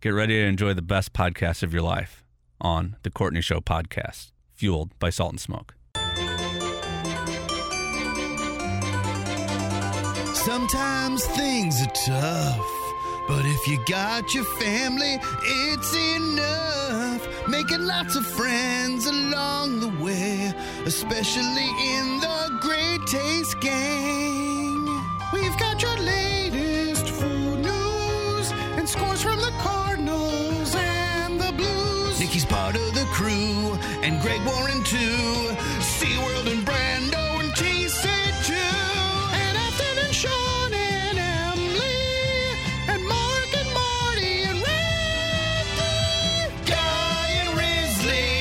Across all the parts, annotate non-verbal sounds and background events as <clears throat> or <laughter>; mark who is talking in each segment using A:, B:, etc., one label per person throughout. A: Get ready to enjoy the best podcast of your life on The Courtney Show Podcast, fueled by Salt and Smoke.
B: Sometimes things are tough, but if you got your family, it's enough. Making lots of friends along the way, especially in the Great Taste Gang. We've got your latest food news and scores from the Cardinals and the Blues. Nikki's part of the crew, and Greg Warren too. SeaWorld and Brando and TC2. And Ethan and Sean and Emily. And Mark and Marty and Randy. Guy and Risley.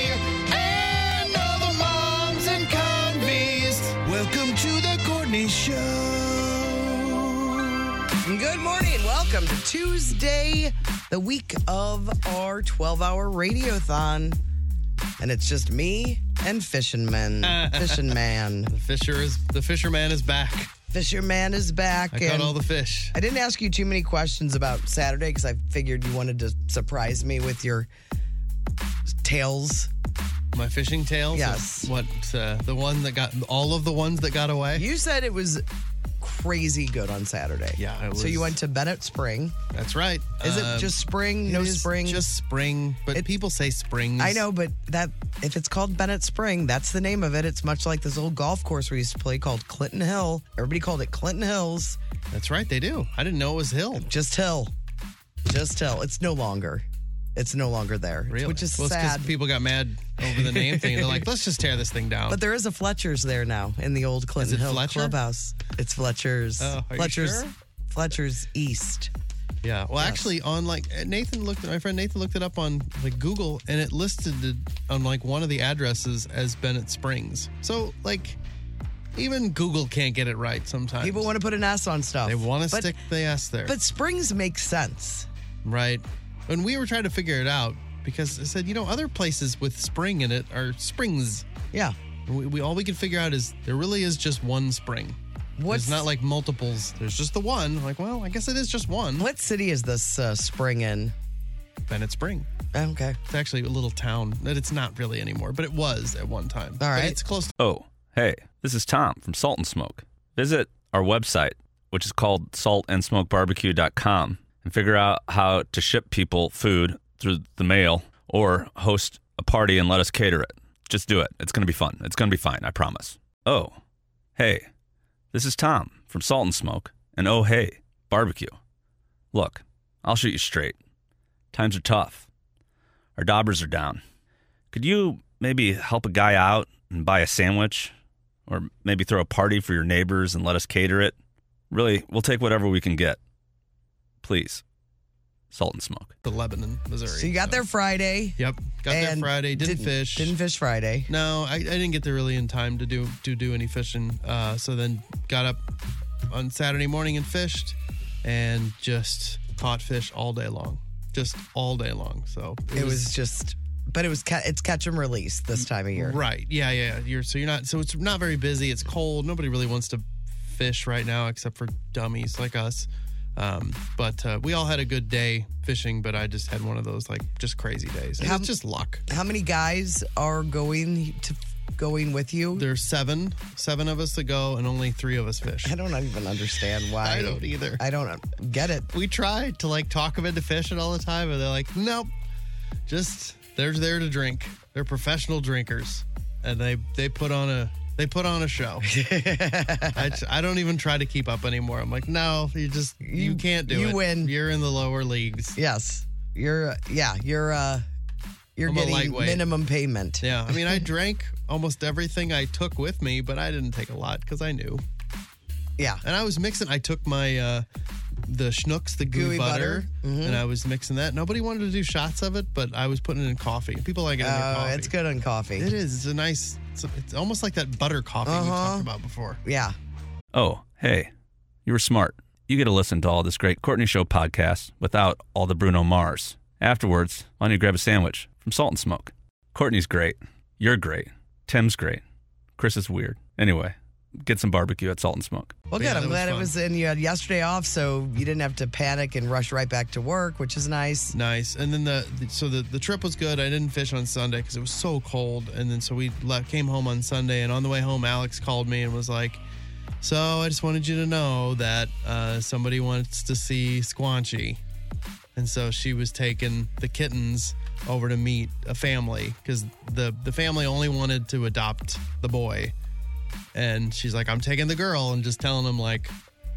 B: And all the moms and convies. Welcome to the Courtney Show.
C: Good morning and welcome to Tuesday, the week of our 12 hour radiothon. And it's just me and Fisherman.
D: <laughs>
C: Fisherman.
D: The fisher is the fisherman is back.
C: Fisherman is back.
D: I caught all the fish.
C: I didn't ask you too many questions about Saturday because I figured you wanted to surprise me with your tales.
D: My fishing tails.
C: Yes.
D: What uh, the one that got all of the ones that got away?
C: You said it was crazy good on Saturday.
D: Yeah, it
C: So you
D: was-
C: went to Bennett Spring.
D: That's right.
C: Is
D: Uh,
C: it just spring?
D: it
C: No
D: is
C: spring?
D: Just spring. But
C: It-
D: people say springs.
C: I know, but that if it's called Bennett Spring, that's the name of it. It's much like this old golf course we used to play called Clinton Hill. Everybody called it Clinton Hills.
D: That's right. They do. I didn't know it was hill.
C: Just Hill. Just Hill. It's no longer. It's no longer there.
D: Really?
C: Which is
D: well, it's 'cause
C: sad.
D: people got mad over the name thing. They're like, let's just tear this thing down.
C: but there is a Fletcher's there now in the old Clinton
D: it
C: Hill
D: Fletcher?
C: clubhouse. It's Fletcher's.
D: Oh, are you
C: Fletcher's
D: sure?
C: Fletcher's East.
D: yeah. Well, actually, on like uh, Nathan looked. My friend Nathan looked it up on like Google, and it listed it on like one of the addresses as Bennett Springs. So like, even Google can't get it right sometimes.
C: People want to put an S on stuff.
D: They want to
C: but,
D: stick the S there.
C: But Springs makes sense.
D: right. And we were trying to figure it out because I said, you know, other places with spring in it are springs.
C: Yeah.
D: And We, we all we could figure out is there really is just one spring.
C: What's
D: It's not like multiples. There's just the one. Like, well, I guess it is just one.
C: what city is this uh, spring in?
D: Bennett Spring.
C: Okay.
D: It's actually a little town that it's not really anymore, but it was at one time.
C: All
D: But
C: right.
D: it's close.
A: Oh, hey, this is Tom from Salt and Smoke. Visit our website, which is called saltandsmokebarbecue.com, and figure out how to ship people food through the mail or host a party and let us cater it. Just do it. It's going to be fun. It's going to be fine, I promise. Oh, hey, this is Tom from Salt and Smoke, and oh, hey, barbecue. Look, I'll shoot you straight. Times are tough. Our daubers are down could you maybe help a guy out and buy a sandwich or maybe throw a party for your neighbors and let us cater it really we'll take whatever we can get please salt and smoke
D: to Lebanon, Missouri.
C: So you got there Friday.
D: Yep. Got there
C: and
D: Friday. Didn't, fish.
C: Didn't fish Friday.
D: No, I, I didn't get there really in time to do to do any fishing. Uh, so then got up on Saturday morning and fished, and just caught fish all day long, just all day long. So
C: It, was, just, but it was ca- it's catch and release this time of year.
D: right. Yeah, yeah. You're so you're not so it's not very busy. It's cold. Nobody really wants to fish right now except for dummies like us. Um, but uh, we all had a good day fishing, but I just had one of those like just crazy days.
C: How-
D: It's just luck.
C: How many guys are going to going with you?
D: There's seven, seven of us to go, and only three of us fish.
C: I don't even understand why.
D: I don't either.
C: I don't get it.
D: we try to like talk them into fishing all the time, and they're like, nope, just they're there to drink. They're professional drinkers, and they they put on a they put on a
C: <laughs>
D: show. I, just- I don't even try to keep up anymore. I'm like, no, you just you,
C: You-
D: can't do
C: you
D: it.
C: win."
D: You're in the lower leagues.
C: Yes, you're. Yeah, you're. uh You're
D: I'm a
C: getting
D: lightweight.
C: minimum payment.
D: Yeah, I mean,
C: <laughs>
D: I drank almost everything I took with me, but I didn't take a lot because I knew.
C: Yeah.
D: And I was mixing. I took my uh, the schnooks, the goo
C: Gooey
D: butter,
C: butter. Mhm.
D: and I was mixing that. Nobody wanted to do shots of it, but I was putting it in coffee. People like it in their
C: Oh,
D: coffee.
C: it's good on coffee.
D: It is. It's a nice. It's, it's almost like that butter coffee we
C: Uh-huh.
D: talked about before.
C: Yeah.
A: oh hey you were smart you get to listen to all this great courtney show podcast without all the bruno mars afterwards why don't you grab a sandwich from salt and smoke courtney's great you're great tim's great chris is weird anyway get some barbecue at Salt and Smoke.
C: Well,
D: Yeah,
C: good.
D: that was
C: I'm glad it
D: fun.
C: was in. You had yesterday off, so you didn't have to panic and rush right back to work, which is nice.
D: Nice. And then the, the- so the, the trip was good. I didn't fish on Sunday because it was so cold. And then so we left, came home on Sunday. And on the way home, Alex called me and was like, "So I just wanted you to know that uh, somebody wants to see Squanchy." And so she was taking the kittens over to meet a family because the the family only wanted to adopt the boy. And she's like, "I'm taking the girl," and just telling him like,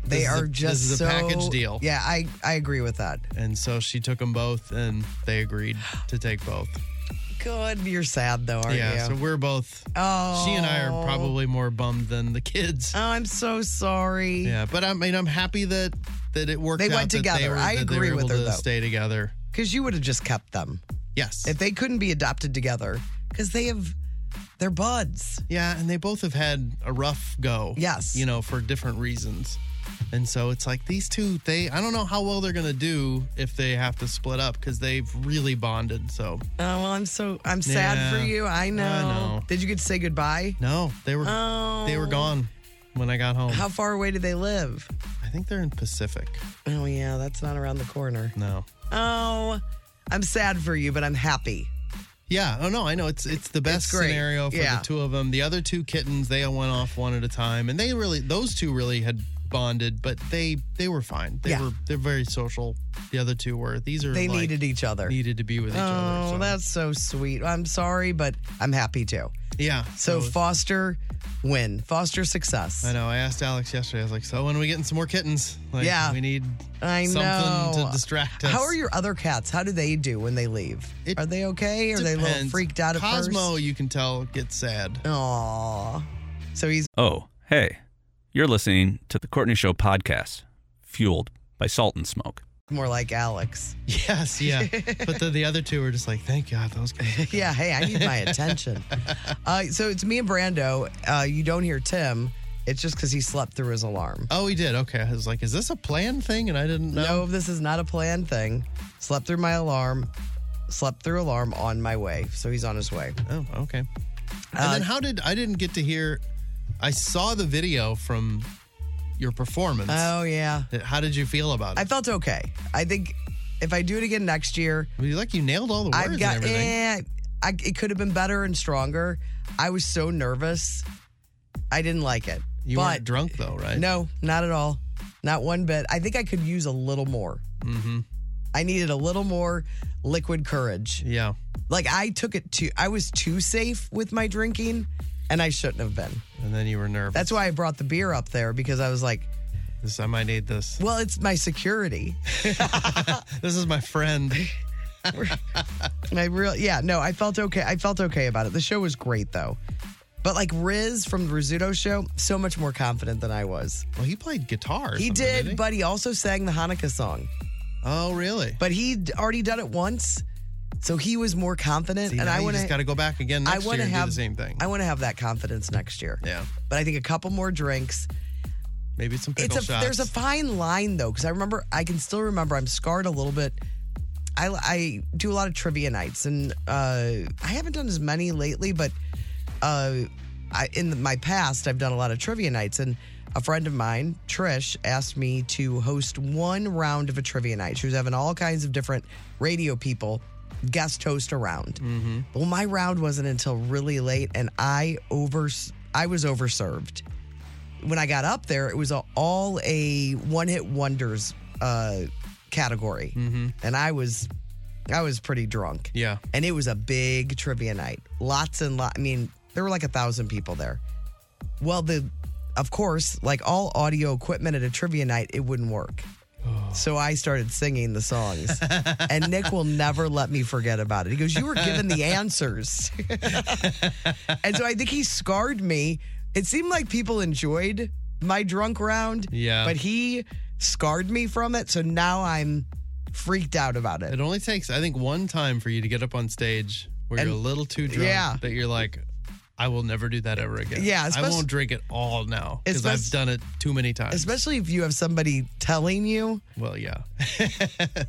C: They
D: this is
C: are
D: a-
C: just
D: this is
C: so,
D: a package deal."
C: Yeah, I I agree with that.
D: And so she took them both, and they agreed to take both.
C: Good. You're sad though, aren't
D: yeah, so
C: you?
D: we're both.
C: oh,
D: She and I are probably more bummed than the kids.
C: Oh, I'm so sorry.
D: Yeah, but I mean, I'm happy that that it worked.
C: They
D: out
C: went
D: that
C: together.
D: They were,
C: I
D: that they
C: agree
D: were
C: with
D: able
C: her,
D: to
C: though.
D: Stay together.
C: Because you would have just kept them
D: Yes.
C: if they couldn't be adopted together. Because they have, they're buds.
D: yeah, and they both have had a rough go.
C: Yes.
D: You know, for different reasons, and so it's like these two. They I don't know how well they're gonna do if they have to split up because they've really bonded. So
C: Oh well, I'm so I'm sad
D: Yeah,
C: for you. I know.
D: know.
C: Did you get to say goodbye?
D: no, they were
C: Oh,
D: they were gone when I got home.
C: How far away do they live?
D: I think they're in Pacific.
C: Oh yeah, that's not around the corner.
D: No.
C: Oh, I'm sad for you, but I'm happy.
D: Yeah. Oh no, I know. It's it's the best
C: great.
D: scenario for
C: Yeah.
D: the two of them. The other two kittens, they all went off one at a time, and they really those two really had bonded, but they they were fine. They
C: Yeah.
D: were they're very social. The other two were. These are
C: They
D: like,
C: needed each other.
D: needed to be with each other.
C: oh,
D: so-
C: that's so sweet. I'm sorry, but I'm happy too.
D: yeah.
C: So foster win, foster success.
D: I know. I asked Alex yesterday. I was like, "So when are we getting some more kittens? Like,
C: Yeah.
D: we need
C: I
D: something
C: know.
D: to distract us."
C: How are your other cats? How do they do when they leave?
D: It
C: are they okay? Are they a little
D: Depends.
C: freaked out at
D: Cosmo,
C: first?
D: you can tell gets sad. <laughs>
C: Aw. So he's
A: Oh, hey, you're listening to the Courtney Show podcast, fueled by Salt and Smoke.
C: more like Alex.
D: Yes, yeah. but the, the other two are just like, "Thank God those
C: <laughs>
D: guys."
C: Yeah, hey, I need my
D: <laughs>
C: attention. Uh, so it's me and Brando. Uh, you don't hear Tim. It's just because he slept through his alarm.
D: Oh, he did. Okay. I was like, is this a planned thing? And I didn't know.
C: No, this is not a planned thing. Slept through my alarm. Slept through alarm on my way. So he's on his way.
D: Oh, okay.
C: Uh,
D: and then how did I didn't get to hear? I saw the video from your performance.
C: Oh yeah,
D: how did you feel about
C: I
D: it?
C: felt okay. I think if I do it again next year,
D: I mean, like you nailed all the words
C: I've got.
D: and everything.
C: Eh, I, it could have been better and stronger. I was so nervous. I didn't like it.
D: you
C: but
D: weren't drunk though, right?
C: No, not at all. Not one bit. I think I could use a little more.
D: Mm-hmm.
C: I needed a little more liquid courage.
D: Yeah.
C: Like I took it too I was too safe with my drinking and I shouldn't have been.
D: And then you were nervous.
C: That's why I brought the beer up there because I was like,
D: This, I might need this.
C: well, it's my security. <laughs>
D: This is my friend.
C: And I really yeah, no, I felt okay. I felt okay about it. The show was great though. But like Riz from the Rizzuto show, so much more confident than I was.
D: Well, he played guitar. or
C: He
D: something,
C: did,
D: didn't he?
C: but he also sang the Hanukkah song.
D: oh, really?
C: But he'd already done it once. So he was more confident.
D: See,
C: and
D: now
C: I
D: you
C: want
D: just got
C: to
D: to go back again
C: I
D: next
C: wanna
D: year and
C: have-
D: do the same thing.
C: I want to have that confidence next year.
D: yeah.
C: But I think a couple more drinks
D: Maybe some pickle
C: it's a
D: shots.
C: there's a fine line though because I remember I can still remember I'm scarred a little bit. I, I do a lot of trivia nights and uh, I haven't done as many lately, but uh, I, in my past I've done a lot of trivia nights and a friend of mine Trish asked me to host one round of a trivia night. She was having all kinds of different radio people guest host around. Well, my round wasn't until really late and I over I was overserved when I got up there, it was a, all a one hit wonders uh, category, and I was I was pretty drunk,
D: yeah.
C: and it was a big trivia night. Lots and lot. I mean, there were like a thousand people there. Well, the of course, like all audio equipment at a trivia night, it
D: <sighs>
C: wouldn't work. So I started singing the songs, and Nick will never let me forget about it. He goes, "You were given the answers," <laughs> and so I think he scarred me. It seemed like people enjoyed my drunk round,
D: Yeah.
C: but he scarred me from it. So now I'm freaked out about it.
D: It only takes, I think, one time for you to get up on stage where
C: And-
D: you're a little too drunk
C: yeah.
D: that you're like, I will never do that ever again.
C: Yeah,
D: I
C: espec-
D: won't drink it all now because I've
C: espec-
D: done it too many times.
C: Especially if you have somebody telling you,
D: well, yeah. <laughs>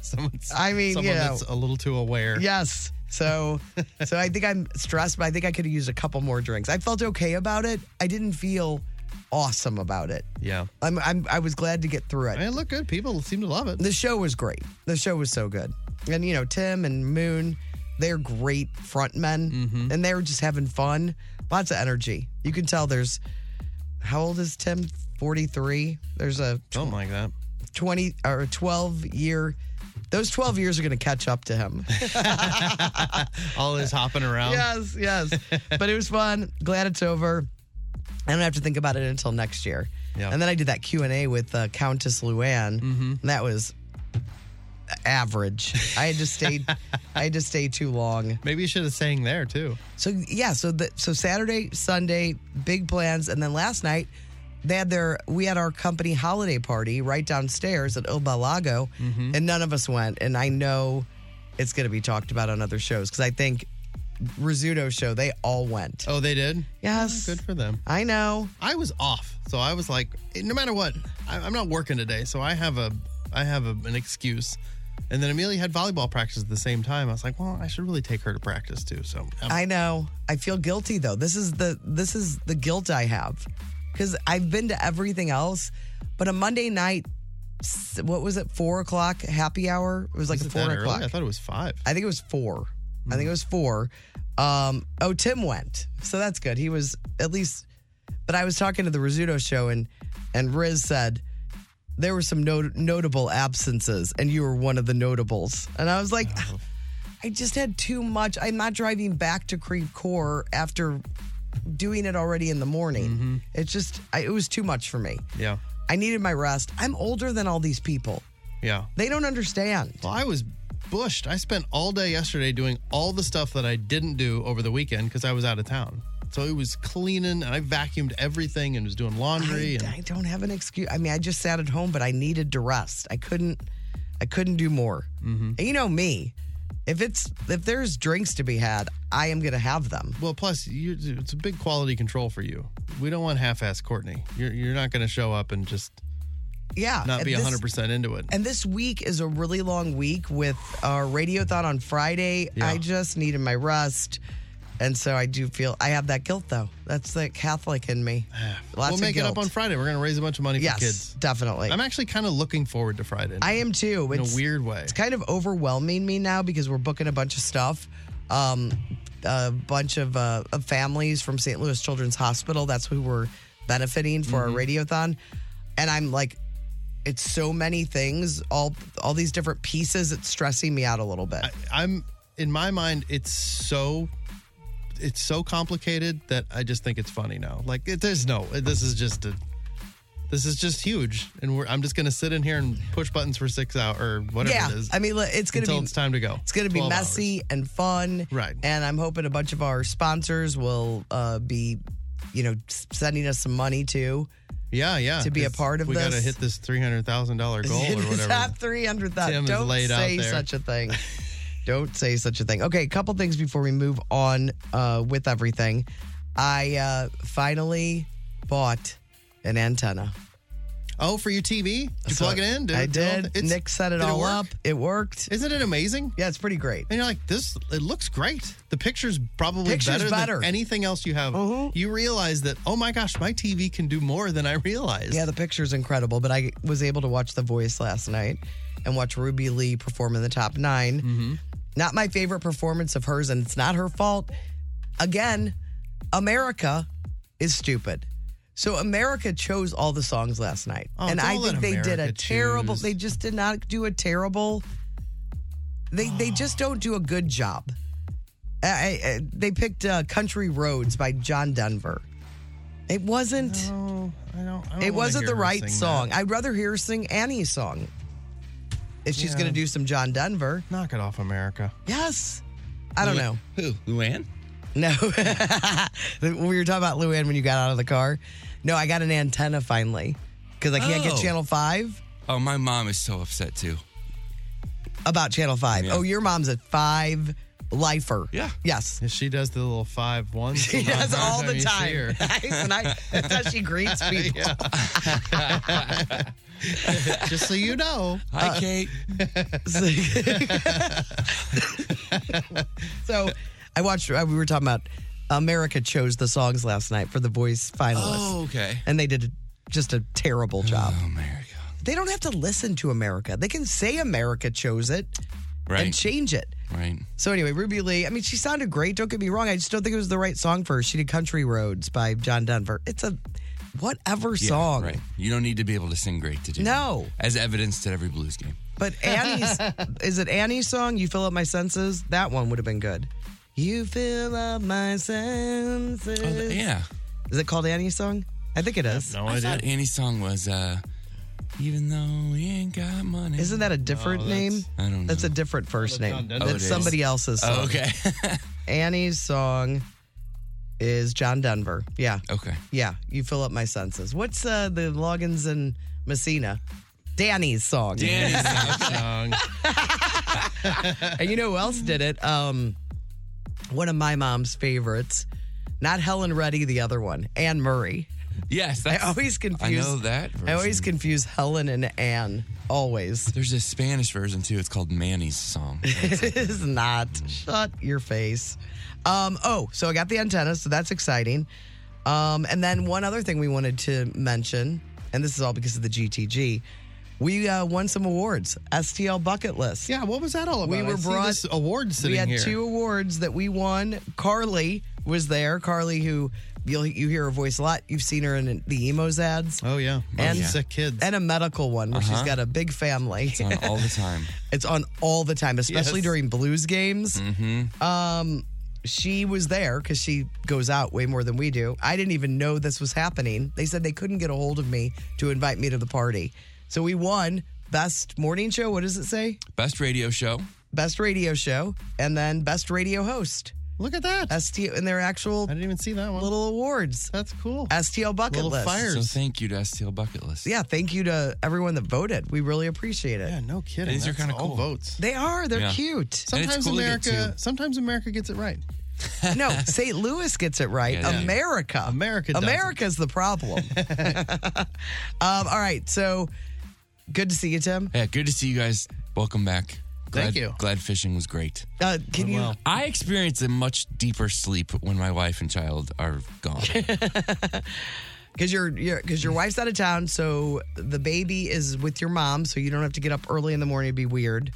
D: Someone's,
C: I mean, you
D: someone
C: know.
D: that's a little too aware.
C: yes. So, so I think I'm stressed, but I think I could have used a couple more drinks. I felt okay about it. I didn't feel awesome about it.
D: Yeah.
C: I'm, I'm I was glad to get through
D: I
C: it.
D: mean, it looked good. People seem to love it.
C: The show was great. The show was so good. And you know, Tim and Moon, they're great front men and they were just having fun. Lots of energy. You can tell there's how old is Tim? 43. There's a
D: Something like that.
C: 20 or 12 year those 12 years are going to catch up to him.
D: All this hopping around.
C: yes, yes. but it was fun. Glad it's over. I don't have to think about it until next year.
D: Yeah.
C: And then I did that Q and A with uh, Countess Luann, and that was average. I had to stay. I had to stay too long.
D: Maybe you should have sang there too.
C: So yeah, so the, so Saturday, Sunday, big plans, and then last night they had their we had our company holiday party right downstairs at Il Balago,
D: Mm-hmm.
C: and none of us went. And I know it's going to be talked about on other shows because I think Rizzuto's show they all went.
D: Oh, they did?
C: Yes.
D: Good for them.
C: I know.
D: I was off, so I was like, no matter what, I, I'm not working today, so I have a, I have a, an excuse. And then Amelia had volleyball practice at the same time. I was like, well, I should really take her to practice too. So um,
C: I know. I feel guilty though. This is the this is the guilt I have because I've been to everything else, but a Monday night, s- what was it? Four o'clock happy hour. It was like
D: is it
C: four
D: that early?
C: o'clock.
D: I thought it was five.
C: I think it was 4 I think it was four. Um, oh, Tim went, so that's good. He was at least. But I was talking to the Rizzuto show, and and Riz said there were some not- notable absences, and you were one of the notables. And I was like, I just had too much. I'm not driving back to Creve Core after doing it already in the morning. It's just I, it was too much for me.
D: Yeah,
C: I needed my rest. I'm older than all these people.
D: yeah.
C: They don't understand.
D: Well, I was bushed. I spent all day yesterday doing all the stuff that I didn't do over the weekend because I was out of town. So it was cleaning, and I vacuumed everything, and was doing laundry.
C: I,
D: and
C: I don't have an excuse. I mean, I just sat at home, but I needed to rest. I couldn't. I couldn't do more.
D: Mm-hmm.
C: And you know me. If it's if there's drinks to be had, I am gonna have them.
D: Well, plus, you, it's a big quality control for you. We don't want half-ass Courtney. You're you're not going to show up and just
C: Yeah.
D: not
C: and
D: be
C: this-
D: 100 percent into it.
C: And this week is a really long week with our radiothon on Friday.
D: Yeah.
C: I just needed my rest. And so I do feel I have that guilt though. That's the Catholic in me. Lots
D: Ah. we'll
C: of
D: make it up
C: guilt.
D: on Friday. We're going to raise a bunch of money for
C: Yes,
D: kids.
C: definitely.
D: I'm actually kind of looking forward to Friday.
C: I am too.
D: in
C: It's
D: a weird way.
C: it's kind of overwhelming me now because we're booking a bunch of stuff. Um, a bunch of, uh, of families from St. Louis Children's Hospital. That's who we're benefiting for our
D: Mm-hmm.
C: radiothon, and I'm like, it's so many things, all all these different pieces. It's stressing me out a little bit.
D: I'm in my mind, it's so it's so complicated that I just think it's funny now. Like it, there's no this is just a this is just huge, and we're, I'm just going to sit in here and push buttons for six hours or whatever
C: yeah,
D: it is.
C: I mean, look, it's gonna
D: until
C: be
D: it's time to go.
C: It's going to be
D: 12 hours.
C: messy and fun.
D: Right.
C: And I'm hoping a bunch of our sponsors will uh, be, you know, s- sending us some money too.
D: Yeah, yeah.
C: to be a
D: 'cause
C: part of
D: we got to
C: this.
D: hit this three hundred thousand dollar goal
C: <laughs>
D: or
C: It's
D: whatever.
C: not 300,000.
D: Tim is
C: Don't
D: laid out
C: say
D: there.
C: such
D: <laughs>
C: a thing. Don't say such a thing. Okay, a couple things before we move on uh, with everything. I uh, finally bought an antenna.
D: Oh, for your TV? Did you
C: So
D: plug it in?
C: I
D: it tell-
C: did.
D: it's-
C: Nick set it
D: did
C: all
D: work?
C: up. It worked.
D: Isn't it amazing?
C: Yeah, it's pretty great.
D: And you're like, this, it looks great. The picture's probably
C: Picture's
D: better,
C: better.
D: than anything else you have.
C: Mhm.
D: You realize that, oh my gosh, my TV can do more than I realized.
C: Yeah, the picture's incredible, but I was able to watch The Voice last night and watch Ruby Lee perform in the top 9
D: Mm-hmm.
C: Not my favorite performance of hers, and it's not her fault. Again, America is stupid. So America chose all the songs last night,
D: Oh,
C: and
D: don't
C: I
D: let
C: think they did a
D: America
C: terrible.
D: choose.
C: They just did not do a terrible. They they just don't do a good job. I, I, they picked uh, "Country Roads" by John Denver. It wasn't.
D: Oh, I don't, I don't wanna
C: It wasn't
D: hear
C: the
D: her
C: right
D: sing
C: song.
D: that.
C: I'd rather hear her sing Annie's song. If she's
D: Yeah.
C: going to do some John Denver.
D: Knock it off, America.
C: Yes. I don't know.
A: Who? Luann?
C: No. <laughs> we were talking about Luann when you got out of the car. No, I got an antenna finally because I can't
E: Oh.
C: get Channel 5
E: Oh, my mom is so upset too.
C: about Channel 5.
E: Yeah.
C: Oh, your mom's a 5 lifer.
E: Yeah.
C: Yes.
D: Yeah, she does the little five one.
C: <laughs>
D: <laughs>
C: She does all the <laughs> time. and I, that's how she greets people.
D: Just so you
C: <laughs>
D: know.
E: Hi,
C: Uh,
E: Kate.
C: so I watched. uh, We were talking about America chose the songs last night for the voice finalists.
E: Oh, okay.
C: And they did a- just a terrible job.
E: Oh, America.
C: They don't have to listen to America. They can say America chose it and
E: Right.
C: change it.
E: right.
C: So anyway, Ruby Lee, I mean, she sounded great. Don't get me wrong. I just don't think it was the right song for her. She did Country Roads by John Denver. It's a whatever
E: Yeah,
C: song.
E: Right. You don't need to be able to sing great to do. that.
C: No.
E: As evidenced at every blues game.
C: But Annie's, is it Annie's song, You Fill Up My Senses? That one would have been good. You fill up my senses.
E: Oh, th- yeah.
C: Is it called Annie's song? I think it is.
D: No
E: I,
D: idea.
E: thought Annie's song was uh even though we ain't got money.
C: Isn't that a different name?
E: I don't know.
C: That's a different first
D: that's
C: name.
D: John Denver.
E: Oh,
C: That's
E: it is.
C: somebody else's song.
E: Oh, okay. <laughs>
C: Annie's song is John Denver. Yeah.
E: okay.
C: Yeah. You fill up my senses. What's uh, the Loggins and Messina? Danny's song.
E: Annie's song.
D: Song.
C: And you know who else did it? Um, one of my mom's favorites. Not Helen Reddy, the other one, Anne Murray.
E: Yes,
C: I
E: that's,
C: always
E: I
C: confuse.
E: know that. Version.
C: I always confuse Helen and Anne.
E: <laughs>
C: Always.
E: There's a Spanish version too. It's called Manny's song.
C: <laughs> it is not. Shut your face. Um, oh, so I got the antenna, so that's exciting. Um, and then one other thing we wanted to mention, and this is all because of the GTG, we uh, won some awards. STL bucket list.
D: Yeah, what was that all about?
C: We were
D: I see
C: brought-
D: this award sitting
C: we had
D: here.
C: two awards that we won. Carly was there. Carly, who you'll you hear her voice a lot. You've seen her in the emos ads
D: Oh yeah,
C: And-
D: sick kids.
C: and a medical one where she's
E: Uh-huh.
C: got a big family.
E: It's on all the time.
C: <laughs> It's on all the time, especially
D: Yes.
C: during blues games. Um, she was there because she goes out way more than we do. I didn't even know this was happening. They said they couldn't get a hold of me to invite me to the party. So we won best morning show. What does it say?
E: Best radio show.
C: Best radio show, and then best radio host.
D: Look at that.
C: STL and their actual
D: I didn't even see that one.
C: little awards.
D: That's cool.
C: STL bucket
D: Little
C: list.
D: fire.
E: So
D: Cheers.
E: thank you to STL Bucket List.
C: Yeah, thank you to everyone that voted. We really appreciate it.
D: yeah, no kidding.
E: These are
D: That's
E: kinda
D: all
E: cool.
D: votes.
C: They are. They're
E: Yeah.
C: cute.
E: And it's
D: Sometimes
E: cool to get
D: America.
E: two.
D: Sometimes America gets it right.
C: <laughs> No, St. Louis gets it right.
E: Yeah, yeah.
C: America.
D: America doesn't.
C: America's
D: <laughs>
C: the problem. um, all right. So good to see you, Tim.
E: Yeah, good to see you guys. Welcome back. Glad,
D: Thank you.
E: Glad fishing was great.
C: Uh, can you?
D: Well,
E: I experience a much deeper sleep when my wife and child are
D: <laughs>
E: gone.
C: Because your your because your wife's out of town, so the baby is with your mom, so you don't have to get up early in the morning. It'd be weird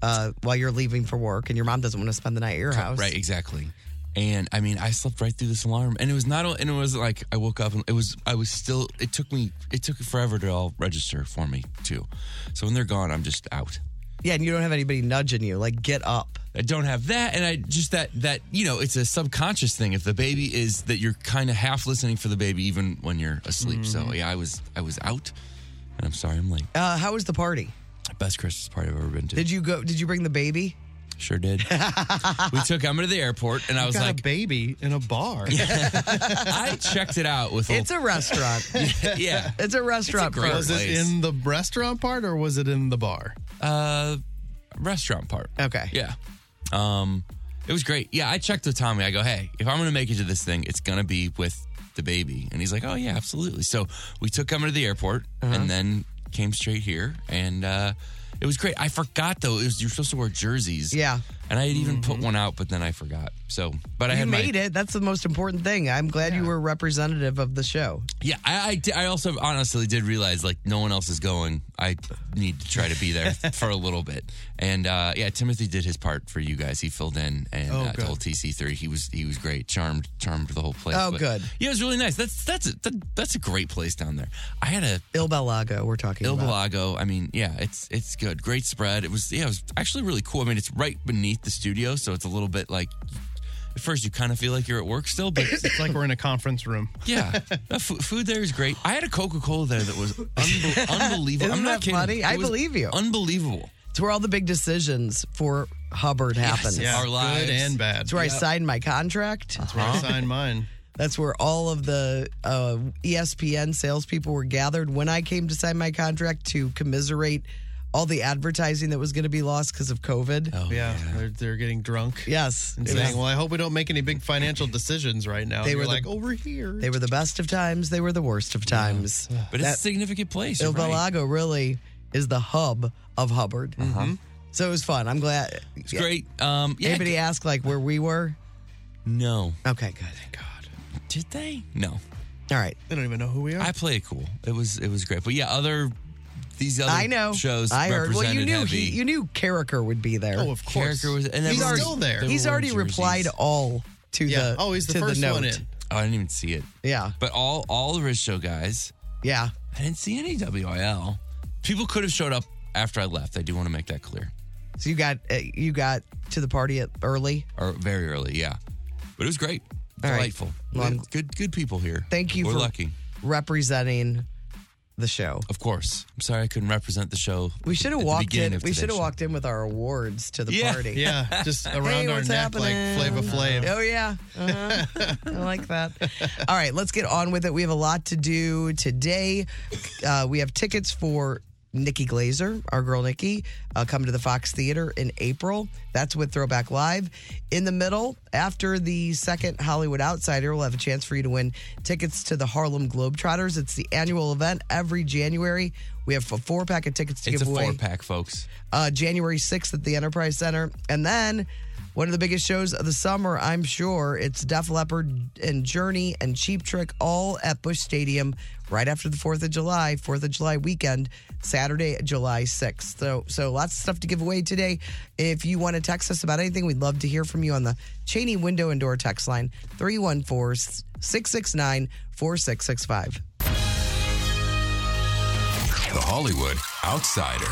C: uh, while you're leaving for work, and your mom doesn't want to spend the night at your house.
E: right, exactly. And I mean, I slept right through this alarm, and it was not. And it was like I woke up, and it was. I was still. It took me. It took forever to all register for me too. So when they're gone, I'm just out.
C: Yeah, and you don't have anybody nudging you. Like get up.
E: I don't have that, and I just that that you know, it's a subconscious thing. If the baby is that you're kind of half listening for the baby, even when you're asleep.
D: Mm-hmm.
E: So yeah, I was I was out, and I'm sorry I'm late.
C: Uh, how was the party?
E: Best Christmas party I've ever been to.
C: Did you go? Did you bring the baby? <laughs>
E: Sure did. we took Emma to the airport, and I was
D: got
E: like,
D: a baby in a bar.
E: I checked it out with.
C: It's a restaurant.
E: little- <laughs> yeah.
C: it's a restaurant.
E: great-
C: party.
D: Was it
E: Nice.
D: in the restaurant part or was it in the bar?
E: Uh, restaurant part.
C: Okay.
E: Yeah. Um, it was great. Yeah, I checked with Tommy. I go, hey, if I'm gonna make it to this thing, it's gonna be with the baby, and he's like, oh yeah, absolutely. So we took Emma to the airport,
C: Uh-huh.
E: and then came straight here, and uh, it was great. I forgot though, it was you're supposed to wear jerseys.
C: Yeah. Mm-hmm.
E: And I had even put one out, but then I forgot. So, but I
C: You
E: had my
C: made it. That's the most important thing. I'm glad you were representative of the show.
E: Yeah, I, I, di- I also honestly did realize like no one else is going. I need to try to
C: <laughs>
E: be there for a little bit. And uh, yeah, Timothy did his part for you guys. He filled in and
C: Oh,
E: uh,
D: good.
E: told TC three he was he was great, charmed charmed the whole place.
C: Oh, good.
E: Yeah, it was really nice. That's that's a, that, that's a great place down there. I had a
C: Il Belago, we're talking
E: Il
C: about.
E: Balago. I mean, yeah, it's it's good. Great spread. It was yeah, it was actually really cool. I mean, it's right beneath the studio, so it's a little bit like. At first, you kind of feel like you're at work
C: <laughs>
E: still, but
D: It's like we're in a conference room.
E: yeah, the fu- food there is great. I had a Coca Cola there that was unbe-
C: <laughs>
E: unbelievable.
C: Isn't
E: I'm not
C: that
E: kidding.
C: funny?
E: It
C: I
E: was
C: believe you.
E: Unbelievable.
C: It's where all the big decisions for Hubbard happens.
E: yeah. Our lives.
D: Good and bad.
C: That's where <laughs> I signed my contract.
E: Uh-huh.
D: That's where I signed mine.
C: That's where all of the uh, ESPN salespeople were gathered when I came to sign my contract to commiserate all the advertising that was going to be lost because of COVID.
E: Oh,
D: Yeah, They're, they're getting drunk.
C: Yes.
D: And
C: It was-
D: saying, well, I hope we don't make any big financial decisions right now.
C: They
D: They
C: were
D: were
C: the-
D: like, over here.
C: they were the best of times. They were the worst of times.
E: But it's a significant place.
C: Il
E: you're right. Mm-hmm.
C: Belago really is the hub of Hubbard. Mm-hmm. So it was fun. I'm glad.
E: It's great. Um, yeah,
C: Anybody ask like where we were?
E: No.
C: Okay, good. Oh God. Oh.
E: Did they? No.
C: All right.
D: They don't even know who we are.
E: I play it cool. It was it was great. But yeah, other these other
C: I know.
E: shows
C: I heard. Well,
E: represented
C: you knew
E: heavy.
C: he, you knew Carricker would be there.
D: oh, of course.
E: Character was- and
D: he's
E: everyone-
D: still there.
E: they were
C: He's
E: wearing
C: already replied
E: jerseys.
C: all to
D: yeah.
C: the
D: oh, he's the
C: to
D: first
C: note.
D: one in.
E: Oh, I didn't even see it.
C: Yeah.
E: But all all the Riz show guys,
C: Yeah.
E: I didn't see any WIL. People could have showed up after I left. I do want to make that clear.
C: So you got uh, you got to the party at early.
E: Or very early, yeah. But it was great.
C: All right.
E: Delightful.
C: Well, I'm-
E: good good people here.
C: Thank you
E: We're
C: for-
E: lucky.
C: representing the show.
E: Of course. I'm sorry I couldn't represent the show.
C: We should
E: at
C: have
E: the
C: walked
E: beginning
C: in.
E: of
C: We should
E: today's
C: have
E: show.
C: walked in with our awards to the
E: Yeah,
C: party. <laughs>
D: Yeah, just around
C: Hey,
D: our
C: what's
D: neck like
C: happening?
D: Flava Flav.
C: Oh yeah, uh-huh. I like
D: <laughs>
C: that. All right, let's get on with it. We have a lot to do today. Uh, we have tickets for Nikki Glazer, our girl Nikki, uh, coming to the Fox Theater in April. That's with Throwback Live. In the middle, after the second Hollywood Outsider, we'll have a chance for you to win tickets to the Harlem Globetrotters. It's the annual event every January. We have a four pack of tickets to
E: It's a
C: give away
E: four pack, folks.
C: uh, January 6th at the Enterprise Center. And then one of the biggest shows of the summer, I'm sure, it's Def Leppard and Journey and Cheap Trick all at Bush Stadium right after the 4th of July, 4th of July weekend, Saturday, July 6th. So, so lots of stuff to give away today. If you want to text us about anything, we'd love to hear from you on the Cheney Window and Door text line, 314 669 4665.
F: The Hollywood Outsider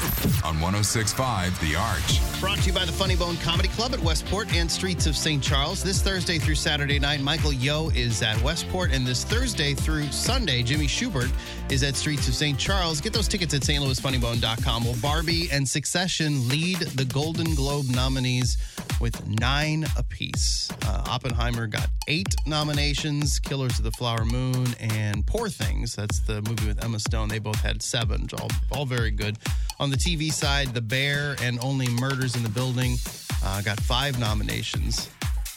F: on 1065 The Arch.
D: Brought to you by the Funny Bone Comedy Club at Westport and Streets of St. Charles. This Thursday through Saturday night, Michael Yo is at Westport. And this Thursday through Sunday, Jimmy Schubert is at Streets of St. Charles. Get those tickets at stlouisfunnybone.com. Well, Barbie and Succession lead the Golden Globe nominees with nine apiece. Uh, Oppenheimer got eight nominations, Killers of the Flower Moon and Poor Things. That's the movie with Emma Stone. They both had seven, all, all very good. On the TV side, The Bear and Only Murders in the Building uh, got five nominations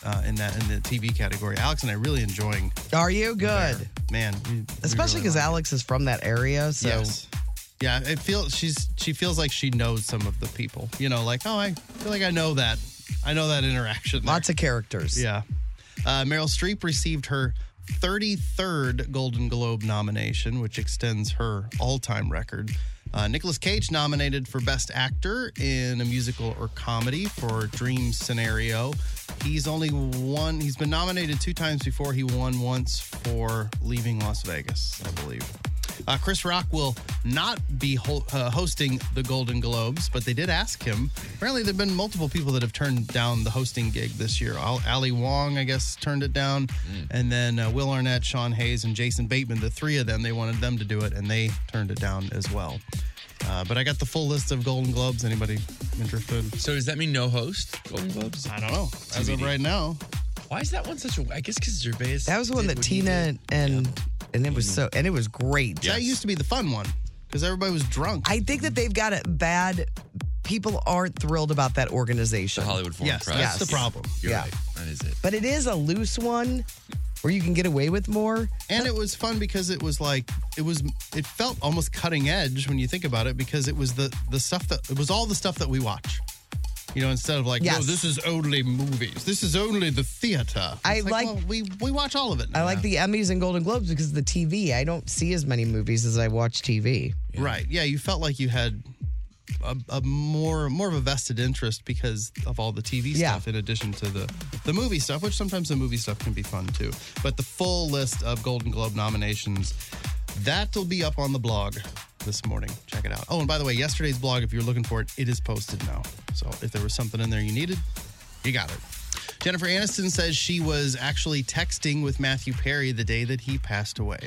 D: uh, in that in the TV category. Alex and I really enjoying.
C: Are you good?
D: Man, we- we
C: Especially
D: really
C: because
D: like
C: Alex is from that area.
D: it.
C: So.
D: Yes. Yeah, it feels she's she feels like she knows some of the people. You know, like oh, I feel like I know that. I know that interaction. there.
C: Lots of characters.
D: Yeah. Uh, Meryl Streep received her 33rd Golden Globe nomination, which extends her all time record. Uh, Nicholas Cage nominated for Best Actor in a Musical or Comedy for Dream Scenario. He's only won, he's been nominated two times before. He won once for Leaving Las Vegas, I believe. Uh, Chris Rock will not be ho- uh, hosting the Golden Globes, but they did ask him. Apparently, there have been multiple people that have turned down the hosting gig this year. Al- Ali Wong, I guess, turned it down. And then uh, Will Arnett, Sean Hayes, and Jason Bateman, the three of them, they wanted them to do it, and they turned it down as well. Uh, but I got the full list of Golden Globes. Anybody interested?
E: So does that mean no host? Golden Globes?
D: I don't know. As of right now,
E: Why is that one such a? I guess because Gervais.
C: That was the one
E: did
C: that
E: what he
C: Tina
E: did.
C: and and it was so and it was great.
D: that used to be the fun one because everybody was drunk.
C: I think that they've got it bad. People aren't thrilled about that organization.
E: the Hollywood Foreign
D: yes,
E: Press.
D: that's the
C: Yes.
D: problem.
E: You're
C: Yeah.
E: right. That is it.
C: But it is a loose one where you can get away with more.
D: and it was fun because it was like it was it felt almost cutting edge when you think about it because it was the the stuff that it was all the stuff that we watch you know instead of like
C: Yes.
D: no this is only movies this is only the theater
C: I
D: It's
C: like-
D: well, we we watch all of it
C: I
D: now.
C: like the Emmys and Golden Globes because of the TV. I don't see as many movies as I watch TV.
D: right yeah you felt like you had a, a more more of a vested interest because of all the TV
C: Yeah.
D: stuff in addition to the the movie stuff, which sometimes the movie stuff can be fun too. But the full list of Golden Globe nominations that'll be up on the blog this morning. Check it out. Oh, and by the way, yesterday's blog, if you're looking for it, it is posted now. So if there was something in there you needed, you got it. Jennifer Aniston says she was actually texting with Matthew Perry the day that he passed away.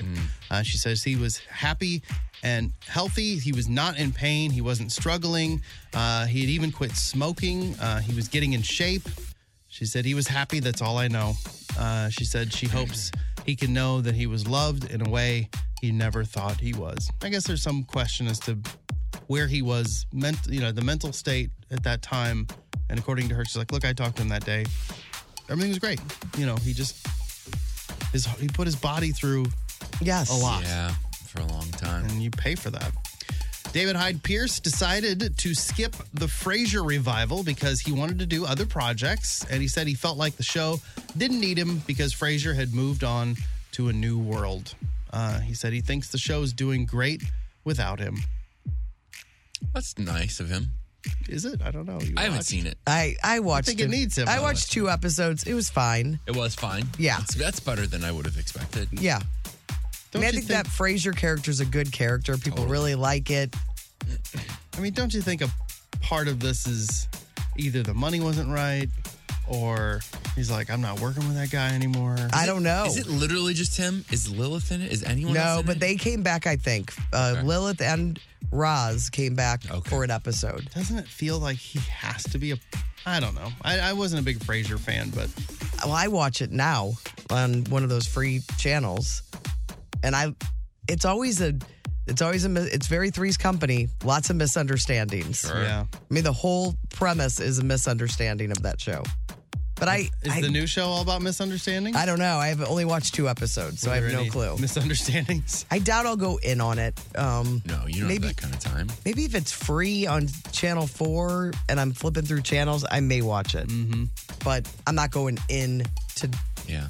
D: Uh, she says he was happy and healthy. He was not in pain. He wasn't struggling. Uh, he had even quit smoking. Uh, he was getting in shape. She said he was happy. That's all I know. Uh, she said she hopes he can know that he was loved in a way he never thought he was. I guess there's some question as to where he was meant, you know, the mental state at that time. And according to her, she's like, "Look, I talked to him that day. Everything was great. You know, he just his he put his body through
C: Yes.
D: a lot,
E: Yeah, for a long time.
D: and you pay for that." David Hyde Pierce decided to skip the Frasier revival because he wanted to do other projects, and he said he felt like the show didn't need him because Frasier had moved on to a new world. Uh, he said he thinks the show is doing great without him.
E: That's nice of him.
D: Is it? I don't know. You
E: I haven't
D: watch.
E: seen it.
C: I I watched.
D: think it needs him,
C: I
D: though.
C: watched two episodes. It was fine.
E: It was fine.
C: Yeah.
E: That's, that's better than I would have expected.
C: Yeah. I,
D: Don't
C: mean, I
D: you
C: think, that Frasier character is a good character. People really like it.
D: I mean, don't you think a part of this is either the money wasn't right, or he's like, I'm not working with that guy anymore.
C: I don't know.
E: Is it literally just him? Is Lilith in it? Is anyone else
C: no,
E: in
C: but
E: it?
C: they came back. I think uh, Lilith and Roz came back
E: Okay.
C: for an episode.
D: Doesn't it feel like he has to be a? I don't know. I, I wasn't a big Frasier fan, but
C: Well, I watch it now on one of those free channels, and I. It's always a. It's always a. mi- It's very Three's Company. Lots of misunderstandings.
D: yeah.
C: I mean, the whole premise is a misunderstanding of that show. But I.
D: Is
C: I,
D: the new show all about misunderstandings?
C: I don't know. I have only watched two episodes, so I have
D: Or
C: no
D: any
C: clue. <laughs>
D: Misunderstandings.
C: I doubt I'll go in on it. Um,
E: No, you don't
C: Maybe-
E: have that kind of time.
C: Maybe if it's free on Channel 4 and I'm flipping through channels, I may watch it. Mm-hmm. But I'm not going in to,
E: Yeah.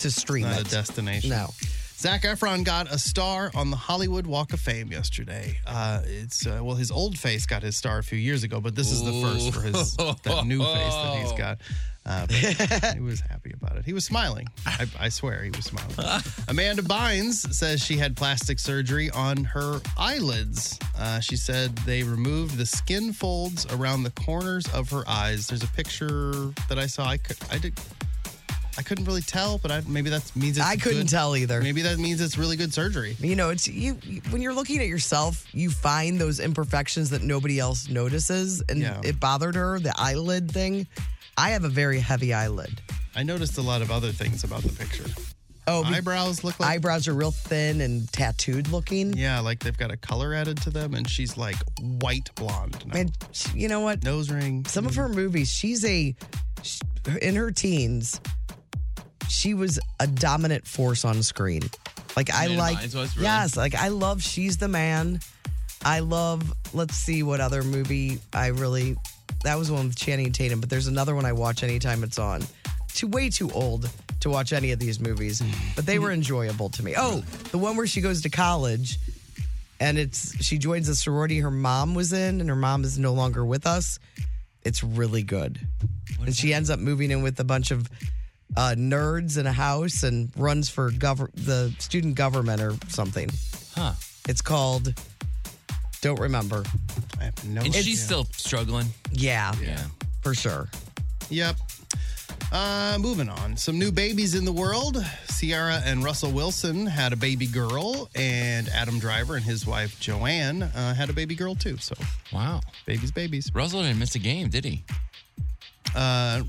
C: to stream
D: Not a
C: it.
D: destination. <laughs>
C: No.
D: Zach Efron got a star on the Hollywood Walk of Fame yesterday. Uh, it's uh, well, his old face got his star a few years ago, but this is the first for his that new face that he's got. Uh, but he was happy about it. He was smiling. I, I swear, he was smiling.
C: <laughs>
D: Amanda Bynes says she had plastic surgery on her eyelids. Uh, she said they removed the skin folds around the corners of her eyes. There's a picture that I saw. I could, I did. I couldn't really tell, but I, maybe that means it's
C: I couldn't
D: good-
C: tell either.
D: Maybe that means it's really good surgery.
C: You know, it's you, you- when you're looking at yourself, you find those imperfections that nobody else notices, and
D: Yeah.
C: it bothered her the eyelid thing. I have a very heavy eyelid.
D: I noticed a lot of other things about the picture.
C: Oh, be-
D: Eyebrows look like
C: eyebrows are real thin and tattooed looking.
D: yeah, like they've got a color added to them, and she's like white blonde. now.
C: And she- you know what?
D: Nose ring.
C: Some of her movies, she's a sh in her teens. She was a dominant force on screen. Like I
E: Amanda
C: like,
E: Bynes was, really?
C: yes, like I love. She's the man. I love. Let's see what other movie I really. That was one with Channing Tatum, but there's another one I watch anytime it's on. Too way too old to watch any of these movies, but they were
E: Mm-hmm.
C: enjoyable to me. Oh, the one where she goes to college and it's she joins a sorority her mom was in, and her mom is no longer with us. It's really good, and she ends up moving in with a bunch of uh, nerds in a house and runs for gov- the student government or something.
E: Huh.
C: It's called don't remember.
D: I have no.
E: And
D: idea.
E: she's still struggling.
C: Yeah,
E: Yeah.
C: for sure.
D: Yep. Uh, moving on. Some new babies in the world. Ciara and Russell Wilson had a baby girl, and Adam Driver and his wife Joanne uh, had a baby girl too. So
E: Wow.
D: babies, babies.
E: Russell didn't miss a game, did he?
D: Uh,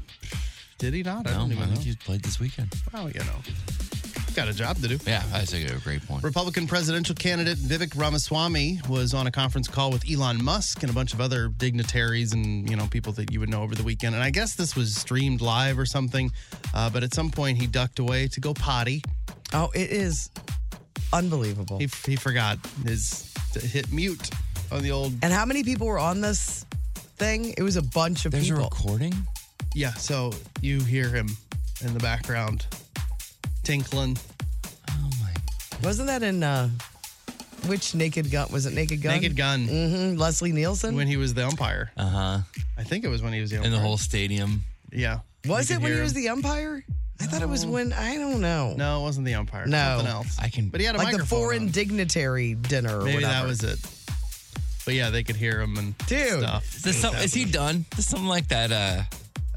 D: did he not? I
E: No,
D: don't
E: I
D: even know.
E: think he played this weekend.
D: Well, you know, got a job to do.
E: Yeah, that's a great point.
D: Republican presidential candidate Vivek Ramaswamy was on a conference call with Elon Musk and a bunch of other dignitaries and you know people that you would know over the weekend. And I guess this was streamed live or something. Uh, but at some point, he ducked away to go potty.
C: Oh, it is unbelievable.
D: He, he forgot his to hit mute on the old
C: And how many people were on this thing? It was a bunch of
E: There's a
C: people.
E: recording?
D: yeah. So you hear him in the background tinkling.
E: Oh my.
C: Wasn't that in uh, which Naked Gun? Was it Naked Gun?
D: Naked Gun
C: hmm Leslie Nielsen.
D: when he was the umpire.
E: Uh huh.
D: I think it was when he was the umpire.
E: And the whole stadium.
D: yeah.
C: Was
D: You
C: it
D: could
C: when
D: hear
C: he was
D: him.
C: the umpire? I thought it was when I don't know.
D: No, it wasn't the umpire.
C: No.
D: something else.
E: I can-
D: But he had a
C: like the
D: microphone
C: foreign
D: on.
C: dignitary dinner or
D: Maybe
C: whatever.
D: that was it. But yeah, they could hear him and
C: Dude.
D: stuff.
E: Is, this some, is he done? Is something like that? Uh,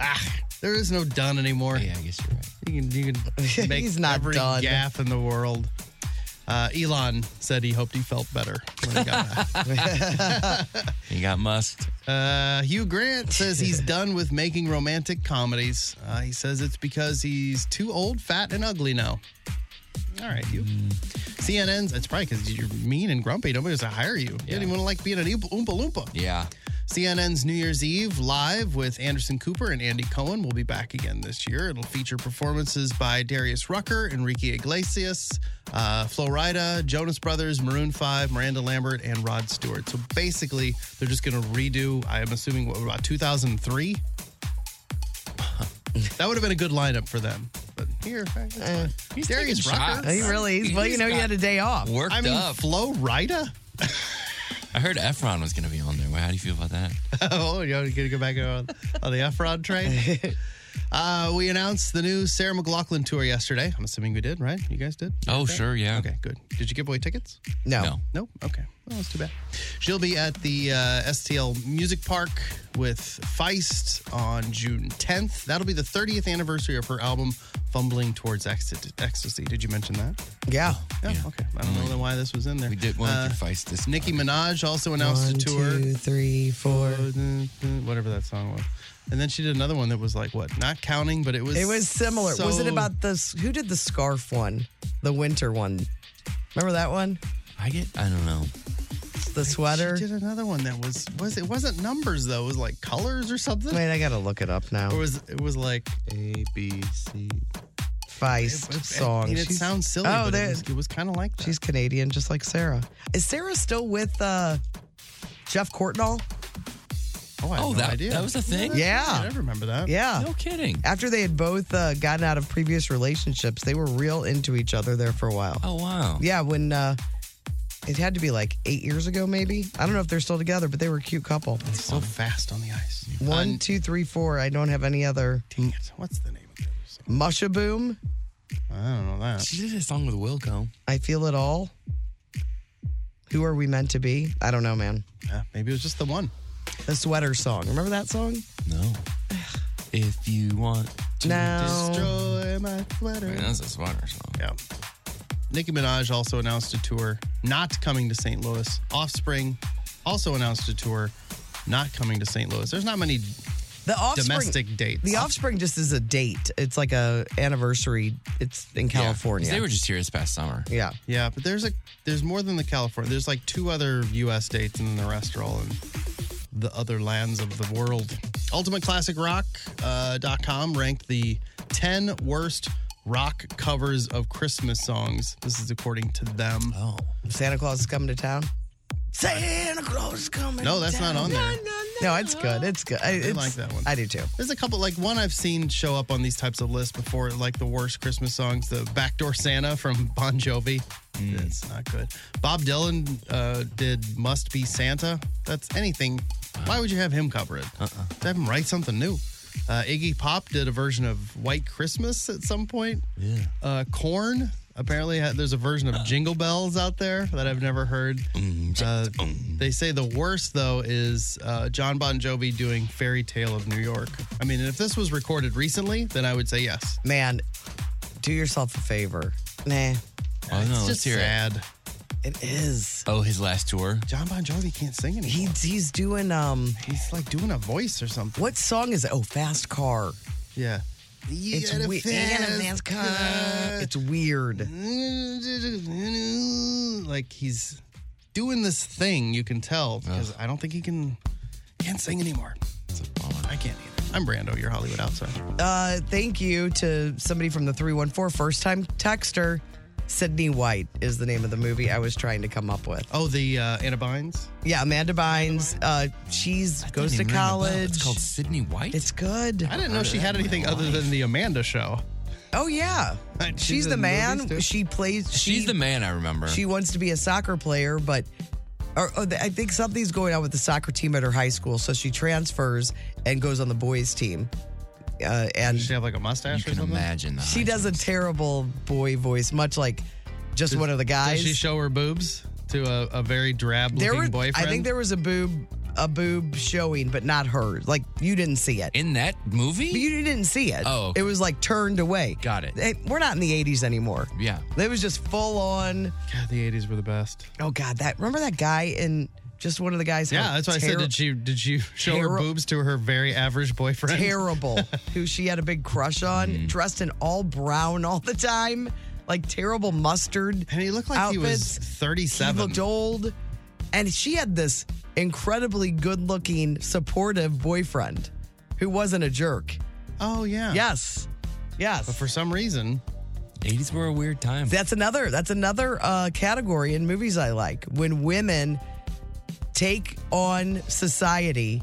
D: Ah, there is no done anymore.
E: yeah, I guess you're right.
D: You can you
C: <laughs>
D: can make
C: He's not
D: every
C: done.
D: gaff in the world. Uh, Elon said he hoped he felt better when he got back.
C: <laughs>
E: He got musked.
D: Uh, Hugh Grant says
C: <laughs>
D: he's done with making romantic comedies. Uh, he says it's because he's too old, fat, and ugly now. All right, you.
C: Mm.
D: CNN's, it's probably because you're mean and grumpy. Nobody wants to hire you. You
E: Yeah.
D: don't even want to like being an Oompa Oompa Loompa.
E: Yeah.
D: CNN's New Year's Eve live with Anderson Cooper and Andy Cohen will be back again this year. It'll feature performances by Darius Rucker, Enrique Iglesias, uh, Flo Rida, Jonas Brothers, Maroon 5, Miranda Lambert, and Rod Stewart. So basically, they're just going to redo, I'm assuming, what, about 2003? <laughs> that would have been a good lineup for them. But here, that's fine. Darius
E: Uh, taking
D: Rucker.
E: shots.
C: He really is. Well, you
E: He's
C: know, you
E: got
C: had a day off.
E: Worked
D: I mean,
E: up.
D: Flo Rida?
E: I heard Efron was going to be on there. Well, How do you feel about that?
D: <laughs>
E: <laughs>
D: oh, you're gonna go back on, on the Efron train. Uh, we announced the new Sarah McLaughlin tour yesterday. I'm assuming we did, right? You guys did?
E: Oh, sure, yeah.
D: Okay, good. Did you give away tickets?
C: No.
E: No.
D: Nope. Okay. Well, that's too bad. She'll be at the uh, STL Music Park with Feist on June 10th. That'll be the 30th anniversary of her album Fumbling Towards Ext- Ecstasy. Did you mention that?
C: Yeah.
D: No. Okay. I don't know why this was in there.
E: Mm-hmm. We did one
D: Uh,
E: uh, Feist this
D: Nicki Minaj also announced
C: One,
D: a tour
C: two, three, four.
D: whatever that song was. And then she did another one that was like what? Not counting, but it was
C: It was similar. was it
D: so-
C: about the who did the scarf one, the winter one? Remember that one,
E: I get. I don't know.
C: the sweater.
D: She did another one that was was it wasn't numbers though. It was like colors or something.
C: Wait, I gotta look it up now.
D: Or was it was like A B C
C: Feist song.
D: I mean, it
C: She's-
D: sounds silly,
C: Oh,
D: but
C: there-
D: it was, it was kind of like that.
C: She's Canadian, just like Sarah. Is Sarah still with uh, Jeff Courtnall?
D: oh, I had
E: Oh,
D: no
E: that-
D: idea.
E: that was a thing?
D: that's
C: Yeah.
D: right. I remember that.
C: Yeah.
E: No kidding.
C: After they had both uh, gotten out of previous relationships, they were real into each other there for a while.
E: Oh wow.
C: Yeah, when uh, it had to be like eight years ago, maybe. I don't know if they're still together, but they were a cute couple.
D: so fast on the ice.
C: One,
D: Uh,
C: two, three, four. I don't have any other.
D: dang it. What's the name of the other song?
C: Mushaboom.
D: I don't know that.
E: She did a song with Wilco.
C: I feel it all. Who are we meant to be? I don't know, man.
D: Yeah, maybe it was just the one.
C: The sweater song. Remember that song?
E: No. if you want to
C: No.
D: Destroy my sweater.
E: Man, that's a sweater song.
D: Yeah. Nicki Minaj also announced a tour not coming to St. Louis. Offspring also announced a tour not coming to St. Louis. There's not many
C: The offspring.
D: domestic dates.
C: The offspring just is a date. It's like a anniversary. It's in
E: Yeah, 'cause
C: California.
E: They were just here this past summer.
C: yeah.
D: yeah, but there's a there's more than the California. There's like two other U.S. dates, and then the rest are all in the other lands of the world. UltimateClassicRock.com uh, ranked the 10 worst rock covers of Christmas songs. This is according to them.
E: Oh.
C: Santa Claus is coming to town. Santa Claus is coming.
D: No, that's not on there.
C: No, it's good. It's good. I, it's,
D: like that one.
C: I do too.
D: There's a couple, like one I've seen show up on these types of lists before, like the worst Christmas songs, the Backdoor Santa from <laughs> Bon Jovi. That's not good. Bob Dylan uh, did Must Be Santa. That's anything. Why would you have him cover it? Uh-uh. Have him write something new. Uh, Iggy Pop did a version of White Christmas at some point.
E: Yeah.
D: Uh, Corn. Apparently, ha- there's a version of Jingle Bells out there that I've never heard. Uh, they say the worst though is uh, John Bon Jovi doing Fairy Tale of New York. I mean, if this was recorded recently, then I would say yes.
C: Man, do yourself a favor. Nah,
E: Oh no.
D: it's
E: Let's
D: just
E: hear it.
D: sad.
C: it is.
E: Oh, his last tour.
D: John Bon Jovi can't sing anymore.
C: He's he's doing um.
D: He's like doing a voice or something.
C: What song is it? Oh, Fast Car.
D: Yeah.
C: It's we- Fast Car. It's weird.
D: <laughs> like he's doing this thing. You can tell because I don't think he can can't sing anymore. It's a bummer. I can't either. I'm Brando, your Hollywood outsider.
C: Uh, thank you to somebody from the 314 first time texter. Sydney White is the name of the movie I was trying to come up with.
D: Oh, the uh, Anna Bynes.
C: Yeah, Amanda Bynes. Uh, she's goes to
E: Didn't even ring a bell.
C: college.
E: It's called Sydney White.
C: It's good.
D: I didn't know she had anything other than the Amanda Show.
C: Oh yeah,
D: She's
C: she's,
D: in
C: the
D: movies, too?
C: man. She plays. She,
E: She's the man I remember.
C: She wants to be a soccer player, but or, or I think something's going on with the soccer team at her high school, so she transfers and goes on the boys team. Uh, and
D: Does she have like a
E: you
D: mustache or
E: can
D: something?
E: imagine that.
C: she does a terrible boy voice, much like just one of the guys.
D: Does she show her boobs to a, a very drab
C: there
D: looking
C: were,
D: boyfriend?
C: I think there was a boob, a boob showing, but not hers. Like you didn't see it.
E: in that
C: But
E: movie.
C: you didn't see it.
E: Oh, okay.
C: It was like turned away.
E: Got it.
C: Hey, We're not in the 80s anymore.
E: yeah.
C: It was just full on.
D: God, the eighties were the best.
C: Oh, God. that Remember that guy in just one of the guys?
D: Yeah,
C: how
D: that's why I said
C: terri-
D: did she did she show her
C: terri-
D: boobs to her very average boyfriend?
C: Terrible, who she had a big crush on,
D: Mm-hmm.
C: dressed in all brown all the time, like terrible mustard.
D: and he looked like he was
C: outfits.
D: thirty
C: He
D: seven.
C: looked old. And she had this incredibly good looking, supportive boyfriend who wasn't a jerk.
D: Oh yeah.
C: Yes. Yes.
D: But for some reason,
E: 80s were a weird time.
C: That's another. That's another uh, category in movies I like when women take on society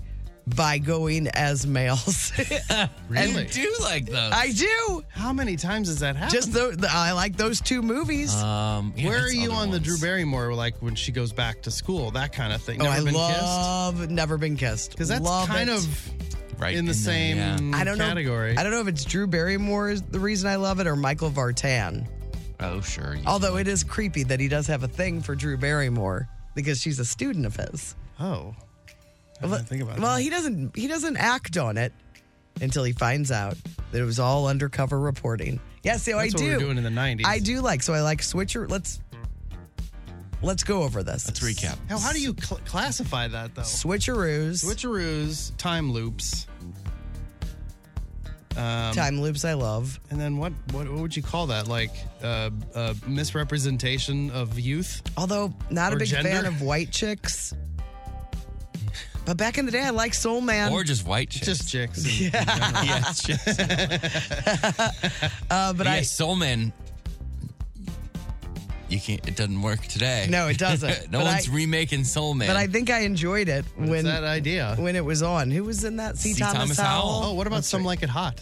C: by going as males. <laughs>
E: I
D: really,
E: do like those.
C: I do.
D: how Uh, many times has that happened?
C: Just tho- the, I like those two movies.
E: um, yeah,
D: Where are
E: that's
D: you
E: other
D: on the
E: ones.
D: Drew Barrymore, like when she goes back to school, that kind of thing?
C: oh,
D: Never
C: I
D: been
C: love Never Been Kissed
D: because that's
C: Love
D: kind
C: it.
D: of
E: Right
D: in the
E: there,
D: same
E: yeah.
C: I don't
D: category.
C: know. I don't know if it's Drew Barrymore is the reason I love it or Michael Vartan.
E: Oh, sure. you-
C: Although it is creepy that he does have a thing for Drew Barrymore because she's a student of his.
D: oh, I didn't think about
C: Well,
D: that.
C: he doesn't he doesn't act on it until he finds out that it was all undercover reporting. Yeah, so
D: That's
C: I
D: what
C: do.
D: we were doing in the nineties.
C: I do like so I like switcher. Let's let's go over this.
E: Let's recap.
D: How, how do you cl- classify that though?
C: Switcheroos,
D: Switcheroos, time loops, um,
C: time loops. I love.
D: and then what? What, what would you call that? Like uh, uh, misrepresentation of youth?
C: Although not a
D: Or
C: big
D: gender?
C: fan of white chicks. But back in the day, I liked Soul Man.
E: Or just white
C: <laughs>
E: chicks.
D: Just chicks. in-
E: <laughs> yeah, chicks.
C: uh, but
E: yeah,
C: I
E: soul men. You can't. It doesn't work today.
C: no, it doesn't.
E: <laughs> no
C: but
E: one's
C: I,
E: remaking Soul Man.
C: But I think I enjoyed it
D: What's
C: when
D: that uh, idea?
C: when it was on. Who was in that? C.
E: C.
C: Thomas,
E: Thomas
C: Howell.
E: Howell.
D: Oh, what about some like it hot?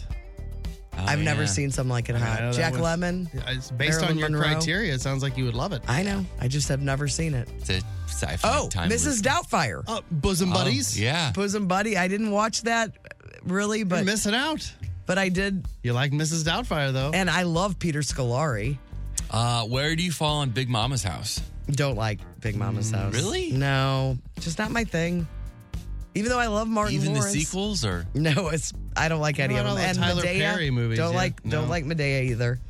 E: Oh,
C: I've never
E: yeah.
C: seen something like it hot.
D: know that
C: Jack
D: was-
C: Lemon.
D: Yeah, It's based
C: Marilyn
D: on your
C: Monroe.
D: criteria. It sounds like you would love it.
C: I know. I just have never seen it.
E: It's a sci-fi
C: Oh,
E: time
C: Mrs.
E: loop.
C: Doubtfire,
D: Uh, bosom
E: Oh,
D: buddies.
E: yeah.
C: Bosom Buddy. I didn't watch that really,
D: You're
C: but
D: missing out.
C: but I did,
D: You like Mrs. Doubtfire though.
C: and I love Peter Scolari.
E: Uh, where do you fall on Big Mama's house?
C: Don't like Big Mama's House.
E: really?
C: No, just not my thing. Even though I love Martin
E: Even
C: Lawrence.
E: the sequels or
C: No, it's I don't like any
D: What
C: of them.
D: about all the Tyler
C: Madea,
D: Perry movies?
C: Don't
D: Yeah,
C: like don't
D: no.
C: like Medea either.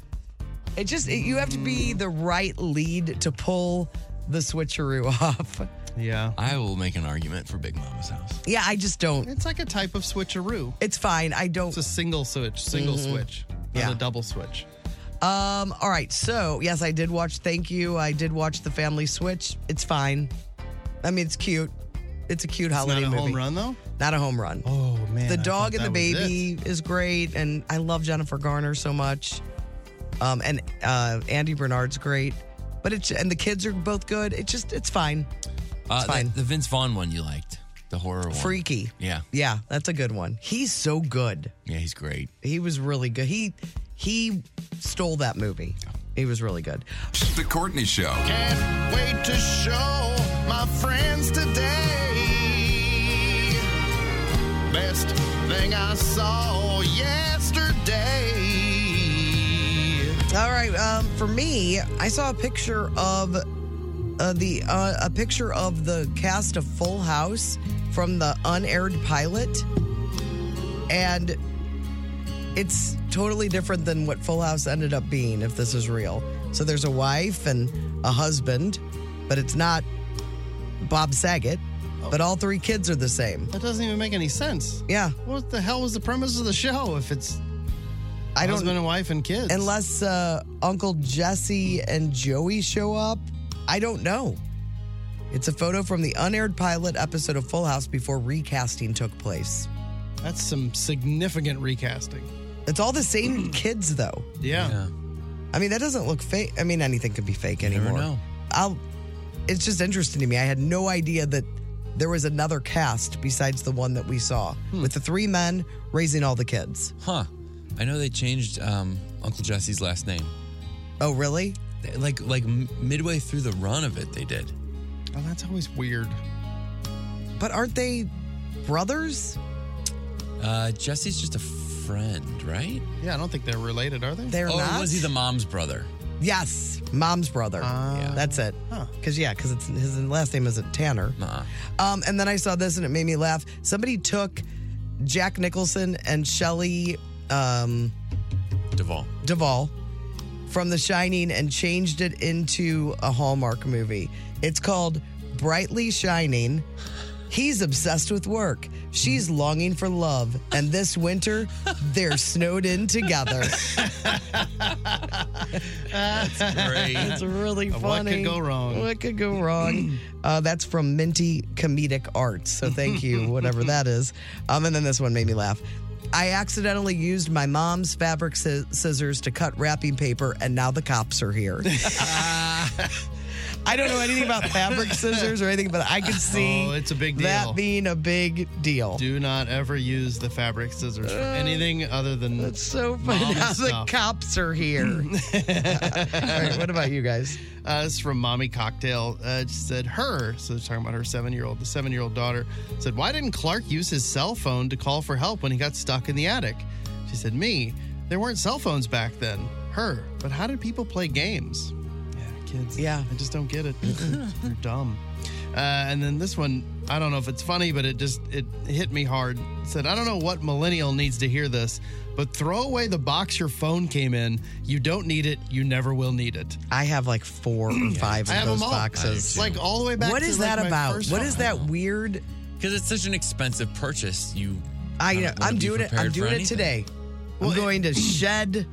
C: It just it, you have to be the right lead to pull the switcheroo <laughs> off.
D: yeah.
E: I will make an argument for Big Mama's house.
C: Yeah, I just don't.
D: It's like a type of switcheroo.
C: It's fine. I don't.
D: It's a single switch, single switch, not
C: Mm-hmm. Yeah.
D: a double switch.
C: Um. All right. So yes, I did watch. Thank you. I did watch the Family Switch. It's fine. I mean, it's cute. It's a cute
D: It's
C: holiday
D: not a
C: movie.
D: home run though.
C: Not a home run.
D: Oh man.
C: the dog and the baby is great, and I love Jennifer Garner so much. Um, and uh, Andy Bernard's great, but it's and the kids are both good. It just it's fine.
E: Uh, the-
C: fine.
E: The, Vince Vaughn one you liked, the horror one.
C: Freaky,
E: Yeah,
C: yeah, that's a good one. He's so good.
E: yeah, he's great.
C: He was really good. He he stole that movie. He was really good.
F: The Courtney Show.
B: Can't wait to show my friends today. Best thing I saw yesterday.
C: All right, um, for me, I saw a picture of uh, the uh, a picture of the cast of Full House from the unaired pilot, and it's totally different than what Full House ended up being if this is real. So there's a wife and a husband, but it's not Bob Saget. But all three kids are the same.
D: That doesn't even make any sense.
C: Yeah,
D: What the hell was the premise of the show if it's
C: I don't.
D: husband and wife and kids?
C: unless uh, Uncle Jesse and Joey show up. I don't know. It's a photo from the unaired pilot episode of Full House before recasting took place.
D: that's some significant recasting.
C: It's all the same
E: Hmm.
C: kids, though.
D: Yeah.
E: Yeah,
C: I mean, that doesn't look fake. I mean, anything could be fake
E: You
C: anymore.
E: never know.
C: I'll. It's just interesting to me. I had no idea that there was another cast besides the one that we saw
E: Hmm.
C: with the three men raising all the kids.
E: Huh? I know they changed um, Uncle Jesse's last name.
C: Oh, really?
E: They- Like like m- midway through the run of it, they did.
D: Oh, that's always weird.
C: But aren't they brothers?
E: Uh, Jesse's just a friend, right?
D: Yeah, I don't think they're related, are they?
C: They're
E: or
C: not.
E: Oh, was he the mom's brother?
C: Yes, mom's brother.
D: Ah.
C: That's it.
D: Huh.
C: Because yeah, because it's his last name isn't Tanner.
E: Nuh-uh.
C: Um, and then I saw this and it made me laugh. Somebody took Jack Nicholson and Shelley um,
E: Duvall.
C: Duvall from The Shining and changed it into a Hallmark movie. It's called Brightly Shining. He's obsessed with work. She's longing for love. And this winter, they're snowed in together.
D: <laughs>
E: Great. <laughs>
C: It's really funny.
D: What could go wrong?
C: What could
D: <clears throat>
C: go wrong? uh, that's from Minty Comedic Arts. So
D: <laughs>
C: thank you, whatever that is. Um, and then this one made me laugh. I accidentally used my mom's fabric sci- scissors to cut wrapping paper, and now the cops
D: <laughs>
C: are here. <laughs> I don't know anything about
D: <laughs>
C: fabric scissors or anything, but I could see
D: Oh, it's a big deal.
C: that being a big deal.
D: Do not ever use the fabric scissors for anything other than
C: Uh, That's so funny.
D: Mom
C: Now the
D: stuff.
C: cops are
D: <laughs>
C: here. <laughs> All right, what about you guys?
D: Uh, this is from Mommy Cocktail. Uh, it said her, so it's talking about her seven year old, the seven year old daughter, said, Why didn't Clark use his cell phone to call for help when he got stuck in the attic? She said, Me. There weren't cell phones back then. Her. But how did people play games? Yeah, kids.
C: Yeah.
D: I just don't get it. They're dumb. Uh, and then this one, I don't know if it's funny, but it just it hit me hard. It said, I don't know what millennial needs to hear this, but throw away the box your phone came in. You don't need it. You never will need it.
C: I have
D: <clears throat>
C: like four or five
D: I
C: of
D: have
C: those
D: them all.
C: boxes.
D: Like all the way back.
C: What
D: to,
C: is
D: like,
C: that
D: my
C: about?
D: first
C: What
D: one.
C: is that weird?
E: Because it's such an expensive purchase. You,
C: I
E: Kinda wanna
C: I'm
E: be
C: doing it.
E: prepared
C: I'm
E: for
C: doing it
E: anything.
C: today.
D: Well,
C: I'm
D: it- <clears throat>
C: going to shed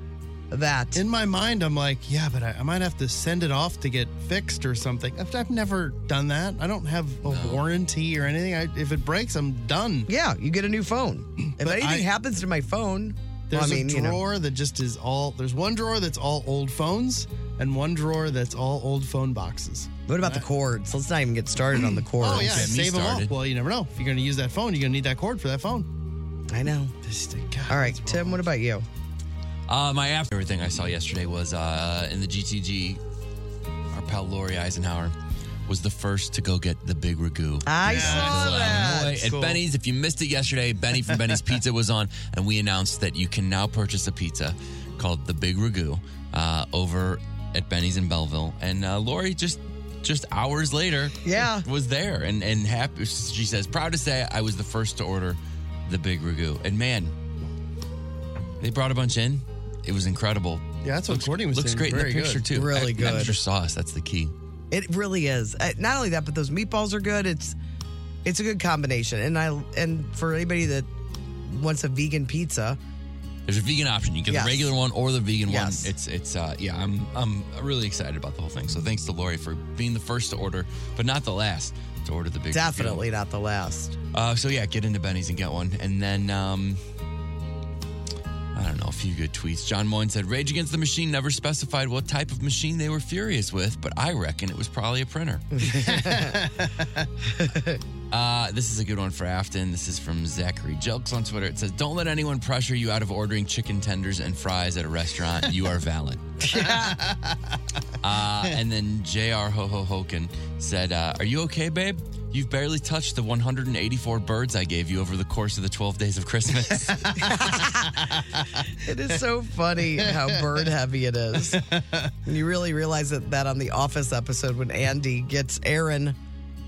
C: that.
D: In my mind, I'm like, yeah, but I, I might have to send it off to get fixed or something. I've, I've never done that. I don't have a warranty or anything. I, if it breaks, I'm done.
C: yeah, you get a new phone. If
D: But
C: anything
D: I-
C: happens to my phone, well,
D: There's
C: I mean,
D: a
C: you know,
D: drawer that just is all. There's one drawer that's all old phones, and one drawer that's all old phone boxes.
C: what about the cords? Let's not even get started on the cords.
D: <clears throat> oh yeah,
E: get me
D: save them all.
E: started.
D: Well, you never know. If you're going to use that phone, you're going to need that cord for that phone.
C: I know.
D: Just, God,
C: All right,
D: that's wrong.
C: Tim. What about you?
E: uh, my after everything I saw yesterday was uh, in the GTG. Our pal Lori Eisenhower was the first to go get the big ragu.
C: I saw
E: Illinois.
C: that.
E: At Benny's, if you missed it yesterday, Benny from Benny's Pizza was on, and we announced that you can now purchase a pizza called the Big Ragu uh, over at Benny's in Belleville. And uh, Lori just just hours later,
C: Yeah.
E: was there and and happy. She says, proud to say I was the first to order the Big Ragu. And man, they brought a bunch in. It was incredible.
D: Yeah, that's what Courtney was
E: Looks
D: saying.
E: great in
D: Very
E: the picture
D: good.
E: too.
C: Really
E: E-
C: good.
E: Extra sauce. That's the key.
C: It really is. Uh, Not only that, but those meatballs are good. It's it's a good combination. And I and for anybody that wants a vegan pizza,
E: There's a vegan option. You get
C: Yes.
E: the regular one or the vegan
C: Yes.
E: one. It's it's uh yeah, I'm I'm really excited about the whole thing. So thanks to Lori for being the first to order, but not the last to order the big reveal.
C: definitely not the last.
E: Uh so yeah, get into Benny's and get one. And then um I don't know, a few good tweets. John Moyne said Rage Against the Machine never specified what type of machine they were furious with, but I reckon it was probably a printer. <laughs> Uh, this is a good one for Afton. This is from Zachary Jelks on Twitter. It says, Don't let anyone pressure you out of ordering chicken tenders and fries at a restaurant. You are valid. <laughs> uh, and then J.R. Ho Ho Hoken said, uh, Are you okay, babe? You've barely touched the 184 birds I gave you over the course of the 12 days of <laughs> Christmas.
C: It
D: <laughs>
C: is so funny how bird heavy it is. And you really realize that, that on the Office episode when Andy gets Aaron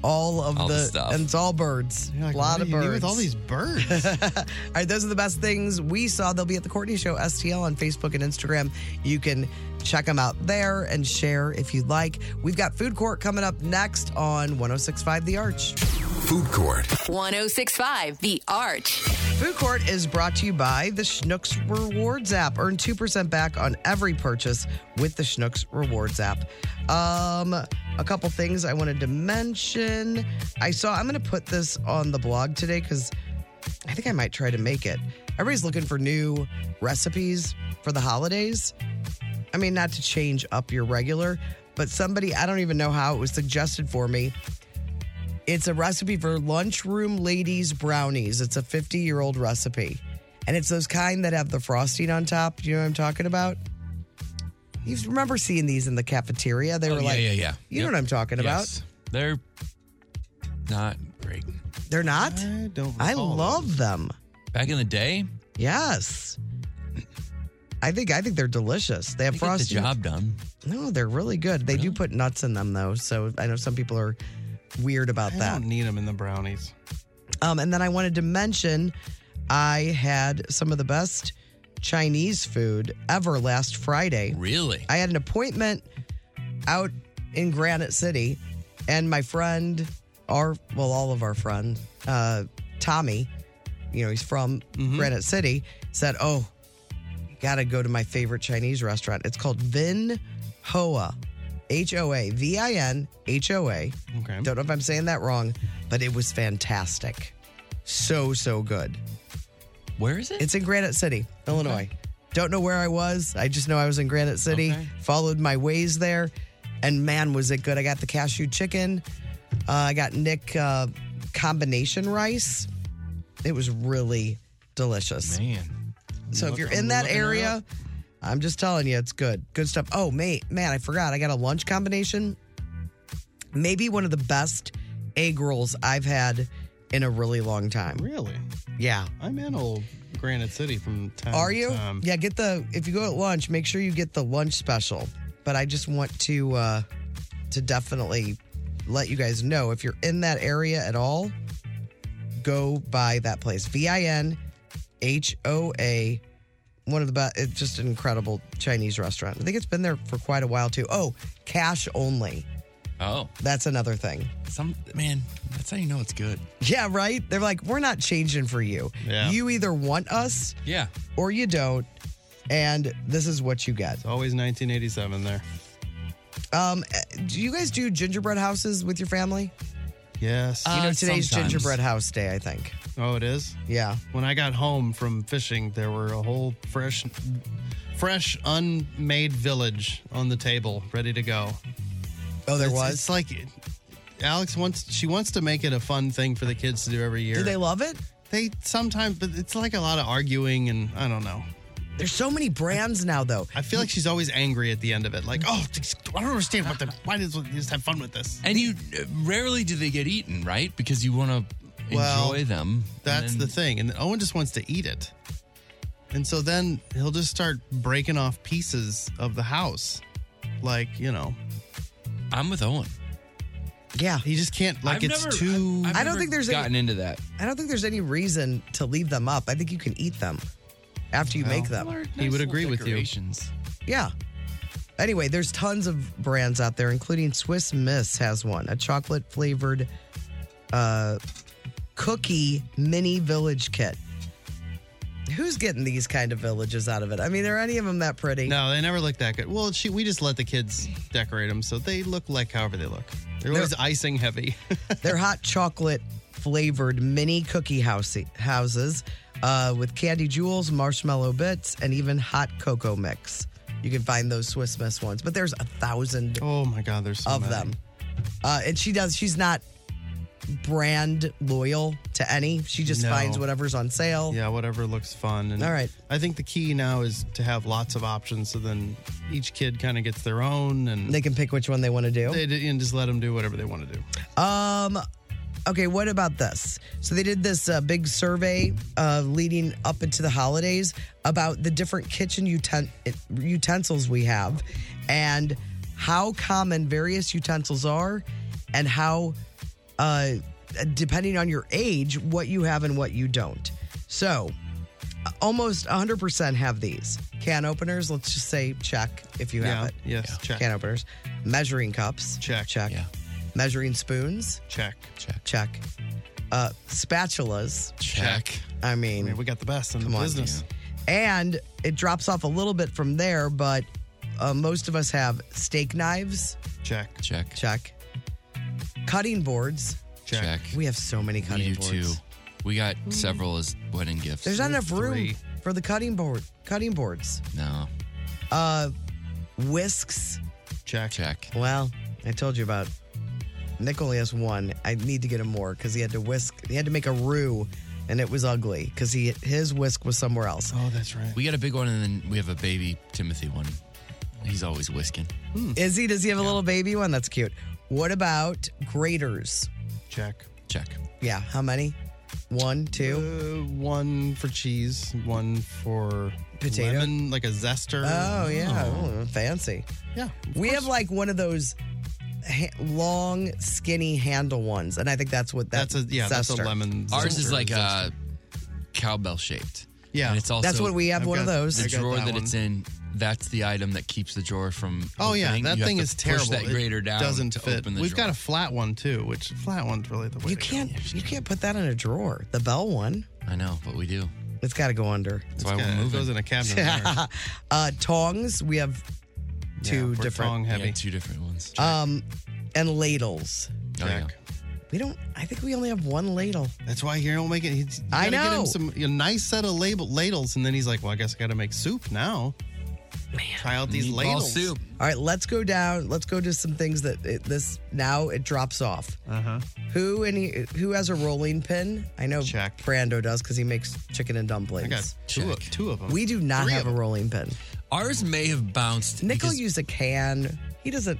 C: all of
E: All
C: the,
E: the stuff.
C: and it's all birds,
D: You're like,
C: a lot
D: what
C: of
D: do you do
C: birds.
D: With all these birds.
C: <laughs> all right, those are the best things we saw. They'll be at the Courtney Show STL on Facebook and Instagram. You can check them out there and share if you'd like. We've got food court coming up next on 106.5 The Arch.
F: Food Court.
G: 1065 The Arch.
C: Food Court is brought to you by the Schnucks Rewards app. Earn 2% back on every purchase with the Schnucks Rewards app. Um, a couple things I wanted to mention. I saw, I'm going to put this on the blog today because I think I might try to make it. Everybody's looking for new recipes for the holidays. I mean, not to change up your regular, but somebody, I don't even know how it was suggested for me. It's a recipe for lunchroom ladies brownies. It's a 50 year old recipe. And it's those kind that have the frosting on top. Do you know what I'm talking about? You remember seeing these in the cafeteria? They were like,
E: Oh, yeah, yeah, yeah.
C: You know what I'm talking
E: about? They're not great.
C: about? They're not?
D: I don't.
C: I
D: recall
C: love them.
E: Back in the day,
C: Yes. I think I think they're delicious. They have
E: they get the
C: frosting.
E: job done.
C: No, they're really good. They do put nuts in them though, so I know some people are weird about
D: I
C: that.
D: don't need them in the brownies.
C: Um, and then I wanted to mention I had some of the best Chinese food ever last Friday.
E: Really?
C: I had an appointment out in Granite City, and my friend our well, all of our friends, uh, Tommy, you know, he's from Granite City, said, "Oh, you gotta go to my favorite Chinese restaurant. It's called Vin Hoa, H O A V I N H O A.
D: Okay.
C: Don't know if I'm saying that wrong, but it was fantastic, so so good.
E: Where is it?
C: It's in Granite City, Illinois. Don't know where I was. I just know I was in Granite City. Followed my ways there, and man, was it good! I got the cashew chicken. Uh, I got Nick uh, combination rice. It was really delicious.
E: Man.
C: so if you're
D: I'm
C: in that
D: looking her
C: area,
D: up.
C: I'm just telling you, it's good, good stuff. Oh, mate, man, I forgot. I got a lunch combination. Maybe one of the best egg rolls I've had in a really long time.
D: Really?
C: Yeah.
D: I'm in old Granite City from time
C: Are
D: to
C: you?
D: time.
C: yeah, get the if you go at lunch, make sure you get the lunch special. But I just want to uh to definitely let you guys know if you're in that area at all, go by that place. V I N H O A one of the best it's just an incredible Chinese restaurant. I think it's been there for quite a while too. Oh, cash only.
E: Oh,
C: That's another thing.
E: some man. That's how you know it's good.
C: Yeah, right? They're like, we're not changing for you.
D: Yeah.
C: You either want us
E: Yeah.
C: or you don't, and this is what you get.
D: It's always 1987 there.
C: Um, do you guys do gingerbread houses with your family?
D: Yes.
E: Uh,
C: You know, today's
E: sometimes.
C: gingerbread house day, I think.
D: oh, it is.
C: Yeah.
D: When I got home from fishing, there were a whole fresh, fresh unmade village on the table, ready to go.
C: Oh, there
D: it's,
C: was.
D: It's like Alex wants. She wants to make it a fun thing for the kids to do every year.
C: do they love it?
D: They sometimes, but it's like a lot of arguing and I don't know.
C: There's so many brands now, though.
D: I feel like she's always angry at the end of it. Like, oh, I don't understand what the why does just have fun with this?
E: And you rarely do they get eaten, right? Because you want to
D: Well,
E: enjoy them. and
D: That's
E: then-
D: the thing. And Owen just wants to eat it. And so then he'll just start breaking off pieces of the house. Like, you know,
E: I'm with Owen.
C: Yeah.
D: he just can't, like,
E: I've
D: it's
E: never-
D: too.
E: I've- I've
C: I don't
E: never
C: think there's any-
E: gotten into that.
C: I don't think there's any reason to leave them up. I think you can eat them after you make them.
D: He would agree with you.
C: Yeah. Anyway, there's tons of brands out there, including Swiss Miss has one, a chocolate flavored uh, cookie mini village kit. Who's getting these kind of villages out of it? I mean, are any of them that pretty?
D: no, they never look that good. Well, she, we just let the kids decorate them. So they look like however they look. They're always icing heavy. <laughs>
C: They're hot chocolate flavored mini cookie house- houses uh, with candy jewels, marshmallow bits, and even hot cocoa mix. You can find those Swiss Miss ones, but there's a thousand
D: oh my God, there's so
C: of
D: many.
C: them. Uh, and she does, she's not brand loyal to any. She just
D: No.
C: finds whatever's on sale.
D: Yeah, whatever looks fun. And
C: All right.
D: I think the key now is to have lots of options. So then each kid kind of gets their own and
C: They can pick which one they want to do.
D: they, and just let them do whatever they want to do.
C: Um, okay, what about this? So they did this uh, big survey uh, leading up into the holidays about the different kitchen uten- utensils we have and how common various utensils are and how, uh, depending on your age, what you have and what you don't. So almost 100% have these. Can openers, let's just say check if you have
D: Yeah.
C: it.
D: Yes. Check.
C: Can openers, measuring cups,
D: Check.
C: check,
E: Yeah.
C: measuring spoons,
D: Check.
C: check, uh, spatulas.
E: Check.
C: I
D: I mean,
C: mean,
D: we got the best in the
C: Come on,
D: business.
C: and it drops off a little bit from there, but uh, most of us have steak knives,
D: Check.
E: Check.
C: check, cutting boards.
D: Check.
E: Check.
C: We have so many cutting
E: you
C: boards.
E: too. We got
D: Mm.
E: several as wedding gifts.
C: There's not enough room
D: Three.
C: for the cutting board. Cutting boards,
E: no.
C: uh, whisks.
D: Check.
E: Check.
C: Well, I told you about. Nick only has one. I need to get him more because he had to whisk. He had to make a roux, and it was ugly because he his whisk was somewhere else.
D: Oh, that's right.
E: We got a big one, and then we have a baby Timothy one. He's always whisking.
C: Is he? Does he have a little baby one? That's cute. What about graters?
D: Check.
E: Check.
C: Yeah, how many? One,
D: Uh,
C: two.
D: one for cheese, one for
C: Potato?
D: lemon, like a zester.
C: oh yeah, Ooh, fancy.
D: yeah.
C: We have like one of those ha- long, skinny handle ones, and I think that's what that
D: That's a yeah. That's a
C: zester.
D: lemon.
E: Ours is
D: zester,
E: like
D: zester.
E: a cowbell shaped.
D: Yeah.
E: And it's also
C: That's what we have.
D: I've
C: one of
D: got-
C: those.
E: the
D: I got
E: drawer
D: that
E: that
D: one.
E: it's in that's the item that keeps the drawer from.
D: Oh yeah,
E: opening.
D: that
E: You have
D: thing
E: to
D: is terrible.
E: Push that
D: It
E: grater down.
D: doesn't
E: to
D: fit.
E: Open the
D: We've
E: drawer.
D: got a flat one too, which flat one's really the way
C: You
D: to go.
C: can't you can't put that on a drawer. The bell one.
E: I know, but we do.
C: It's got to go under. <laughs>
E: That's why
D: Yeah, it
E: we're
D: goes
E: moving.
D: in a cabinet. in there.
C: uh, tongs. We have two
D: We're
C: different
D: Tong heavy.
E: Yeah, two different ones.
D: Uh,
C: um and ladles.
E: Oh, yeah.
D: Jack.
C: We don't. I think we only have one ladle.
D: That's why you don't make it. He's, you gotta
C: I
D: Get
C: know.
D: him some a nice set of label ladles, and then he's like, "Well, I guess I got to make soup now." Man, try out these
E: Meatball
D: ladles.
E: soup.
C: All right, let's go down. Let's go to some things that it, this now it drops off.
D: Uh huh.
C: Who and he, who has a rolling pin? I know
D: Check.
C: Brando does because he makes chicken and
D: I got
C: dumplings.
D: two of,
E: Check.
D: two of them.
C: We do not
D: Three
C: have
D: of
C: a
D: 'em.
C: rolling pin.
E: Ours may have bounced.
C: Nickel
E: because-
C: used a can. He doesn't.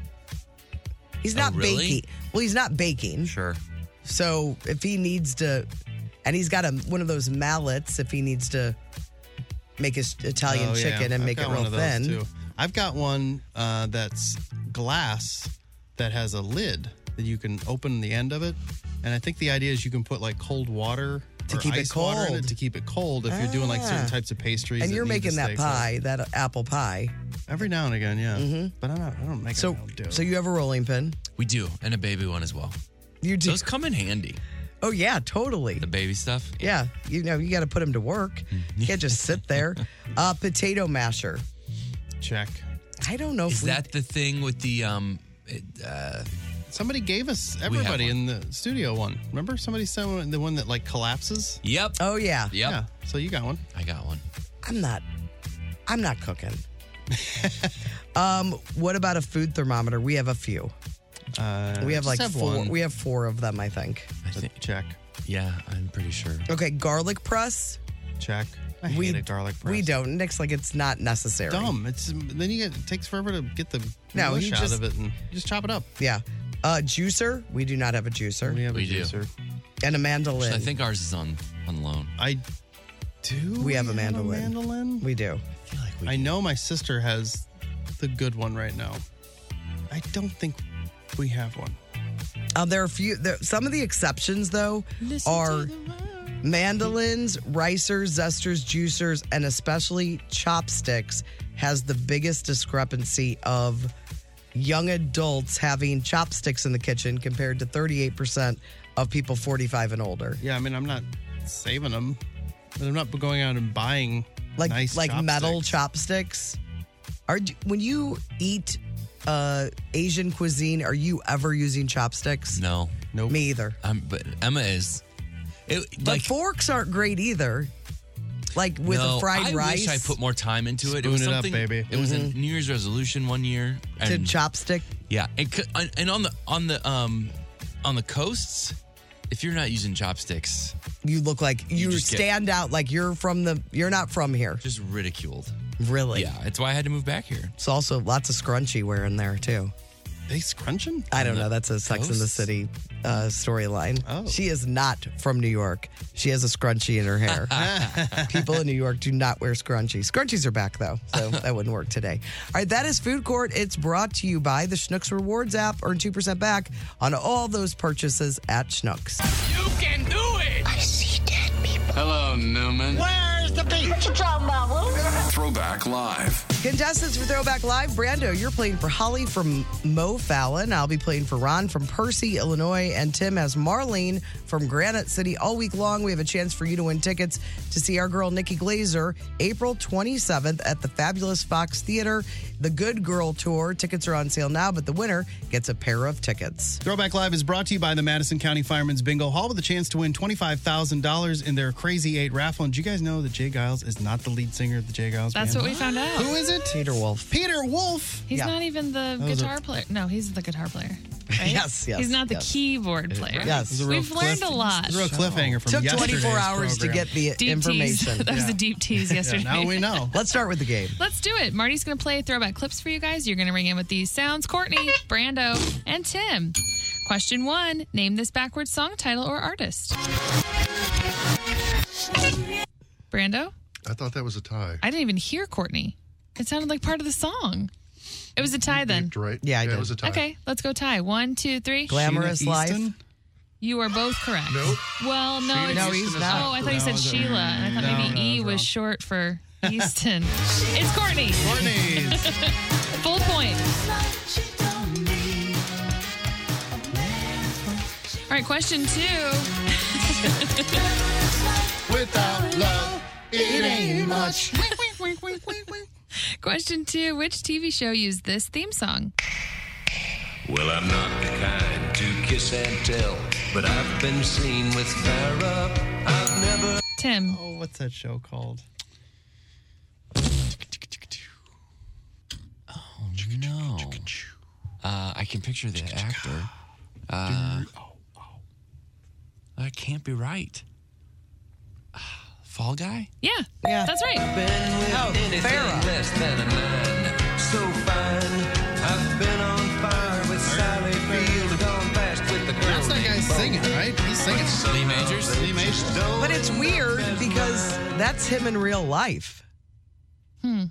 C: He's
E: Oh,
C: not
E: really?
C: baking. Well, he's not baking.
E: Sure.
C: So if he needs to, and he's got a, one of those mallets. If he needs to make his Italian
D: Oh, yeah.
C: chicken and
D: I've
C: make it
D: got
C: real
D: one of those,
C: thin.
D: too. I've got one uh, that's glass that has a lid that you can open the end of it, and I think the idea is you can put like cold water
C: To
D: or
C: keep it
D: ice water in
C: cold.
D: it to keep it cold if you're doing like
C: Ah.
D: certain types of pastries.
C: And
D: that
C: you're
D: need to
C: making that
D: stay cold.
C: pie, that apple pie.
D: every now and again, yeah. But I don't, I don't make
C: So,
D: it. I don't do it.
C: so you have a rolling pin.
E: We do, and a baby one as well.
C: You do.
E: Those come in handy.
C: oh yeah, totally.
E: The baby stuff.
C: Yeah, you know you got to put him to
E: <laughs>
C: work. You can't just sit there. Uh, potato masher.
D: check.
C: I don't know.
E: Is
C: if we,
E: that the thing with the um? It, uh,
D: Somebody gave us everybody
E: one.
D: in the studio one. Remember, somebody sent one, the one that like collapses.
E: yep.
C: Oh yeah.
E: Yep.
D: Yeah. So you got one.
E: I got one.
C: I'm not. I'm not
E: <laughs>
C: cooking. um, what about a food thermometer? We have a few.
D: Uh,
C: We have
D: just
C: like four.
D: one.
C: We have four of them, I think.
E: I think.
D: check.
E: Yeah, I'm pretty sure.
C: Okay, garlic press.
D: Check. I
C: we
D: hate a garlic press.
C: We don't. Nick's like it's not necessary.
D: dumb. It's then you get it takes forever to get the
C: No,
D: mush
C: you
D: out
C: just-
D: of it and just chop it up.
C: Yeah. Uh, juicer. We do not have a juicer.
D: have
E: We do.
C: And a mandolin.
E: I think ours is on on loan.
D: I do.
C: We have a mandolin.
D: mandolin.
C: we do.
E: I feel like we.
D: I know my sister has the good one right now. I don't think we have one.
C: Um, there are a few. There, some of the exceptions, though, are mandolins, ricers, zesters, juicers, and especially chopsticks has the biggest discrepancy of young adults having chopsticks in the kitchen compared to 38% of people 45 and older.
D: Yeah, I mean I'm not saving them, and I'm not going out and buying
C: Like
D: nice
C: like metal
D: chopsticks.
C: chopsticks. Are when you eat uh, Asian cuisine, are you ever using chopsticks?
E: No,
D: Nope.
C: Me either.
E: I'm, but Emma is. It,
C: But
E: like
C: forks aren't great either. Like with
E: no,
C: a fried
E: I
C: rice
E: wish I put more time into it. it was
D: Spoon it up,
E: something-
D: baby.
E: It was a New Year's resolution one year.
C: to
E: and-
C: chopstick.
E: Yeah, and c- on- and on the on the um on the coasts, if you're not using chopsticks,
C: You look like you,
E: just get-
C: stand out like you're from the you're not from here.
E: just ridiculed.
C: Really.
E: Yeah, that's why I had to move back here.
C: It's also lots of scrunchy wear in there too.
D: They scrunching?
C: I don't know. That's a Sex in the
E: coasts?
C: City uh, storyline.
D: Oh.
C: She is not from New York. She has a scrunchie in her hair. People in New York do not wear scrunchies. Scrunchies are back though, so that wouldn't work today. All right, that is Food Court. It's brought to you by the Schnucks Rewards app. Earn two percent back on all those purchases at Schnucks.
H: You can do it! I see dead people.
I: Hello, Newman.
H: Where's the beach? What you talking about,
F: Throwback Live.
C: Contestants for Throwback Live, Brando, you're playing for Holly from Mo Fallon. I'll be playing for Ron from Percy, Illinois, and Tim has Marlene from Granite City all week long. We have a chance for you to win tickets to see our girl Nikki Glazer April 27th at the Fabulous Fox Theater, the Good Girl Tour. Tickets are on sale now, but the winner gets a pair of tickets.
D: Throwback Live is brought to you by the Madison County Firemen's Bingo Hall with a chance to win $25,000 in their Crazy Eight raffle. And do you guys know that Jay Giles is not the lead singer of the Jay Giles
J: That's what
D: band?
J: we found out.
D: Who is it?
C: Peter Wolf.
D: Peter Wolf.
J: He's
C: Yeah.
J: not even the
D: Those are-
J: guitar player. No, he's the guitar player. Right?
C: <laughs> Yes, yes,
J: He's not the
C: yes.
J: keyboard player.
C: Yes. It was a
D: real
J: We've learned
D: cliff-
J: a lot.
D: It's a real cliffhanger from
C: Took 24
D: yesterday's
C: hours to
D: program.
C: get the
J: Deep
C: information.
J: Tease. <laughs> that was a deep tease
D: Yeah,
J: yesterday.
D: now we
C: <laughs>
D: know.
C: Let's start with the game.
J: Let's do it. Marty's going to play throwback clips for you guys. You're going to ring in with these sounds Courtney, Brando, and Tim. Question one Name this backwards song title or artist. Brando?
K: I thought that was a tie.
J: I didn't even hear Courtney. It sounded like part of the song. It was a tie then.
K: Right?
C: Yeah, I
K: yeah
C: did.
K: it was a tie.
J: Okay, let's go tie. One, two, three.
C: Glamorous
D: Sheena
C: life.
D: Easton?
J: You are both correct.
K: Nope.
J: Well, no,
E: Sheena
J: it's,
C: No, he's
E: Easton is
C: not.
J: Oh, I thought you said
D: No,
J: Sheila, and I thought
D: no,
J: maybe
D: no,
J: E
D: that's
J: was
D: wrong.
J: short for <laughs>
L: Houston. it's Courtney.
D: Courtney's.
L: Full point. All right, question two.
D: Without love, it ain't much.
L: Question two Which TV show used this theme song?
F: Well, I'm not the kind to kiss and tell, but I've been seen with Farrah. I've never.
L: Tim,
D: Oh, what's that show called?
E: Oh, No. Uh, I can picture the actor. Uh, that can't be right. <sighs> Ah, Fall Guy?
L: yeah,
C: Yeah.
L: that's right.
C: Oh, Farrah.
F: Less than a nine, so fine. I've been on fire with Sally Field, gone fast with the girl.
D: That's that guy
F: named Bo.
D: singing, right? He's singing.
E: Lee Majors?
D: Lee Majors.
C: But it's weird because that's him in real life. Hmm.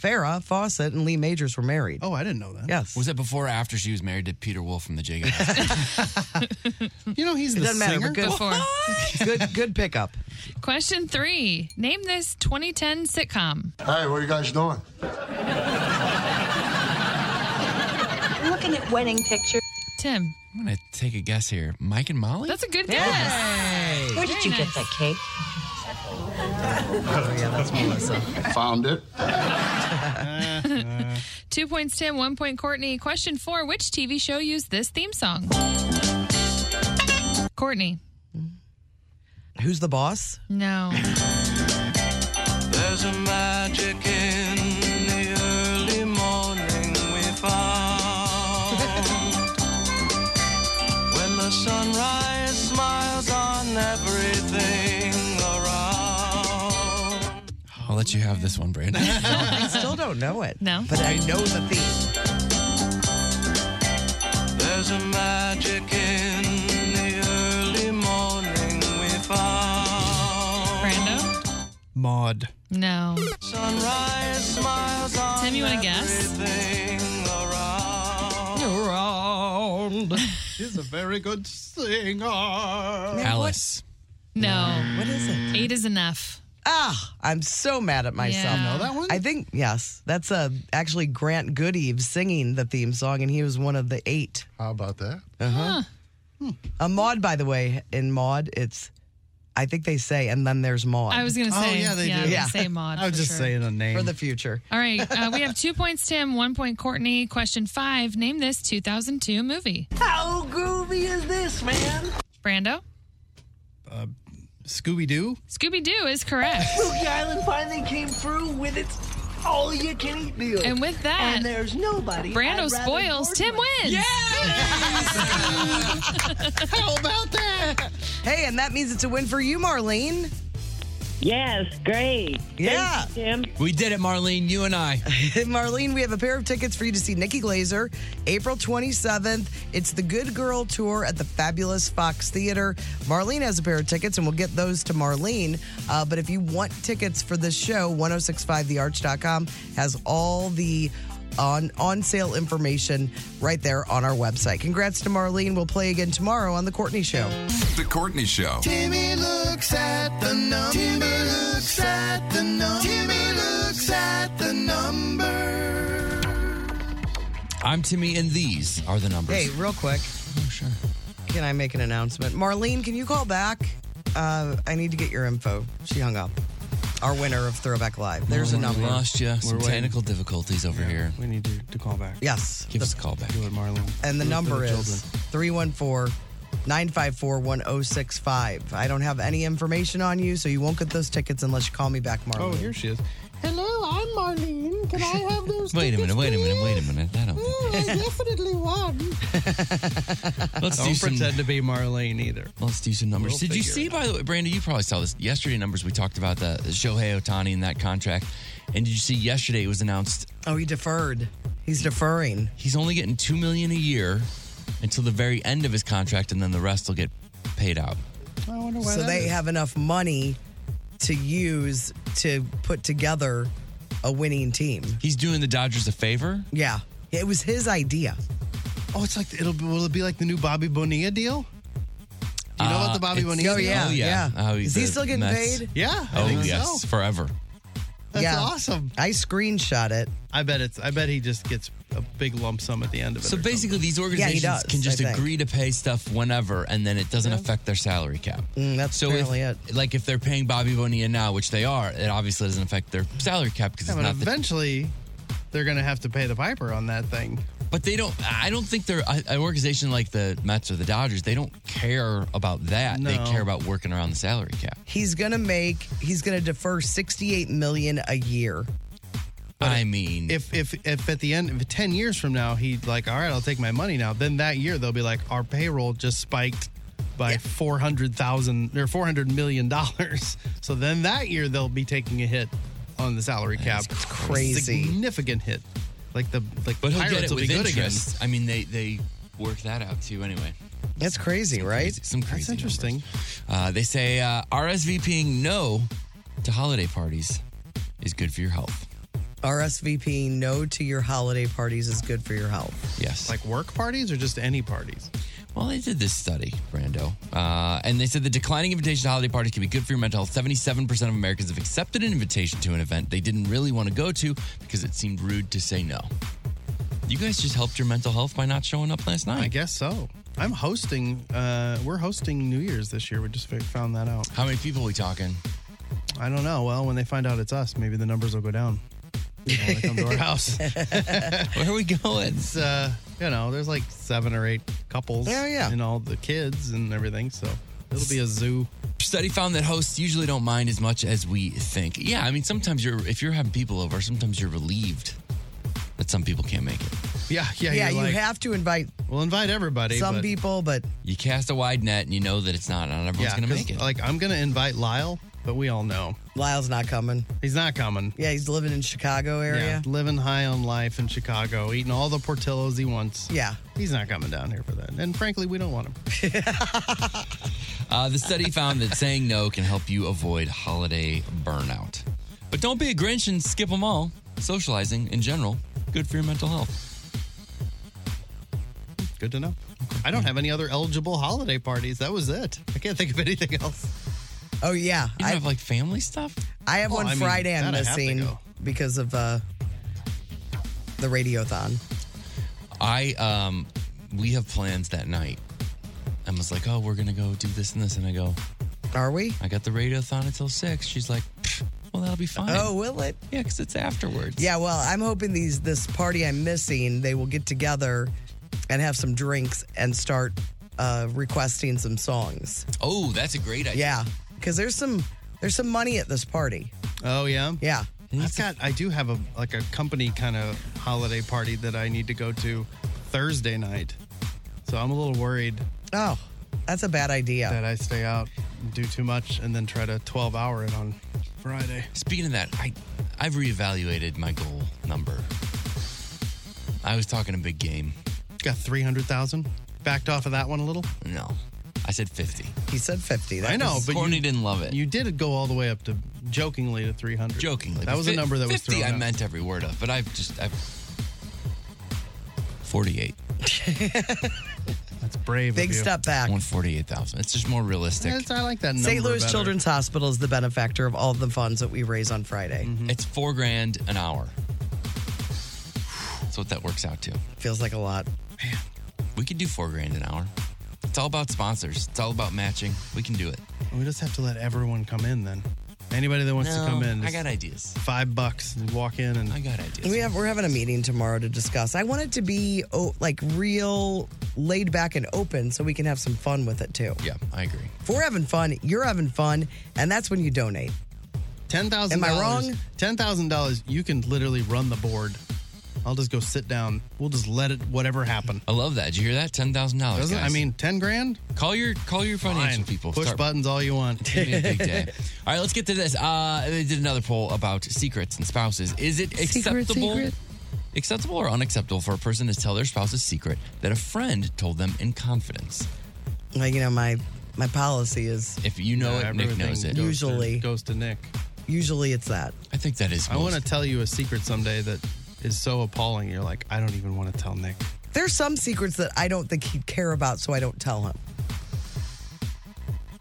C: Farrah Fawcett and Lee Majors were married.
D: Oh, I didn't know that.
C: yes.
E: Was that before or after she was married to Peter Wolf from the Jago
C: <laughs>
E: House?
D: You know he's the
C: doesn't matter,
D: singer.
C: but good.
L: Before.
C: good good
L: <laughs>
C: pickup.
H: <laughs>
L: Question three Name this 2010 sitcom.
M: Hey, what are you guys doing?
H: I'm looking at wedding pictures.
L: Tim,
E: I'm going to take a guess here. Mike and Molly?
L: that's a good guess.
H: Where did you
L: Very
H: get that cake?
M: Found it.
L: <laughs> Two points, Tim, one point, Courtney. Question four Which TV show used this theme song?
H: <laughs>
L: Courtney.
C: Who's the boss?
L: No.
F: There's a magic in the early morning we found. <laughs> when the sunrise smiles on everything around.
E: I'll let you have this one, <laughs> Brandon.
C: I still don't know it.
L: No.
C: But I know the theme.
F: There's a magic in the early morning we found.
L: Brando?
D: Maud.
L: No.
F: Sunrise smiles on
L: Tim, you want to guess?
F: everything around.
D: He's a very good singer.
E: Alice.
L: No.
C: What is it?
L: Eight is enough.
C: Ah, I'm so mad at myself.
L: Yeah. You know
D: that one?
C: I think yes. That's uh, actually Grant Goodeve singing the theme song, and he was one of the eight.
M: How about that?
C: Uh-huh. Hmm. A Maud, by the way, in Maud, it's I think they say, and then there's Maud
L: I was going to
D: Oh,
L: say.
D: yeah, they
L: I
D: do.
L: was
C: Yeah.
L: gonna say
D: <laughs>
L: Maud.
D: I was
L: for
D: just
L: sure.
D: saying a name.
C: for the future.
L: All right, uh, we have two points, Tim, one point, Courtney. Question five Name this 2002 movie.
H: How groovy is this, man?
L: Brando?
D: Scooby Doo.
L: Scooby Doo is <laughs> correct.
H: Spooky Island finally came through with its all you can eat meal.
L: and with that,
H: And there's nobody.
L: Brando
H: I'd rather
L: spoils,
H: board
L: Tim
H: with.
L: wins.
D: How about that?
C: Hey, and that means it's a win for you, Marlene.
F: Yes, great.
C: Yeah.
F: Tim.
E: We did it, Marlene, you and I.
C: Marlene, we have a pair of tickets for you to see Nikki Glazer April 27th. It's the Good Girl Tour at the Fabulous Fox Theater. Marlene has a pair of tickets, and we'll get those to Marlene. Uh, but if you want tickets for this show, 1065thearch.com has all the on on sale information right there on our website. Congrats to Marlene. We'll play again tomorrow on The Courtney Show.
N: The Courtney Show.
O: Timmy looks at the number. Timmy looks at the number. Timmy looks at the number.
E: I'm Timmy, and these are the numbers. Oh,
C: Hey, real quick. Can I make an announcement? Marlene, can you call back? Uh, I need to get your info. She hung up. Our winner of Throwback Live. There's a
D: Oh
E: Well, Oh, we
C: number.
E: lost you. Some
D: waiting.
E: technical difficulties over here.
D: We need to, to call back.
C: Yes.
E: Give us a call back.
D: Do it, Marlon.
C: And the
D: Do it for
C: number is
D: children.
C: 314 954 1065. I don't have any information on you, so you won't get those tickets unless you call me back, Marlene.
D: Oh, here she is.
M: Hello, I'm Marlene. Can I have
D: <laughs>
M: those? Oh,
E: Wait a minute, wait a minute, wait a minute. I don't think.
M: I definitely won.
E: Let's do
D: Don't
E: some.
D: pretend to be Marlene either.
E: Let's do some numbers.
D: We'll
E: Did you
D: figure it
E: see, by the way, Brandon, you probably saw this yesterday numbers. We talked about the Shohei Otani and that contract. And did you see yesterday it was announced
C: Oh, he deferred. He's deferring.
E: he's only getting two million a year until the very end of his contract and then the rest will get paid out.
D: I wonder why
C: So
D: that
C: they
D: is.
C: have enough money to use to put together a winning team.
E: He's doing the Dodgers a favor.
C: Yeah. It was his idea.
D: Oh, it's like it'll be, will it be like the new Bobby Bonilla deal? Do you know about the Bobby
E: Uh, it's-
D: Bonilla?
C: Oh, yeah.
D: deal?
E: yeah.
C: yeah.
E: Oh,
C: Is he
E: the
C: still getting
E: Mets.
C: paid?
D: yeah. I
E: Oh
D: think
E: yes,
D: so.
E: forever.
D: That's awesome.
C: I screenshot it.
D: I bet it's. I bet he just gets a big lump sum at the end of it.
E: So
D: or
E: basically,
D: something.
E: these organizations can just agree to pay stuff whenever, and then it doesn't
D: Yeah. Mm,
E: affect their salary cap.
C: that's
E: so
C: apparently
E: if, it. Like if they're paying Bobby Bonilla now, which they are, it obviously doesn't affect their salary cap because
D: Yeah,
E: it's
D: but
E: not the
D: eventually, they're going to have to pay the piper on that thing.
E: But they don't. I don't think they're a- an organization like the Mets or the Dodgers. They don't care about that. They
C: No.
E: care about working around the salary cap.
C: He's gonna make. He's gonna defer sixty-eight million a year.
E: I mean,
D: if if if at the end of ten years from now he like, all right, I'll take my money now. Then that year they'll be like, our payroll just spiked by four hundred thousand or four hundred million dollars. <laughs> So then that year they'll be taking a hit on the salary cap. It's
E: crazy.
D: significant hit. Like the like
E: But he'll
D: Pirates
E: get it
D: will
E: with
D: be good
E: interest.
D: again.
E: I mean, they they work that out too. Anyway,
C: That's crazy,
E: right? some crazy. That's
D: interesting.
E: Uh, they say uh, RSVPing no to holiday parties is good for your health.
C: RSVP no to your holiday parties is good for your health.
E: Yes.
D: Like work parties or just any parties?
E: Well, they did this study, Brando, uh, and they said the declining invitation to holiday parties can be good for your mental health. Seventy-seven percent of Americans have accepted an invitation to an event they didn't really want to go to because it seemed rude to say no. You guys just helped your mental health by not showing up last night.
D: I guess so. I'm hosting. Uh, we're hosting New Year's this year. We just fi- found that out.
E: How many people are we talking?
D: I don't know. Well, when they find out it's us, maybe the numbers will go down. You know, when they come to our house.
E: Where are we <laughs> going?
D: It's, uh, you know, there's like seven or eight couples.
E: Yeah, yeah.
D: And all the kids and everything. So it'll be a zoo.
E: Study found that hosts usually don't mind as much as we think. Yeah, I mean, sometimes you're if you're having people over, sometimes you're relieved that some people can't make it.
D: Yeah, yeah,
C: Yeah,
E: you're
C: you
E: like-
C: have to invite.
D: We'll invite everybody.
C: Some
E: but-
C: people, but
E: You cast a wide net and you know that it's not. Not everyone's
D: Yeah,
E: going to
D: 'cause,
E: make it.
D: Like I'm gonna invite Lyle, but we all know
C: Lyle's not coming.
D: He's not coming.
C: Yeah, he's living in Chicago
D: Yeah,
C: area.
D: living high on life in Chicago, eating all the Portillos he wants.
C: Yeah.
D: He's not coming down here for that. And frankly, we don't want him.
E: Uh, the study found that saying no can help you avoid holiday burnout. But don't be a Grinch and skip them all. Socializing in general, good for your mental health.
D: Good to know. I don't have any other eligible holiday parties. That was it. I can't think of anything else.
C: Oh yeah,
E: I have like family stuff.
C: I have
D: Well,
C: one
D: I mean,
C: Friday I'm
D: that I have to
C: missing
D: go.
C: because of uh, the radiothon.
E: I um, we have plans that night. Emma's like, oh, we're gonna go do this and this, and I go,
C: are we?
E: I got the radiothon until six. She's like, "Pfft, well, that'll be fine.
C: Oh, will it?
E: Yeah, because it's afterwards.
C: Yeah, well, I'm hoping these this party I'm missing, they will get together and have some drinks and start uh, requesting some songs.
E: Oh, that's a great idea.
C: Yeah, because there's some there's some money at this party.
D: Oh yeah,
C: yeah.
D: I've got. I do have a like a company kind of holiday party that I need to go to Thursday night, so I'm a little worried.
C: Oh, that's a bad idea.
D: That I stay out, and do too much, and then try to 12 hour it on Friday.
E: Speaking of that, I I've reevaluated my goal number. I was talking a big game.
D: Got 300,000. Backed off of that one a little.
E: No, I said 50.
C: He said 50.
D: I know, Oh, but
E: Courtney
D: you,
E: didn't love it.
D: You did go all the way up to jokingly to 300.
E: Jokingly,
D: that
E: but
D: was
E: fi-
D: a number that was
E: 50
D: thrown.
E: I
D: out.
E: meant every word of, but I've just I've 48.
D: That's brave.
C: Big you. step back.
E: I want 48,000. It's just more realistic.
D: That's- I like that
C: St.
D: number
C: Louis
D: better.
C: Children's Hospital is the benefactor of all the funds that we raise on Friday.
D: Mm-hmm.
E: It's four grand an hour. That's what that works out to.
C: Feels like a lot.
E: Man, we could do four grand an hour. It's all about sponsors. It's all about matching. We can do it.
D: We just have to let everyone come in then. Anybody that wants
E: No,
D: to come in.
E: I
D: just
E: got ideas.
D: Five bucks and walk in and. I
E: got ideas.
C: We have we're having a meeting tomorrow to discuss. I want it to be oh, like real laid back and open so we can have some fun with it too.
E: Yeah, I agree.
C: If we're having fun, you're having fun, and that's when you donate.
D: Ten thousand.
C: Am I wrong?
D: Ten thousand dollars. You can literally run the board. I'll just go sit down. We'll just let it whatever happen.
E: I love that. Did you hear that? Ten thousand dollars.
D: Doesn't I mean ten grand?
E: Call your call your
D: Fine.
E: financial people.
D: Push
E: Start-
D: buttons all you want.
E: <laughs> It's gonna be a
D: <laughs>
E: big day. All right, let's get to this. Uh, they did another poll about secrets and spouses. Is it
D: Secret,
E: acceptable,
D: secret.
E: acceptable or unacceptable for a person to tell their spouse a secret that a friend told them in confidence?
C: Like you know, my my policy is
E: if you know it, Nick knows it.
C: Usually,
D: goes to Nick.
C: usually it's that.
E: I think that is.
D: I want to tell you a secret someday that is so appalling. You're like, I don't even want to tell Nick.
C: There's some secrets that I don't think he'd care about, so I don't tell him.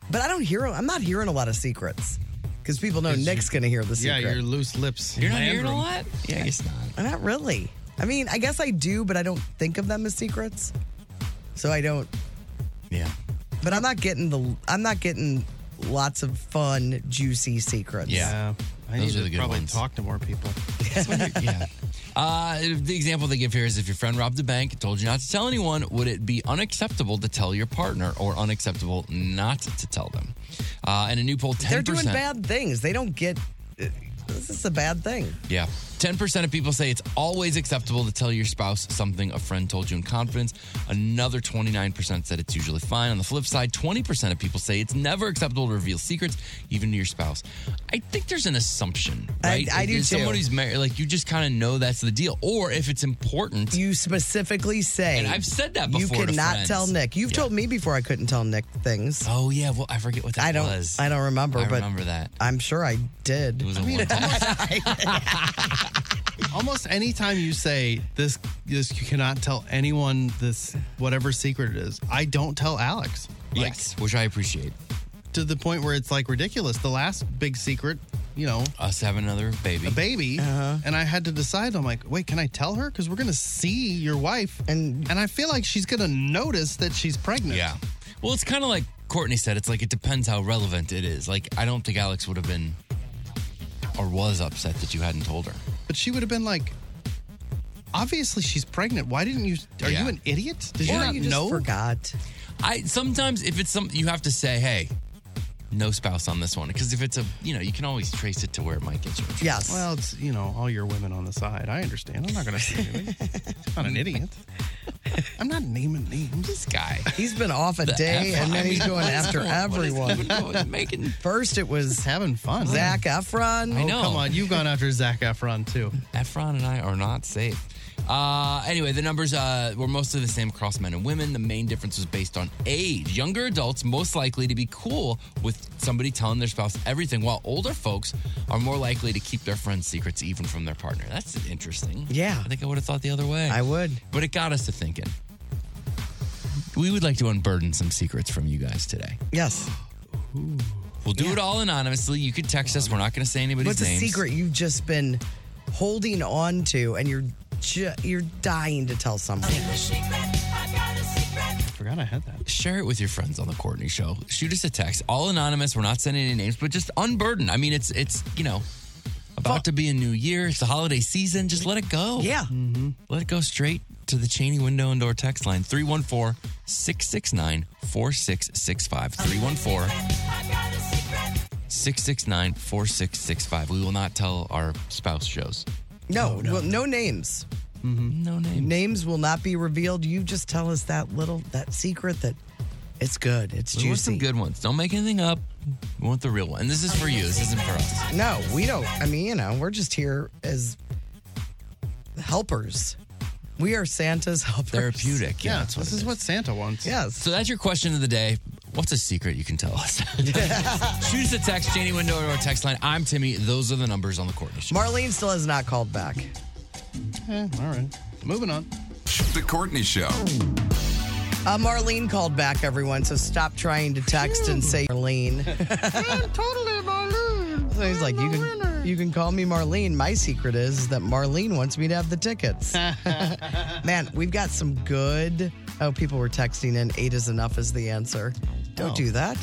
C: But I don't hear. I'm not hearing a lot of secrets. Because people know Nick's going to hear the
D: Yeah,
C: secret.
D: your loose lips. Landrum.
E: Yeah, I guess not.
C: Not really. I mean, I guess I do, but I don't think of them as secrets. So I don't.
E: Yeah.
C: But I'm not getting the. I'm not getting lots of fun, juicy secrets.
D: I
E: Those
D: need
E: are the
D: to
E: good
D: probably
E: ones.
D: talk to more people.
E: <laughs> Uh, the example they give here is if your friend robbed a bank, and told you not to tell anyone, would it be unacceptable to tell your partner or unacceptable not to tell them? Uh, and a new poll, 10%.
C: They're doing bad things. They don't get. This is a bad thing.
E: Yeah. 10% of people say it's always acceptable to tell your spouse something a friend told you in confidence. Another 29% said it's usually fine. On the flip side, 20% of people say it's never acceptable to reveal secrets, even to your spouse. I think there's an assumption,
C: I-
E: right?
C: I
E: If
C: do
E: you're
C: too.
E: Someone who's married, like you just kind of know that's the deal. Or if it's important,
C: you specifically say.
E: And I've said that
C: You
E: before. to
C: cannot
E: friends.
C: tell Nick. You've
E: Yeah.
C: told me before I couldn't tell Nick things.
E: Oh yeah, well I forget what that
C: I don't,
E: was.
C: I don't remember.
E: I
C: but
E: remember that.
C: I'm sure I did. <laughs>
E: It was a
C: I mean,
E: one time.
D: Almost any time you say this, this you cannot tell anyone this whatever secret it is. I don't tell Alex. Like,
E: yes, which I appreciate.
D: to the point where it's like ridiculous. The last big secret, you know,
E: Us having another baby.
D: a baby,
E: Uh-huh.
D: and I had to decide. I'm like, wait, can I tell her? Because we're gonna see your wife,
C: and
D: and I feel like she's gonna notice that she's pregnant.
E: Yeah. Well, it's kind of like Courtney said. It's like it depends how relevant it is. Like I don't think Alex would have been or was upset that you hadn't told her.
D: But she would have been like, obviously she's pregnant. Why didn't you? Are
E: Yeah.
D: you an idiot? Did
E: Or
D: you not
E: you just
D: know?
C: forgot.
E: I sometimes if it's something you have to say, hey, no spouse on this one because if it's a you know you can always trace it to where it might get you. in <laughs> trouble.
C: Yes.
D: Well, it's you know all your women on the side. I understand. I'm not gonna say anything. I'm not an idiot. <laughs> I'm not naming names.
E: This guy.
C: He's been off a
D: The
C: day
D: F-
C: and
D: I
C: then
E: <laughs>
C: he's
D: mean,
C: going
D: what is
C: after
D: going-
E: what is
C: everyone.
E: going on? Making
C: First, it was
D: having fun.
C: Zach Efron.
E: I
D: Oh,
E: know.
D: Come on, you've gone after Zach Efron too.
E: Efron and I are not safe. Uh, anyway, the numbers uh, were mostly the same across men and women. The main difference was based on age. Younger adults most likely to be cool with somebody telling their spouse everything, while older folks are more likely to keep their friends' secrets even from their partner. That's interesting.
C: Yeah.
E: I think I would have thought the other way.
C: I would.
E: But it got us to thinking. We would like to unburden some secrets from you guys today.
C: Yes.
E: We'll do it all anonymously. You could text us. We're not going to say anybody's
C: What's
E: names.
C: a secret you've just been holding on to and you're ju- you're dying to tell someone?
D: I forgot I had that.
E: share it with your friends on the Courtney Show. Shoot us a text, all anonymous. We're not sending any names, but just unburden. I mean, it's it's you know about to be a new year. It's the holiday season. Just let it go.
C: Yeah.
E: let it go straight to the Cheney window and door text line 314-669-4665. 314-669-4665. We will not tell our spouse shows.
C: No, well, no names.
E: No name.
C: Names will not be revealed. You just tell us that little that secret that it's good. It's
E: We want some
C: juicy.
E: good ones. Don't make anything up. We want the real one. And this is for you. This isn't for us.
C: No, we don't. I mean, you know, we're just here as helpers. We are Santa's helpers.
E: Therapeutic. Yeah,
D: Yeah,
E: that's what
D: this
E: it
D: is what Santa wants.
C: Yes.
E: So that's your question of the day. What's a secret you can tell
D: <laughs>
E: us? Choose the text, Janie Window or text line. I'm Timmy. Those are the numbers on the Courtney Show.
C: Marlene still has not called back.
D: Eh, all right. Moving <laughs> on.
F: The Courtney Show.
C: Uh, Marlene called back, everyone, so stop trying to text and say Marlene.
K: I'm totally Marlene.
C: So he's like,
K: I'm
C: you
K: a winner."
C: can you can call me Marlene. My secret is that Marlene wants me to have the tickets. Man, we've got some good. Oh, people were texting in. Eight is enough is the answer. Don't do that.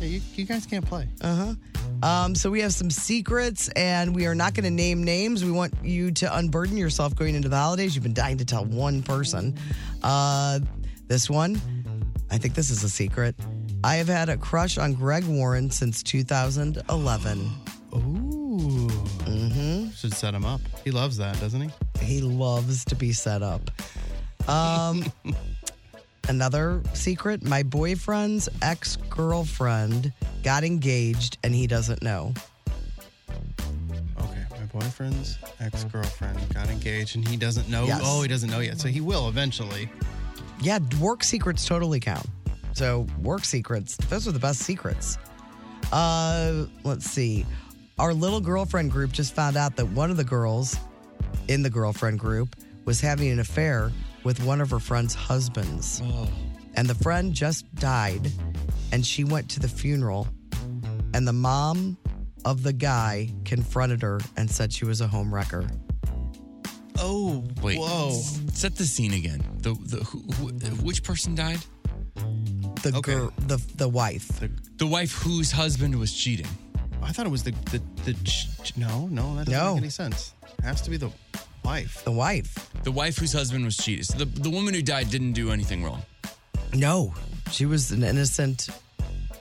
D: Yeah, you, you guys can't play.
C: Um, so we have some secrets, and we are not going to name names. We want you to unburden yourself going into the holidays. You've been dying to tell one person. Uh, this one, I think this is a secret. I have had a crush on Greg Warren since 2011.
D: Ooh. Mm-hmm. Should set him up. He loves that, doesn't he?
C: He loves to be set up. Um, another secret my boyfriend's ex girlfriend got engaged and he doesn't know.
D: Okay. My boyfriend's ex girlfriend got engaged and he doesn't know.
C: Yes.
D: Oh, he doesn't know yet. So he will eventually.
C: Yeah, work secrets totally count. So, work secrets, those are the best secrets. Uh, let's see. Our little girlfriend group just found out that one of the girls in the girlfriend group was having an affair with one of her friend's husbands. And the friend just died, and she went to the funeral, and the mom of the guy confronted her and said she was a home wrecker.
D: Oh,
E: Wait.
D: whoa.
E: Set the scene again. The, the who, who, which person died?
C: The girl, the the wife. The,
E: the wife whose husband was cheating.
D: I thought it was the the, the ch- ch- no no that doesn't
E: No.
D: make any sense. It has to be the wife.
C: The wife.
E: The wife whose husband was cheating. So the, the woman who died didn't do anything wrong.
C: No, she was an innocent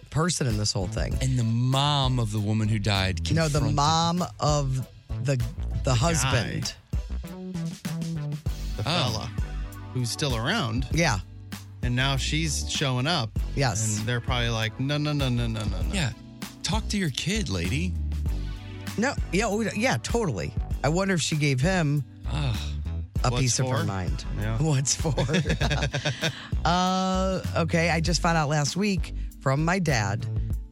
C: person in this whole thing.
E: And the mom of the woman who died.
C: No, the
E: confronted-
C: mom of the the, husband.
D: The
E: Oh.
D: fella who's still around.
C: Yeah.
D: And now she's showing up.
C: Yes.
D: And they're probably like no no no no no no no.
E: Yeah. Talk to your kid, lady.
C: No, yeah, oh, yeah, totally. I wonder if she gave him a piece of her mind. <laughs> What's for? uh, okay, I just found out last week from my dad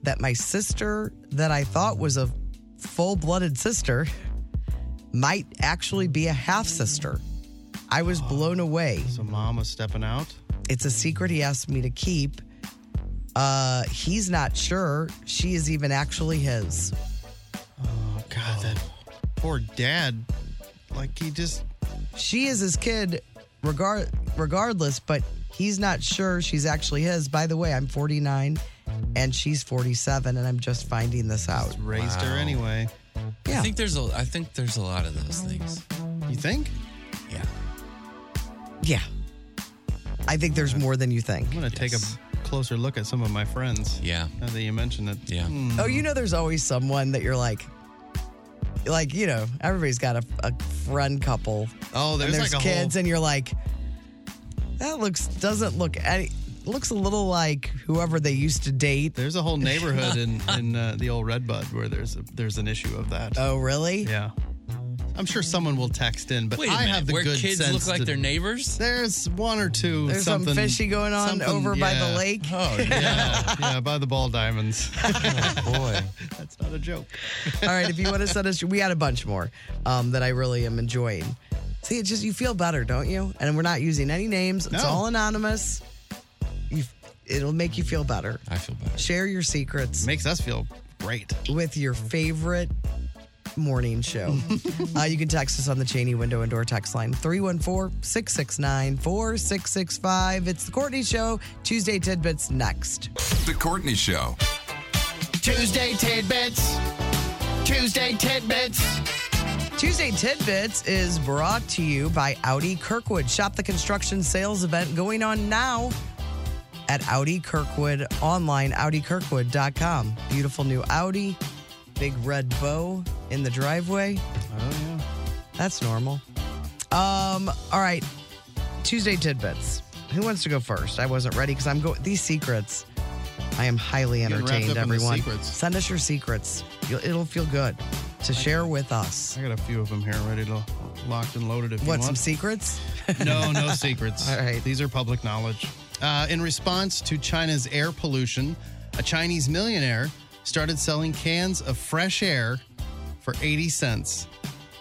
C: that my sister, that I thought was a full blooded sister, might actually be a half sister. I was blown away.
D: So, mom was stepping out?
C: It's a secret he asked me to keep. Uh, he's not sure she is even actually his.
D: Oh God, that poor dad. Like he just
C: she is his kid regard regardless but he's not sure she's actually his by the way i'm 49 and she's 47 and i'm just finding this out
D: raised her anyway.
E: Yeah. I think there's a I think there's a lot of those things.
D: You think?
E: Yeah.
C: yeah i think there's more than you think
D: I'm gonna take a closer look at some of my friends.
E: Yeah.
D: Now that you mention it.
E: Yeah.
C: oh you know there's always someone that you're like like you know everybody's got a, a friend couple
D: Oh,
C: and
D: there's,
C: there's
D: like a
C: kids and you're like that looks doesn't look any looks a little like whoever they used to date
D: there's a
C: <laughs>
D: whole neighborhood in in uh, the old Redbud where there's a, there's an issue of that.
C: Oh, really?
D: Yeah. I'm sure someone will text in, but
E: Wait a
D: I
E: minute,
D: have the
E: where
D: good
E: kids
D: sense
E: look like
D: to-
E: their neighbors?
D: There's one or two.
C: There's something
D: something
C: fishy going on
D: something-
C: over by the
D: yeah.
C: lake. <laughs>
E: Oh
D: yeah, yeah, by the ball diamonds.
C: Oh,
E: boy,
D: that's not a joke.
C: All right, if you want to send us, we had a bunch more um, that I really am enjoying. See, it's just you feel better, don't you? And we're not using any names. It's
E: No.
C: all anonymous. You, it'll make you feel better.
E: I feel better.
C: Share your secrets.
D: Makes us feel great.
C: With your favorite morning show. uh, you can text us on the Cheney window and door text line 314 669 4665. It's The Courtney Show, Tuesday Tidbits next.
F: The Courtney Show.
D: Tuesday tidbits. Tuesday tidbits.
C: Tuesday Tidbits is brought to you by Audi Kirkwood. Shop the construction sales event going on now at Audi Kirkwood online, audikirkwood.com. Beautiful new Audi, big red bow in the driveway.
D: Oh, yeah.
C: That's normal. Um, all right. Tuesday Tidbits. Who wants to go first? I wasn't ready because I'm going, these secrets, I am highly
D: Getting wrapped
C: entertained,
D: up in the
C: everyone.
D: secrets.
C: Send us your secrets. You'll, it'll feel good to share with us.
D: I got a few of them here ready to locked and loaded if you
C: What,
D: want.
C: some secrets? <laughs>
D: no, no secrets. All right. These are public knowledge. Uh, in response to China's air pollution, a Chinese millionaire started selling cans of fresh air for 80 cents.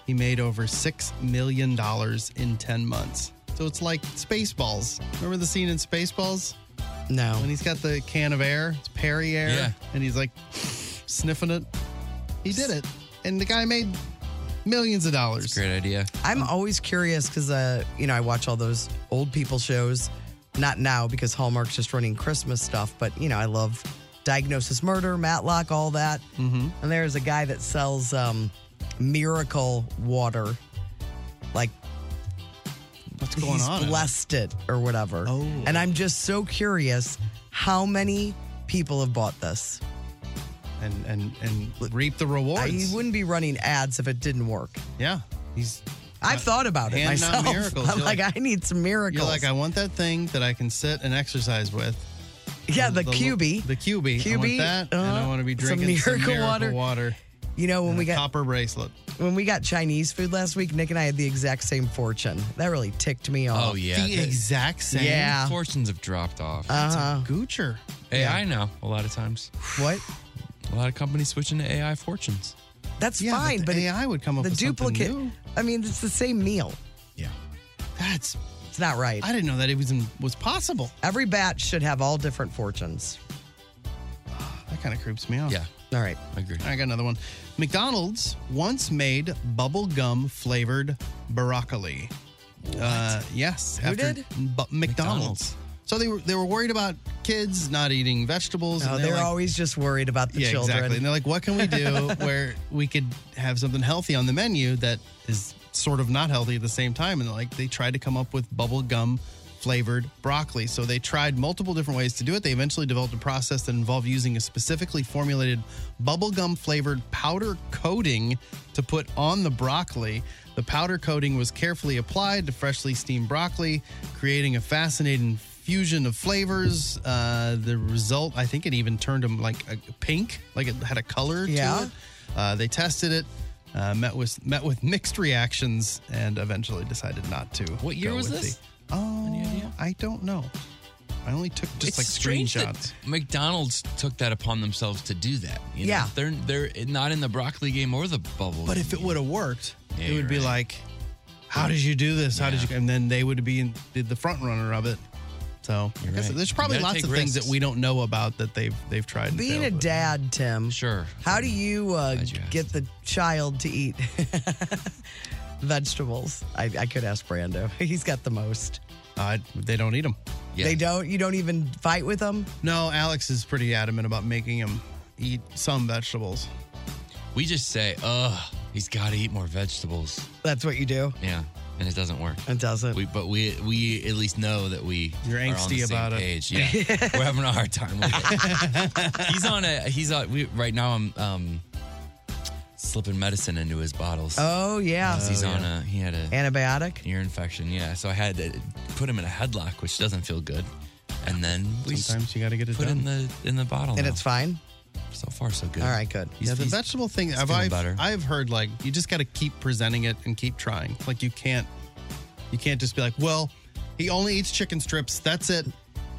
D: He made over $6 million in 10 months. So it's like Spaceballs. Remember the scene in Spaceballs?
C: No.
D: When he's got the can of air, it's Perry air,
E: Yeah.
D: and he's like sniffing it. He did it. And the guy made millions of dollars.
E: Great idea.
C: I'm always curious because, uh, you know, I watch all those old people shows. Not now because Hallmark's just running Christmas stuff, but, you know, I love Diagnosis Murder, Matlock, all that. Mm-hmm. And there's a guy that sells um, miracle water. Like,
D: what's going
C: he's
D: on in it?
C: blessed it or whatever. Oh. And I'm just so curious how many people have bought this.
D: And, and, and reap the rewards.
C: I, you wouldn't be running ads if it didn't work.
D: Yeah. He's
C: I've thought about it
D: handing out
C: myself.
D: Uh,
C: <laughs>
D: miracles.
C: I'm
D: You're
C: like,
D: like-
C: I need some miracles.
D: You're like, I want that thing that I can sit and exercise with.
C: Yeah, the
D: lo-
C: QB.
D: The QB. I
C: QB,
D: want that, and
C: uh-huh.
D: I want to be
C: Some
D: drinking some
C: miracle
D: miracle,
C: water.
D: water.
C: You know, when
D: and
C: we
D: a
C: got
D: copper bracelet.
C: when we got Chinese food last week, Nick and I had the exact same fortune. That really ticked me off.
E: Oh yeah.
D: The exact same.
C: Yeah.
E: Fortunes have dropped off.
C: Uh-huh.
D: Goocher.
E: AI now. A lot of times.
C: What?
E: A lot of companies switching to AI fortunes.
C: That's
D: Yeah, but
C: fine,
D: the
C: but, it-
D: AI would come up
C: the
D: with something
C: duplicate.
D: new.
C: I mean, it's the same meal.
E: Yeah.
D: That's.
C: It's not right.
D: I didn't know that it was in, was possible.
C: Every batch should have all different fortunes.
D: That kind of creeps me out.
E: Yeah.
C: All right.
E: I agree.
D: I got another one. McDonald's once made bubblegum flavored broccoli. Uh, yes.
C: Who
D: after
C: did?
D: Bu- McDonald's. So they were they were worried about kids not eating vegetables.
C: Oh,
D: and
C: they're
D: like-
C: always just worried about the
D: yeah,
C: children.
D: exactly. And they're like, what can we
C: <laughs>
D: do where we could have something healthy on the menu that is sort of not healthy at the same time? And like they tried to come up with bubble gum flavored broccoli. So they tried multiple different ways to do it. They eventually developed a process that involved using a specifically formulated bubblegum flavored powder coating to put on the broccoli. The powder coating was carefully applied to freshly steamed broccoli, creating a fascinating fusion of flavors. Uh, the result, I think it even turned them like a pink, like it had a color
C: Yeah.
D: to it. Uh, they tested it, uh, met with met with mixed reactions, and eventually decided not to.
E: What year
D: go
E: was
D: with
E: this?
D: the- oh, I don't know. I only took just like
E: strange that
D: screenshots.
E: McDonald's took that upon themselves to do that. you know?
D: Yeah.
E: they're they're not in the broccoli game or the bubble.
D: But
E: game.
D: if it would have worked,
E: Yeah,
D: it would
E: you're
D: be
E: right.
D: like, how did you do this? How did you? And then they would be in, the, the front runner of it. So I guess
E: right.
D: there's
E: You
D: probably
E: gotta
D: lots
E: take
D: of things that
E: risks.
D: we don't know about that they've they've tried. and
C: Being a
D: failed with.
C: dad, Tim.
E: Sure.
C: How do you, uh, get the child to eat <laughs> vegetables? I, I could ask Brando. <laughs> He's got the most.
D: Uh, they don't eat them.
C: They don't. You don't even fight with them.
D: No, Alex is pretty adamant about making him eat some vegetables.
E: we just say, "Ugh, he's got to eat more vegetables."
C: That's what you do.
E: Yeah, and it doesn't work.
C: It doesn't.
E: We, but we we at least know that we
D: You're
E: are on the
D: angsty
E: same
D: about it. <laughs>
E: page. Yeah, we're having a hard time. With it. <laughs> he's on a he's on we, right now. I'm um slipping medicine into his bottles.
C: Oh yeah.
D: Uh,
E: he's on a he had a
C: antibiotic.
E: ear infection. Yeah, so I had to put him in a headlock, which doesn't feel good. And then we
D: Sometimes you got to get it
E: put
D: done.
E: in the in the bottle,
D: And
E: now.
D: it's
C: fine.
E: So far, so good.
D: All
C: right, good.
E: He's,
D: yeah, the
E: he's-
D: vegetable thing.
E: he's
D: I've
E: feeling
D: I've,
E: better.
D: I've heard like you just got to keep presenting it and keep trying. Like you can't you can't just be like, well, he only eats chicken strips. That's it.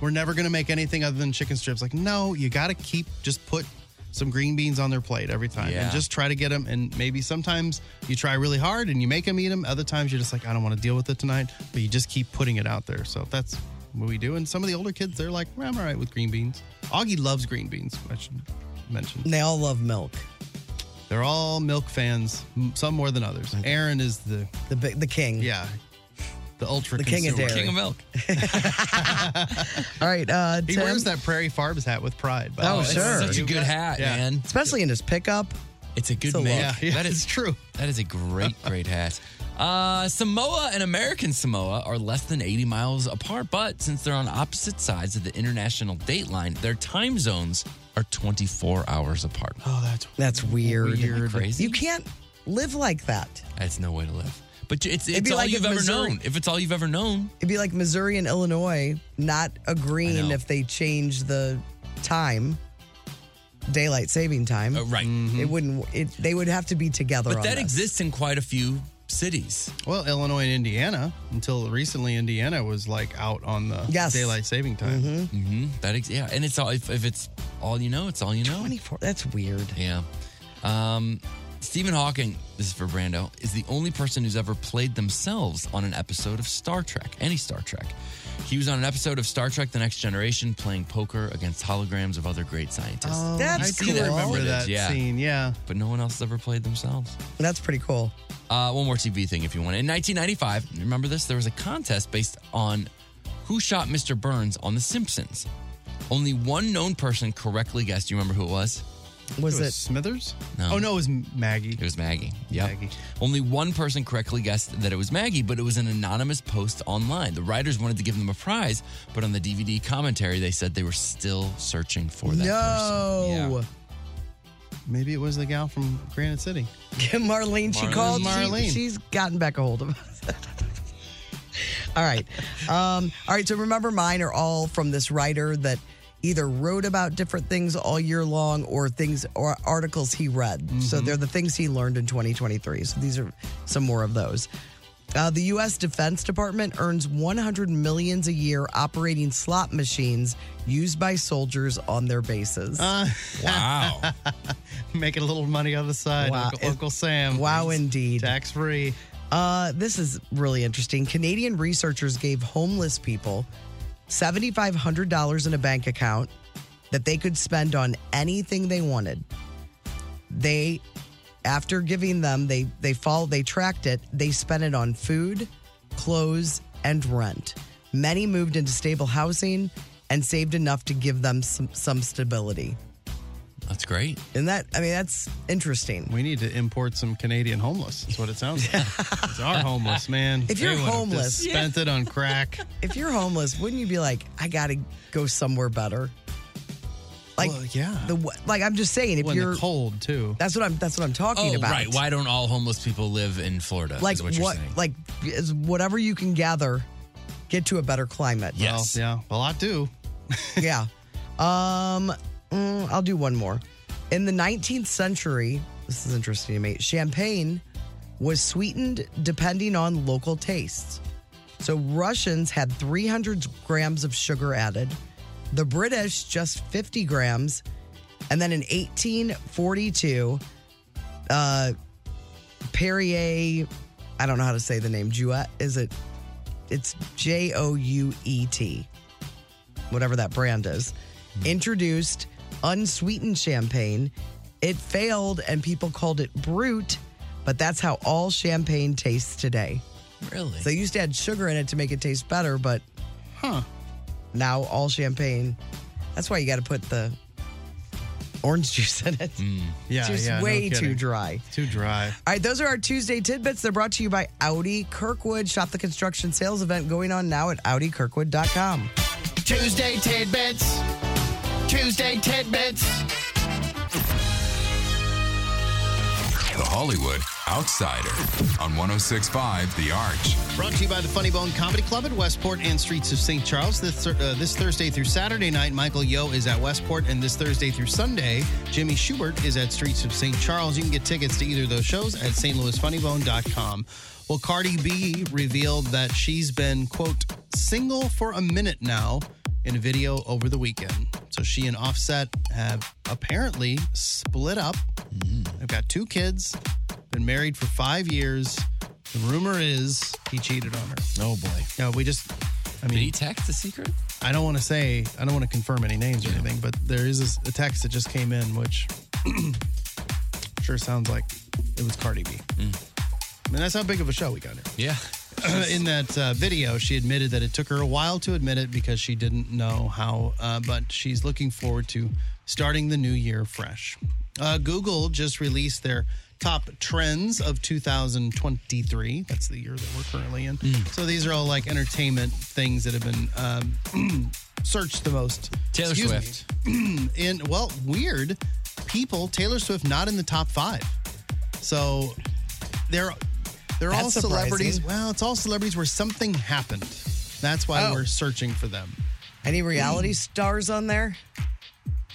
D: We're never gonna make anything other than chicken strips. Like no, you got to keep just put some green beans on their plate every time
E: Yeah.
D: and just try to get them. And maybe sometimes you try really hard and you make them eat them. Other times you're just like, I don't want to deal with it tonight. But you just keep putting it out there. So that's what we do. And some of the older kids, they're like, well, I'm all right with green beans. Augie loves green beans. I should mention.
C: They all love milk.
D: They're all milk fans, m- some more than others. Aaron is the
C: the the king.
D: Yeah, the ultra
C: The king of
D: consumer.
C: dairy. King of
E: milk.
C: All right. Uh,
D: He
C: Tim?
D: wears that Prairie Farms hat with pride. by the
C: Oh,
D: way.
C: sure.
E: Such a good hat,
D: Yeah.
E: man.
C: Especially in his pickup.
E: It's a good
C: a
E: make.
C: look.
D: <laughs> Yeah,
E: that
D: it's
E: is
D: true.
E: That is
C: <laughs>
E: a great, great hat. Uh, Samoa and American Samoa are less than 80 miles apart, but since they're on opposite sides of the international date line, their time zones are 24 hours apart.
C: <gasps>
D: Oh, that's
C: that's weird.
E: Weird. Crazy.
C: You can't live like that.
E: That's no way to live. But it's,
C: It'd
E: it's
C: be
E: all
C: like
E: you've
C: if
E: ever
C: Missouri-
E: known. If it's all you've ever known,
C: It'd be like Missouri and Illinois not agreeing if they change the time, daylight saving time.
E: right.
C: It wouldn't. It, they would have to be together.
E: Oh, mm-hmm. but
C: Mm-hmm. on
E: that
C: this.
E: exists in quite a few cities.
D: Well, Illinois and Indiana until recently, Indiana was like out on the
E: Yes.
D: daylight saving time.
E: Mm-hmm. That ex- yeah, and it's all if, if it's all you know, it's all you know. Twenty
C: four. That's weird.
E: Yeah. Um, Stephen Hawking. This is for Brando. Is the only person who's ever played themselves on an episode of Star Trek, any Star Trek. He was on an episode of Star Trek: The Next Generation, playing poker against holograms of other great scientists.
D: Oh,
E: You
D: That's
E: see that
D: cool. I remember
E: footage,
D: that
E: yeah.
D: scene. Yeah,
E: but no one else has ever played themselves.
C: That's pretty cool.
E: Uh, one more TV thing, if you want. In 1995, remember this? There was a contest based on who shot Mr. Burns on The Simpsons. Only one known person correctly guessed. Do you remember who it was?
C: Was
D: it, Smithers?
E: No.
D: Oh no, it was Maggie. It
E: was Maggie. Yeah. Only one person correctly guessed that it was Maggie, but it was an anonymous post online. The writers wanted to give them a prize, but on the DVD commentary, they said they were still searching for that person.
C: no.
E: Yeah.
D: Maybe it was the gal from Granite City. <laughs>
C: <laughs> Marlene, she
D: Marlene.
C: called. She-
D: Marlene.
C: she's gotten back a hold of us. <laughs> all right. Um, all right. So remember, mine are all from this writer that either wrote about different things all year long or things or articles he read.
D: Mm-hmm.
C: So they're the things he learned in 2023. So these are some more of those. Uh, the U.S. Defense Department earns 100 millions a year operating slot machines used by soldiers on their bases.
E: wow.
D: Making a little money on the side.
C: Wow.
D: Uncle, Uncle Sam.
C: Wow, indeed.
D: Tax free.
C: Uh, this is really interesting. Canadian researchers gave homeless people $7,500 in a bank account that they could spend on anything they wanted. they after giving them they they follow they tracked it they spent it on food clothes and rent many moved into stable housing and saved enough to give them some, some stability
E: That's great.
C: and that i mean that's interesting
D: We need to import some Canadian homeless. That's what it sounds like. it's our homeless, man.
C: If you're
D: They would have just
C: homeless-
D: spent it on crack.
C: if you're homeless wouldn't you be like i gotta go somewhere better <laughs> like yeah the w- like i'm just saying if
E: Well, in the
C: you're
D: cold too
C: that's what i'm that's what i'm talking
E: Oh,
C: about
E: right. Why don't all homeless people live in Florida?
C: like
E: is what you're saying.
C: like is whatever you can gather get to a better climate
E: Yes. Well,
D: yeah well i do
C: <laughs> yeah um mm, i'll do one more in the 19th century this is interesting to me champagne was sweetened depending on local tastes so russians had 300 grams of sugar added the british just 50 grams and then in 1842 uh Perrier. I don't know how to say the name. Jouet is it? It's J O U E T, whatever that brand is.
D: Mm-hmm.
C: Introduced unsweetened champagne. It failed, and people called it brut. But that's how all champagne tastes today.
E: Really?
C: So they used to add sugar in it to make it taste better, but huh? Now all champagne. That's why you got to put the orange <laughs> juice in it.
D: Mm. Yeah,
C: it's just
D: yeah, no
C: way too
D: kidding.
C: dry.
D: Too dry.
C: All right, those are our Tuesday tidbits. They're brought to you by Audi Kirkwood. Shop the construction sales event going on now at AudiKirkwood.com.
B: Tuesday tidbits. Tuesday tidbits.
F: The Hollywood Outsider on 1065 The Arch.
D: Brought to you by the Funny Bone Comedy Club at Westport and Streets of St. Charles. This, uh, this Thursday through Saturday night, Michael Yo is at Westport, and this Thursday through Sunday, Jimmy Schubert is at Streets of St. Charles. You can get tickets to either of those shows at stlouisfunnybone.com. Well, Cardi B revealed that she's been, quote, single for a minute now in a video over the weekend. So she and Offset have apparently split up. They've got two kids, been married for five years. The rumor is he cheated on her.
E: Oh boy.
D: No, we just. I mean,
E: Did he text the secret?
D: I don't want to say, I don't want to confirm any names or anything, but there is this- a text that just came in, which <clears throat> sure sounds like it was Cardi B.
E: Mm.
D: I mean, that's how big of a show we got here.
E: Yeah.
D: in that uh, video, she admitted that it took her a while to admit it because she didn't know how, uh, but she's looking forward to starting the new year fresh. Uh, Google just released their top trends of 2023. That's the year that we're currently in. So these are all like entertainment things that have been um, <clears throat> searched the most.
E: Taylor
D: Excuse me. <clears throat>
E: Swift.
D: in, well, weird people, Taylor Swift not in the top five. So they're they're all
C: That's surprising.
D: celebrities. Well, it's all celebrities where something happened. That's why
C: Oh.
D: we're searching for them.
C: Any reality stars on there?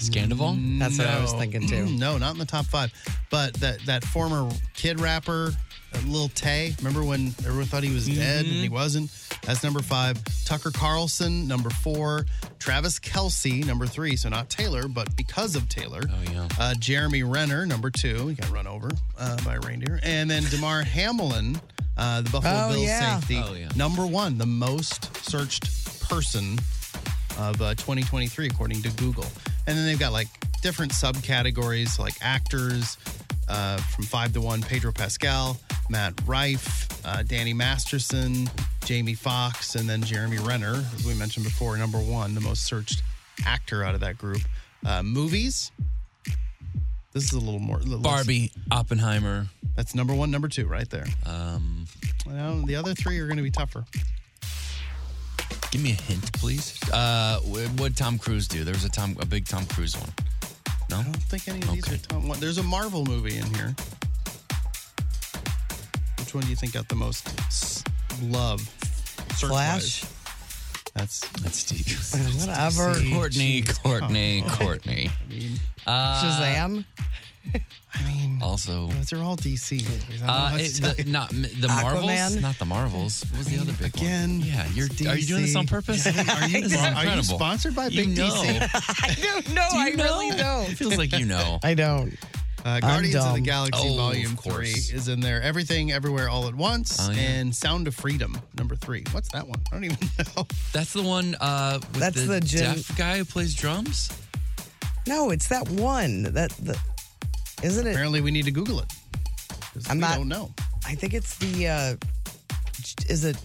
E: Scandival?
C: That's what I was
D: No.
C: thinking
E: Mm-hmm.
C: too.
D: Mm, no, not in the top five. But that that former kid rapper, uh, Lil Tay. Remember when everyone thought he was dead and he
E: Mm-hmm.
D: wasn't? That's number five. Tucker Carlson, number four. Travis Kelsey, number three. So not Taylor, but because of Taylor.
E: Oh yeah.
D: Uh, Jeremy Renner, number two. He got run over uh, by a reindeer. And then
E: <laughs>
D: Damar Hamlin, uh, the Buffalo
C: Oh,
D: Bills
C: yeah.
D: safety.
E: Oh, yeah.
D: Number one, the most searched person of uh, 2023, according to Google. And then they've got like different subcategories like actors uh, from five to one Pedro Pascal, Matt Rife, uh, Danny Masterson, Jamie Foxx, and then Jeremy Renner, as we mentioned before, number one, the most searched actor out of that group. Uh, movies. This is a little more. little less-
E: Barbie, Oppenheimer.
D: That's number one, number two, right there.
E: Um,
D: Well, the other three are going to be tougher.
E: give me a hint, please. Uh, wh- what Tom Cruise do? There was a Tom, a big Tom Cruise one. No.
D: I don't think any of
E: Okay.
D: these are Tom. One. There's a Marvel movie in here. Which one do you think got the most s- love?
C: Flash.
D: Search-wise? That's.
E: That's
D: <laughs>
E: Steve.
C: Whatever.
E: Courtney, Courtney,
D: Oh.
E: Courtney.
D: I mean,
C: Shazam.
E: Uh,
D: I mean, <laughs>
E: Also,
D: those are all DC movies. I don't know
E: uh,
D: what to
E: it,
D: tell
E: the,
D: you.
E: not the
C: Aquaman?
E: Marvels, not the Marvels. What was the other big
D: Again,
E: one? Yeah, you're.
D: it's
E: Are you doing this
D: DC.
E: on purpose?
D: Are you,
E: <laughs> This is
D: are you
E: incredible.
D: sponsored by
E: You
D: Big DC?
E: know.
C: No,
E: Do you
C: I really
E: know?
C: don't.
E: Feels like you
D: <laughs>
E: know.
C: I don't.
D: Uh, Guardians of the
C: dumb.
D: Galaxy
E: Oh, of
D: Volume Three
E: course.
D: is in there. Everything, everywhere, all at once,
E: Oh, yeah.
D: and Sound of Freedom number three. What's that one? I don't even <laughs> know.
E: That's the one uh, with
C: That's
E: the,
C: the Jim-
E: deaf guy who plays drums.
C: No, it's that one that the Isn't it?
D: Apparently, we need to Google it. 'cause
C: I'm
D: we
C: not-
D: don't know.
C: I think it's the. uh j- Is it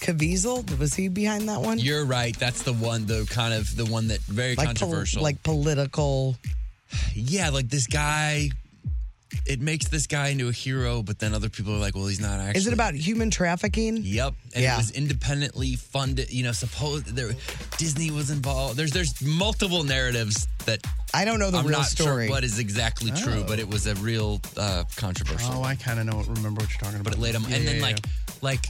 C: Caviezel? Was he behind that one?
E: You're right. That's the one, the kind of the one that very
C: like pol-
E: controversial.
C: like political.
E: yeah, like this guy. It makes this guy into a hero, but then other people are like, "Well, he's not actually."
C: is it about human trafficking?
E: Yep, and
C: Yeah.
E: it was independently funded. You know, suppose there Disney was involved. There's there's multiple narratives that
C: I don't know the
E: I'm
C: real
E: not
C: story.
E: Sure what is exactly true,
D: Oh.
E: but it was a real uh, controversial.
D: Oh, I kind of don't remember what you're talking about.
E: but it laid them, and then like like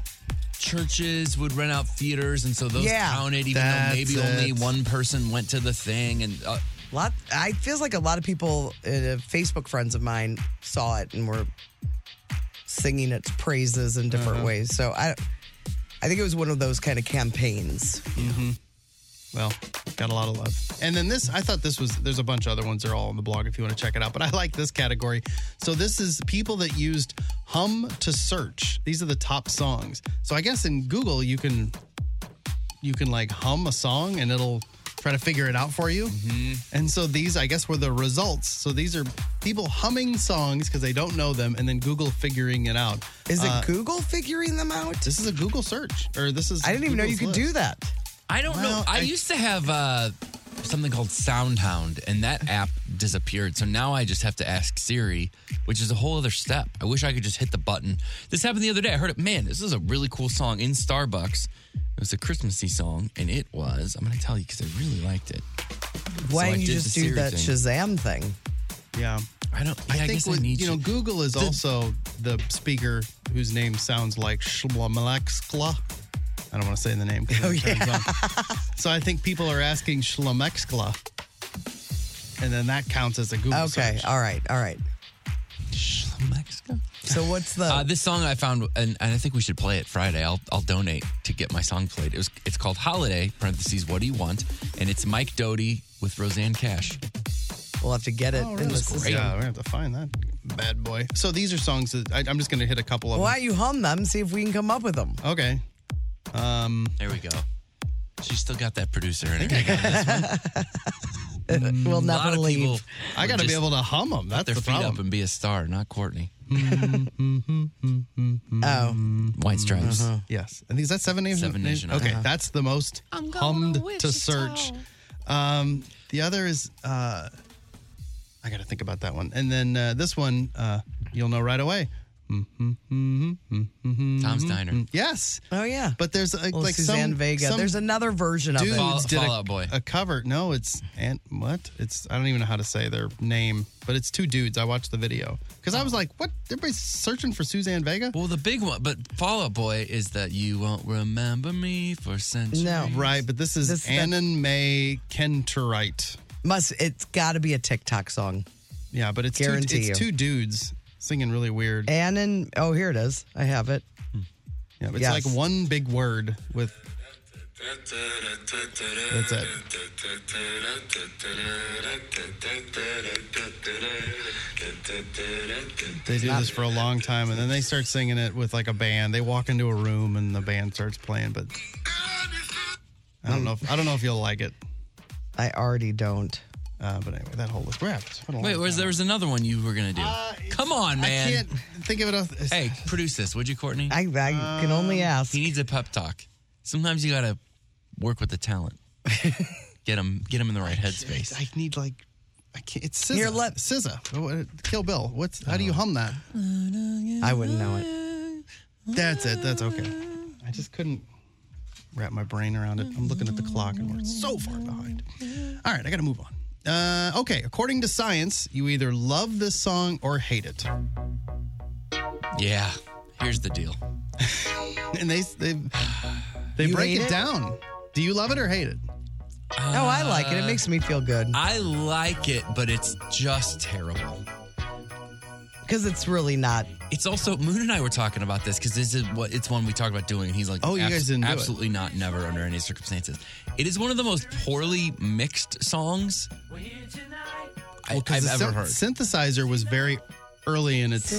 E: churches would rent out theaters, and so those
C: Yeah.
E: counted, even
C: That's
E: though maybe only
C: it.
E: one person went to the thing, and uh,
C: lot. I feels like a lot of people, uh, Facebook friends of mine, saw it and were singing its praises in different
D: Uh-huh.
C: ways. So I, I think it was one of those kind of campaigns.
D: Mhm. Well, got a lot of love. And then this, I thought this was, there's a bunch of other ones. They're all on the blog if you want to check it out. But I like this category. So this is people that used hum to search. These are the top songs. So I guess in Google, you can, you can like hum a song and it'll try to figure it out for you.
C: Mm-hmm.
D: And so these, I guess, were the results. So these are people humming songs because they don't know them and then Google figuring it out.
C: Is it
D: Uh,
C: Google figuring them out?
D: This is a Google search, or this is.
C: I didn't even know you could
D: Google's
C: do
D: list.
C: that.
E: I don't know.
D: Well,
E: I,
D: I-
E: used to have uh, something called SoundHound, and that app disappeared. So now I just have to ask Siri, which is a whole other step. I wish I could just hit the button. This happened the other day. I heard it. Man, this is a really cool song in Starbucks. It was a Christmassy song, and it was. I'm going to tell you because I really liked it.
C: Why
E: So I
C: didn't you
E: did
C: just
E: the
C: do
E: Siri
C: that
E: thing.
C: Shazam thing?
D: Yeah.
E: I don't.
D: I
E: Yeah, I,
D: think
E: guess
D: with,
E: I need
D: you know
E: to-
D: Google is also the speaker whose name sounds like Shlamexkla. I don't want to say the name. 'cause
C: Oh,
D: it turns
E: <laughs>
D: on. So I think people are asking Shlamexkla, and then that counts as a Google.
C: Okay,
D: search.
C: all right, all right. So what's
D: Oh.
C: the?
E: Uh, this song I found, and, and I think we should play it Friday. I'll, I'll donate to get my song played. It was it's called Holiday (parentheses What do you want?) and it's Mike Doty with Roseanne Cash.
C: We'll have to get it.
D: Oh,
C: in
D: really?
C: the system.
D: Yeah, we have to find that bad boy. So these are songs that I, I'm just going to hit a couple of
C: Why
D: them.
C: don't you hum them? See if we can come up with them.
D: Okay. Um,
E: There we go. She's still got that producer in her.
C: we'll
E: Mm, A lot
C: never
E: of people
C: leave.
D: I
E: would
D: gotta be
E: just
D: able to hum 'em.
E: put
D: That's
E: their
D: the
E: feet
D: problem.
E: up and be a star, not Courtney.
C: Oh,
E: White stripes.
D: Yes. And is that seven nations?
E: Seven Nation Army.
D: Okay,
E: Uh-huh.
D: that's the most
L: I'm going to
D: hummed to search. Um, the other is uh, I got to think about that one. And then uh, this one uh, you'll know right away. Mm-hmm.
E: Tom's Diner.
D: Yes,
C: oh yeah.
D: but there's like,
C: Well,
D: like
C: Suzanne
D: some
C: Vega.
D: some
C: There's another version of
D: dudes
C: it.
D: did
E: Fall
D: a,
E: Out Boy.
D: a cover. No, it's and what? It's I don't even know how to say their name, but it's two dudes. I watched the video because I was like, what? Everybody's searching for Suzanne Vega.
E: Well, the big one, but Fall Out Boy is that you won't remember me for centuries.
C: No.
D: Right, but this is
C: This- that-
D: Annan May Kenterite.
C: Must it's got to be a TikTok song.
D: Yeah, but it's two,
C: Guarantee
D: it's
C: you.
D: two dudes singing really weird.
C: Annan. Oh, here it is. I have it.
D: Yeah, it's
C: Yes.
D: like one big word with that's it. They do this for a long time, and then they start singing it with like a band. They walk into a room, and the band starts playing. But I don't know. If, I don't know if you'll like it.
C: I already don't.
D: Uh, but anyway, that whole list. We're at- it's been a long
E: Wait, was,
D: time.
E: there was another one you were gonna do? Come on, man.
D: Uh, I can't think of it. Off,
E: Hey, produce this, would you, Courtney?
C: I, I can
D: Um,
C: only ask.
E: He needs a pep talk. Sometimes you gotta work with
D: <laughs>
E: the talent. get him, get him in the right headspace.
D: I need like. I can't, it's SZA.
C: Here, let-
D: SZA. What- Kill Bill. What's? How do you hum that?
C: I wouldn't know it.
D: That's it. That's okay. I just couldn't wrap my brain around it. I'm looking at the clock and we're so far behind. All right, I got to move on. Uh, okay, according to science, you either love this song or hate it. <laughs>
E: Yeah. Here's the deal.
D: And they they they
C: You
D: break
C: hate
D: it,
C: it?
D: down. Do you love it or hate it?
C: Oh, I like it. It makes me feel good
D: Uh,
E: I like it, but it's just terrible.
C: because it's really not.
E: It's also Moon and I were talking about this because this is what it's one we talked about doing. And he's like,
D: Oh, you guys didn't do it."
E: absolutely not, never under any circumstances. It is one of the most poorly mixed songs I,
D: Well, 'cause
E: I've
D: the
E: ever
D: syn-
E: heard.
D: Synthesizer was very early in its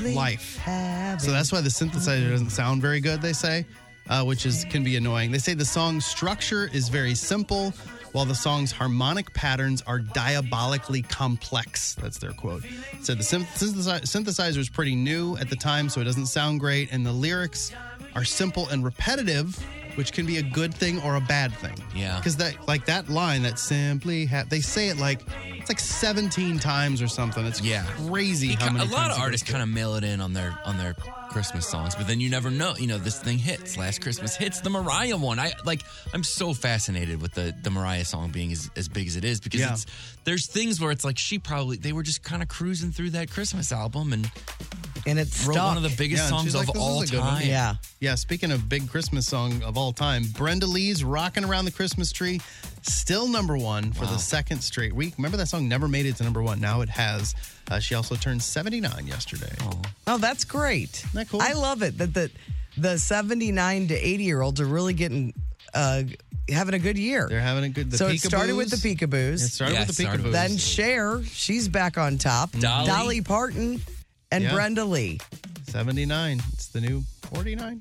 D: life. So that's why the synthesizer doesn't sound very good, they say, uh, which is can be annoying. They say the song structure is very simple, while the song's harmonic patterns are diabolically complex. That's their quote. It said the synth- synthesi- synthesizer was pretty new at the time, so it doesn't sound great, and the lyrics are simple and repetitive, which can be a good thing or a bad thing.
P: Yeah.
D: Because that, like that line, that simply, ha- they say it like it's like 17 times or something. It's
P: Yeah.
D: crazy how
P: Because
D: many
P: a lot
D: times
P: of
D: it
P: artists
D: goes
P: kind of mail it in on their on their Christmas songs, but then you never know. You know, this thing hits. Last Christmas hits the Mariah one. I like. I'm so fascinated with the the Mariah song being as, as big as it is because
D: Yeah.
P: it's, there's things where it's like she probably they were just kind of cruising through that Christmas album and
C: and it
P: wrote one of the
D: stuck.
P: biggest
D: Yeah, and
P: songs
D: she's like,
P: of
D: "This is
P: all
D: a good
P: time.
D: one." Yeah, speaking of big Christmas song of all time, Brenda Lee's Rocking Around the Christmas Tree, still number one for
P: Wow.
D: the second straight week. Remember that song never made it to number one. Now it has. Uh, she also turned 79 yesterday.
C: Oh, that's great. Isn't that cool? I love it that the the 79 to 80 year olds are really getting uh having a good year. They're
D: having a good the
C: So it started with the
D: peekaboos.
C: peekaboos.
D: It started Yeah, with the it started with peekaboos.
C: Then Cher, she's back on top.
D: Dolly.
C: Parton and
D: Yeah.
C: Brenda Lee.
D: 79. It's the new
C: <laughs>
D: 49.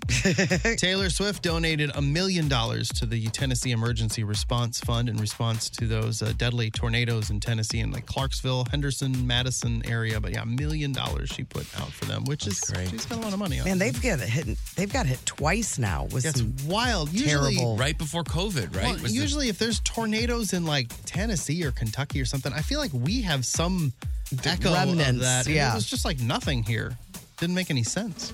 D: Taylor Swift donated a million dollars to the Tennessee Emergency Response Fund in response to those uh, deadly tornadoes in Tennessee in like Clarksville, Henderson, Madison area. But yeah, a million dollars she put out for them, which is great. She spent a lot of money on.
C: Man, they've got hit they've got hit twice now with
D: That's
C: some
D: wild. Usually-
C: terrible
P: right before COVID, right?
D: Well,
P: Was the-
D: usually, if there's tornadoes in like Tennessee or Kentucky or something, I feel like we have some echo of
C: remnants,
D: that. and
C: yeah.
D: it was just like nothing here. Didn't make any sense.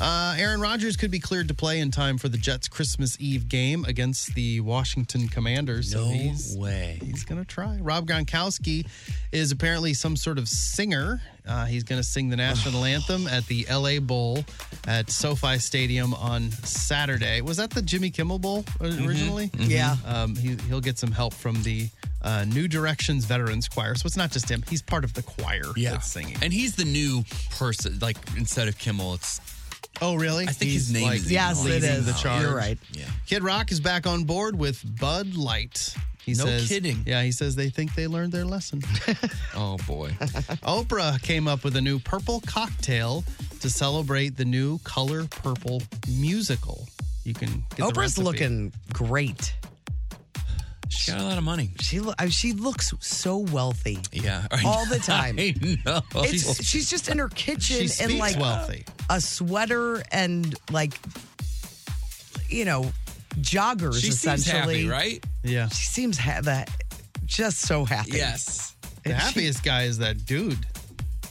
D: Uh, Aaron Rodgers could be cleared to play in time for the Jets' Christmas Eve game against the Washington Commanders.
P: No
D: he's,
P: way.
D: He's going to try. Rob Gronkowski is apparently some sort of singer. Uh, he's going to sing
P: <sighs>
D: the national anthem at the LA Bowl at SoFi Stadium on Saturday. Was that the Jimmy Kimmel Bowl
P: Mm-hmm.
D: originally?
C: Mhm. Yeah.
D: Um, he, he'll get some help from the uh, New Directions Veterans Choir. So it's not just him, he's part of the choir
P: Yeah.
D: that's singing.
P: And he's the new person. Like instead of Kimmel, it's
D: Oh, really?
P: I think his name is Elon.
D: leading the charge.
P: Yeah.
D: Kid Rock is back on board with Bud Light. He
P: No
D: says-
P: kidding.
D: Yeah, he says they think they learned their lesson. <laughs>
P: Oh boy.
D: Oprah came up with a new purple cocktail to celebrate the new Color Purple musical. You can get the
C: Oprah's
D: recipe.
C: looking great.
P: She got a lot of money.
C: She lo- I mean, she looks so wealthy.
P: Yeah. <laughs>
C: All the time.
P: I know.
C: It's, she's just in her kitchen
D: She
C: in
D: speaks
C: like uh,
D: wealthy.
C: a sweater and like you know joggers.
P: She seems
C: essentially,
P: happy, right?
D: Yeah,
C: she seems ha- that just so happy.
P: Yes.
D: The
C: And she-
D: happiest guy is that dude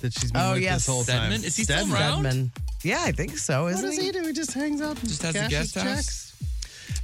D: that she's been
C: Oh
D: with
C: yes,
D: this whole time. Stedman.
C: Stedman. Yeah, I think so.
D: What
C: Isn't
D: does he do? He just hangs out and
P: Just has a
D: cashes
P: guest house?
D: checks.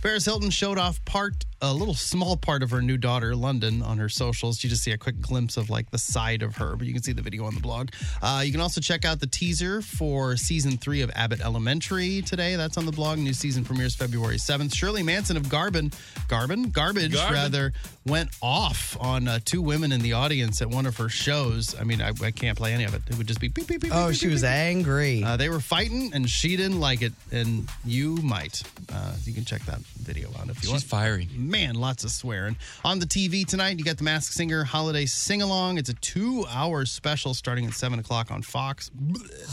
D: Paris Hilton showed off part, a little small part of her new daughter, London, on her socials. You just see a quick glimpse of like the side of her, but you can see the video on the blog. Uh, you can also check out the teaser for season three of Abbott Elementary today. That's on the blog. New season premieres February 7th. Shirley Manson of Garbin, Garbin? Garbage,
P: Garbin.
D: rather, went off on uh, two women in the audience at one of her shows. I mean, I, I can't play any of it. It would just be beep, beep, beep.
C: Oh,
D: beep,
C: she
D: beep,
C: was
D: beep.
C: angry.
D: Uh, they were fighting, and she didn't like it, and you might. Uh, you can check that video out if you want.
P: She's fiery.
D: Man, lots of swearing. On the TV tonight, you got the Masked Singer Holiday Sing Along. It's a two hour special starting at 7 o'clock on Fox.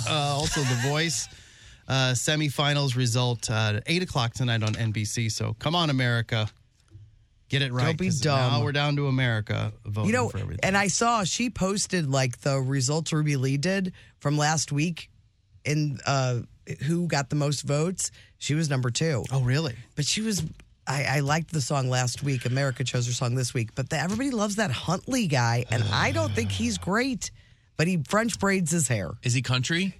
D: Uh, also, The Voice uh, semifinals result uh, at 8 o'clock tonight on NBC. So come on, America. Get it right.
C: be
D: 'cause
C: dumb.
D: Now we're down to America voting
C: you know,
D: for everything.
C: and I saw she posted like the results Ruby Lee did from last week in uh who got the most votes. She was number two.
D: Oh, really?
C: But she was I, I liked the song last week. America chose her song this week. But the, everybody loves that Huntley guy, and
D: Ah.
C: I don't think he's great. But he French braids his hair.
P: Is he country?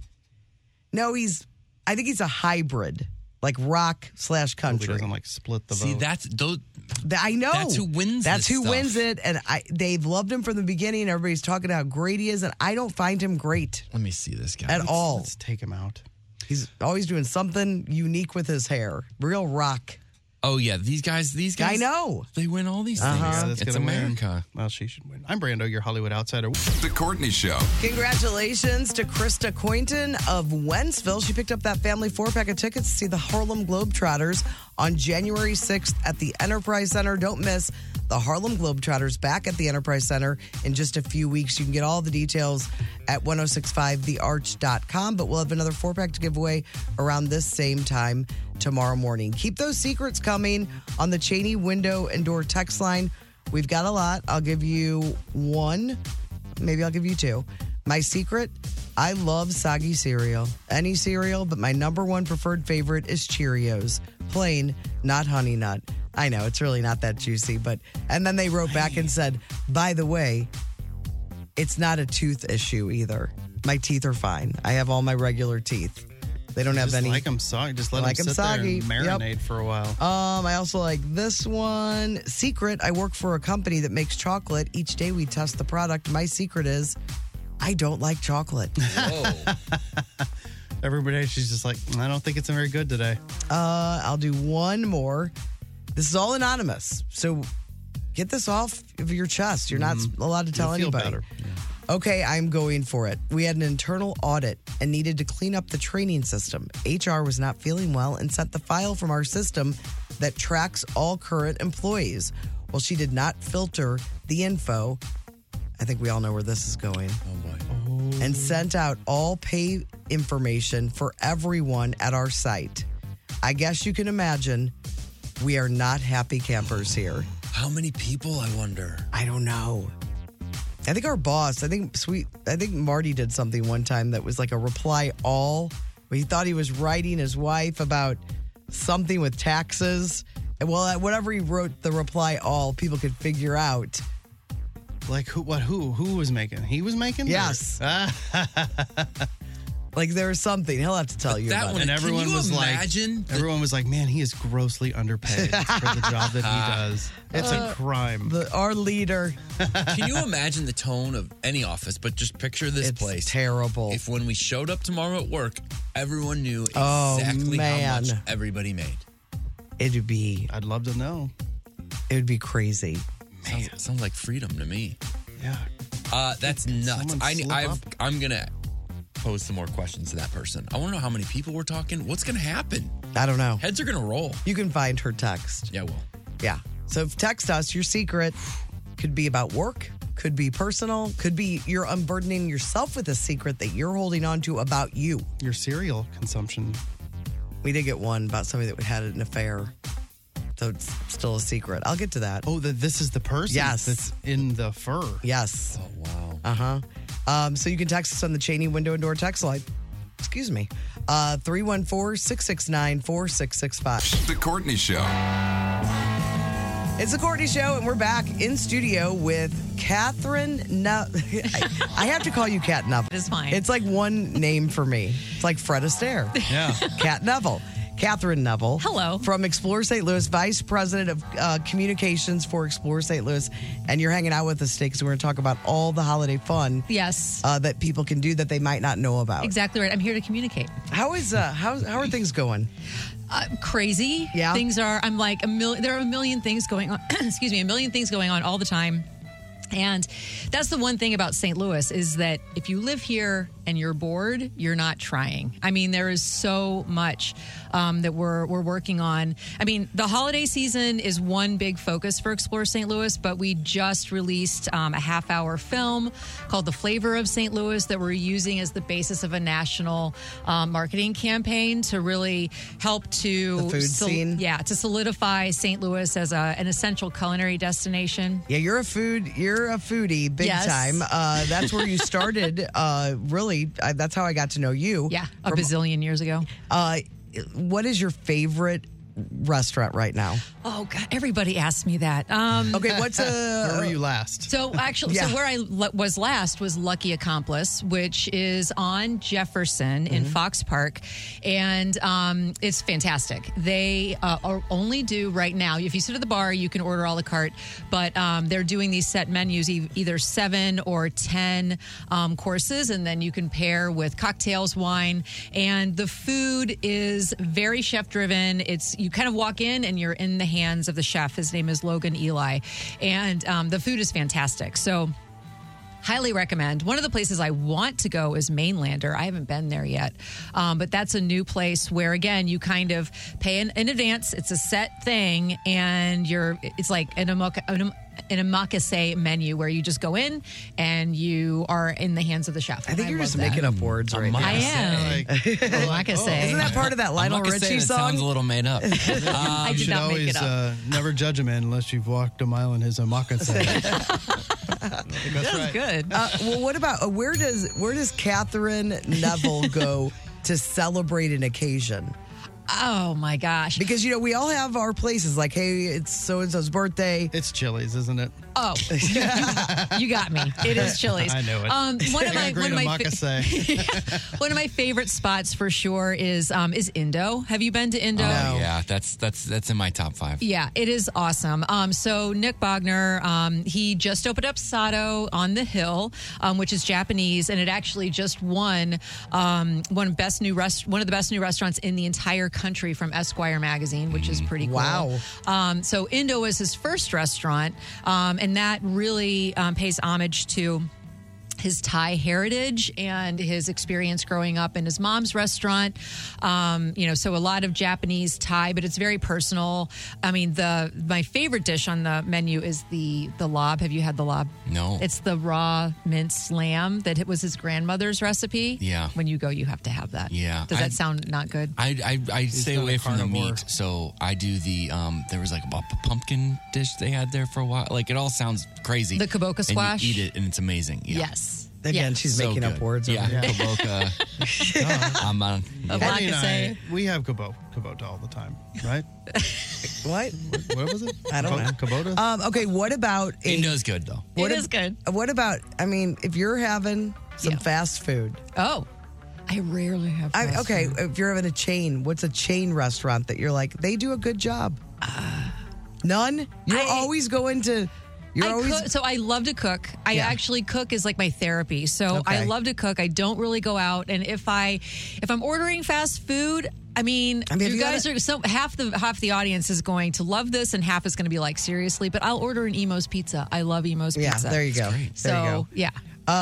C: No, he's I think he's a hybrid, like rock slash country.
D: doesn't like split the
P: See,
D: vote.
P: that's those.
C: Th- I know.
P: That's who wins
C: That's
P: this
C: who
P: stuff.
C: wins it. And I, they've loved him from the beginning. Everybody's talking how great he is, and I don't find him great
P: Let me see this guy.
C: at
D: Let's-
C: all.
D: Let's take him out.
C: He's always doing something unique with his hair. Real rock.
P: Oh yeah, these guys. These guys.
C: I know.
P: They win all these
C: Uh-huh.
P: things.
D: Yeah, that's
P: it's
D: gonna win. <laughs>
P: America.
D: Well, she should win. I'm Brando, your Hollywood outsider.
F: The Courtney Show.
C: Congratulations to Krista Cointon of Wentzville. She picked up that family four pack of tickets to see the Harlem Globetrotters on January 6th at the Enterprise Center. Don't miss the Harlem Globetrotters back at the Enterprise Center in just a few weeks. You can get all the details at 1065thearch.com, but we'll have another four pack to give away around this same time tomorrow morning. Keep those secrets coming on the Cheney window and door text line. We've got a lot. I'll give you one, maybe I'll give you two. My secret I love soggy cereal, any cereal, but my number one preferred favorite is Cheerios, plain, not honey nut. I know it's really not that juicy, but and then they wrote back and said, by the way, it's not a tooth issue either. My teeth are fine. I have all my regular teeth. They don't
D: You
C: have
D: just
C: any.
D: Like them soggy. Just let
C: Like 'em
D: them sit there
C: soggy.
D: and
C: Yep.
D: marinate for a while.
C: Um, I also like this one. Secret. I work for a company that makes chocolate. Each day we test the product. My secret is I don't like chocolate.
D: Everybody, she's just like, I don't think it's very good today.
C: Uh, I'll do one more. This is all anonymous, so get this off of your chest. You're not allowed to tell
D: You'll Mm-hmm. feel
C: anybody.
D: better.
C: Okay, I'm going for it. We had an internal audit and needed to clean up the training system. HR was not feeling well and sent the file from our system that tracks all current employees. Well, she did not filter the info. I think we all know where this is going. Oh boy. And sent out all pay information for everyone at our site. I guess you can imagine we are not happy campers here.
P: How many people, I wonder?
C: I don't know. I think our boss, I think sweet, I think Marty did something one time that was like a reply all. Where he thought he was writing his wife about something with taxes. And well, whatever he wrote the reply all, people could figure out.
D: Like who? What? Who? Who was making? He was
P: <laughs>
D: making.
C: Yes. like there was something. He'll have to tell you. about it.
D: and everyone was like, everyone was like, man, he is grossly underpaid for the job that he
C: <laughs>
D: does. It's
P: Uh,
D: a crime.
C: our leader.
P: Can you imagine the tone of any office? But just picture this place.
C: Terrible.
P: If when we showed up tomorrow at work, everyone knew
C: Oh,
P: exactly how much
C: man.
P: everybody made.
C: It'd be.
D: I'd love to know.
C: It would be crazy.
P: Sounds, sounds like freedom to me.
D: Yeah.
P: Uh, that's nuts.
D: someone
P: I,
D: slip
P: I've,
D: up?
P: I'm gonna pose some more questions to that person. I want to know how many people we're talking. What's gonna happen?
C: I don't know.
P: Heads are gonna roll.
C: You can find her text.
P: Yeah, well,
C: Yeah. So text us your secret. Could be about work, could be personal, could be you're unburdening yourself with a secret that you're holding on to about you.
D: Your cereal consumption.
C: We did get one about somebody that we had an affair. So it's still a secret. I'll get to that.
D: Oh, that this is the person
C: Yes.
D: that's in the fur.
C: Yes.
P: Oh, wow.
C: Uh huh. Um, so you can text us on the Cheney window and door text line. Excuse me. Uh, 314 669 4665.
F: The Courtney Show.
C: It's the Courtney Show, and we're back in studio with Catherine. No, <laughs> I, I have to call you Cat Neville. It's
L: fine.
C: It's like one name for me. It's like Fred Astaire.
D: Yeah.
C: Cat Neville. Catherine Neville.
L: Hello.
C: From Explore St. Louis, Vice President of uh, Communications for Explore St. Louis. And you're hanging out with us today because we're going to talk about all the holiday fun
L: Yes.
C: uh, that people can do that they might not know about.
L: Exactly right. I'm here to communicate.
C: How is uh, how how are things going?
L: Uh, crazy. Yeah. Things are. I'm like a million. There are a million things going on. <clears throat> excuse me. A million things going on all the time. And that's the one thing about St. Louis is that if you live here and you're bored, you're not trying. I mean, there is so much um, that we're we're working on. I mean, the holiday season is one big focus for Explore St. Louis, but we just released um, a half hour film called "The Flavor of St. Louis" that we're using as the basis of a national um, marketing campaign to really help to
C: The food scene. Yeah, you're a food you're a foodie big
L: Yes.
C: time. Uh, that's where you <laughs> started. uh, really, I, that's how I got to know you. Yeah,
L: a bazillion years ago.
C: Uh, what is your favorite restaurant right now?
L: Oh God! Everybody asks me that. Um,
C: Okay, what's uh, a- Where were you last?
L: So actually,
C: Yeah.
L: so where I l- was last was Lucky Accomplice, which is on Jefferson in Fox Park, and um, it's fantastic. They uh, are only do right now. If you sit at the bar, you can order a la carte, but um, they're doing these set menus, e- either seven or ten um, courses, and then you can pair with cocktails, wine, and the food is very chef driven. It's you kind of walk in and you're in the hands of the chef. His name is Logan Eli, and um, the food is fantastic. So. Highly recommend. One of the places I want to go is Mainlander. I haven't been there yet, um, but that's a new place where again you kind of pay in, in advance. It's a set thing, and you're it's like an, amo- an am- an omakase menu where you just go in and you are in the hands of the chef.
C: I think you're
L: love
C: just
L: that.
C: making up words right now.
L: I am.
D: <laughs>
L: Oh,
D: oh,
L: Omakase.
C: Isn't that part of that Lionel
L: Omakase,
C: Richie
L: that
C: song?
L: sounds a
P: little made up.
D: <laughs>
L: I
D: you
L: did
D: should
L: not make
D: always
L: it up.
D: Uh, never judge a man unless you've walked a mile in his
L: <laughs>
D: omakase.
C: That's good. Uh, well, what about uh, where does where does Catherine <laughs> Neville go to celebrate an occasion?
L: Oh my gosh!
C: Because you know we all have our places. Like, hey, it's so and so's birthday.
D: It's Chili's, isn't it?
L: Oh, <laughs> you got me. It is
D: <laughs>
L: Chili's.
D: I know it.
L: Um, one
D: You're
L: of
D: a
L: my
D: great
L: one of my, <laughs>
D: omakase.
L: one of my favorite spots for sure is um, is Indo. Have you been to Indo?
E: Oh, yeah, that's that's that's in my top five.
L: Yeah, it is awesome. Um, so Nick Bogner, um, he just opened up Sato on the Hill, um, which is Japanese, and it actually just won um, one best new rest- one of the best new restaurants in the entire country from Esquire magazine, which is pretty cool.
C: Wow.
L: Um, so Indo was his first restaurant, um, and that really um, pays homage to his Thai heritage and his experience growing up in his mom's restaurant. Um, you know, so a lot of Japanese Thai, but it's very personal. I mean, the my favorite dish on the menu is the the lob. Have you had the lob?
E: No.
L: It's the raw minced lamb that it was his grandmother's recipe.
E: Yeah.
L: When you go, you have to have that.
E: Yeah.
L: Does
E: I-
L: that sound not good?
E: I I, I stay
L: not a
E: away from the
L: carnivore.
E: meat, so I do the um. There was like a, p- pumpkin dish they had there for a while. Like it all sounds crazy.
L: The kabocha
E: And you
L: squash?
E: eat it and it's amazing. Yeah.
L: Yes.
C: Again, she's
E: So
C: making up
E: good.
C: words.
E: Yeah,
C: over there. <laughs>
E: <laughs> kabocha. I'm um, on.
D: Patty and
C: Omakase.
D: I, we have Kubota, Kubota all the time, right?
C: <laughs> what?
D: What was it?
C: I don't know.
D: Kubota? Kubota?
C: Um, okay, what about a,
E: Indo's good though.
C: What
L: It
C: ab-
L: is good.
C: What about? I mean, if you're having some fast food,
L: Oh, I rarely have.
C: I,
L: fast
C: okay, if you're having a chain, what's a chain restaurant that you're like they do a good job?
L: Uh,
C: None. You're always going to. You're
L: I
C: always
L: cook, so I love to cook. I
C: Yeah.
L: actually cook is like my therapy. So I
C: Okay.
L: love to cook. I don't really go out, and if I if I'm ordering fast food, I mean,
C: I mean, have
L: you
C: you had
L: guys
C: a-
L: are so half the half the audience is going to love this, and half is going to be like seriously. But I'll order an Emo's pizza. I love Emo's
C: Yeah,
L: pizza.
C: there you go. Uh,
L: So
C: There you go.
L: yeah,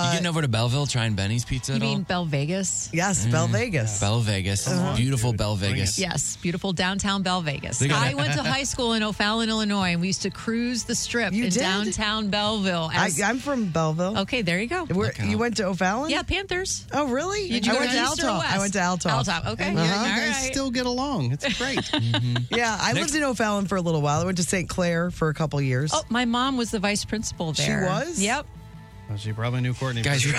E: you getting over to Belleville trying Benny's pizza?
L: you
E: at all?
L: mean Bell Vegas?
C: Yes, Bell Vegas.
E: Bell Vegas, beautiful Bell Vegas.
L: Yes, beautiful downtown Bell Vegas.
E: They got
L: I
E: it.
L: went to high school in O'Fallon, Illinois, and we used to cruise the strip in
C: did?
L: downtown Belleville.
C: I,
L: as-
C: I'm from Belleville.
L: okay, there you go.
C: Where, you went to O'Fallon?
L: Yeah, Panthers.
C: Oh, really?
L: Did you
C: I
L: go
C: went
L: to
C: to
L: East or
C: Altoff. I
L: West?
C: went to Uh-huh. Altoff.
L: Altoff, okay.
D: And
L: Yeah,
D: yet
L: all
D: you guys
L: right.
D: still get along. It's
L: <laughs>
D: great.
C: Yeah, I lived in O'Fallon for a little while. I went to St. Clair for a couple years.
L: Oh, my mom was the vice principal
C: She
L: there.
C: was?
L: Yep.
D: Well, Oh, she probably knew Courtney.
E: Guys, you're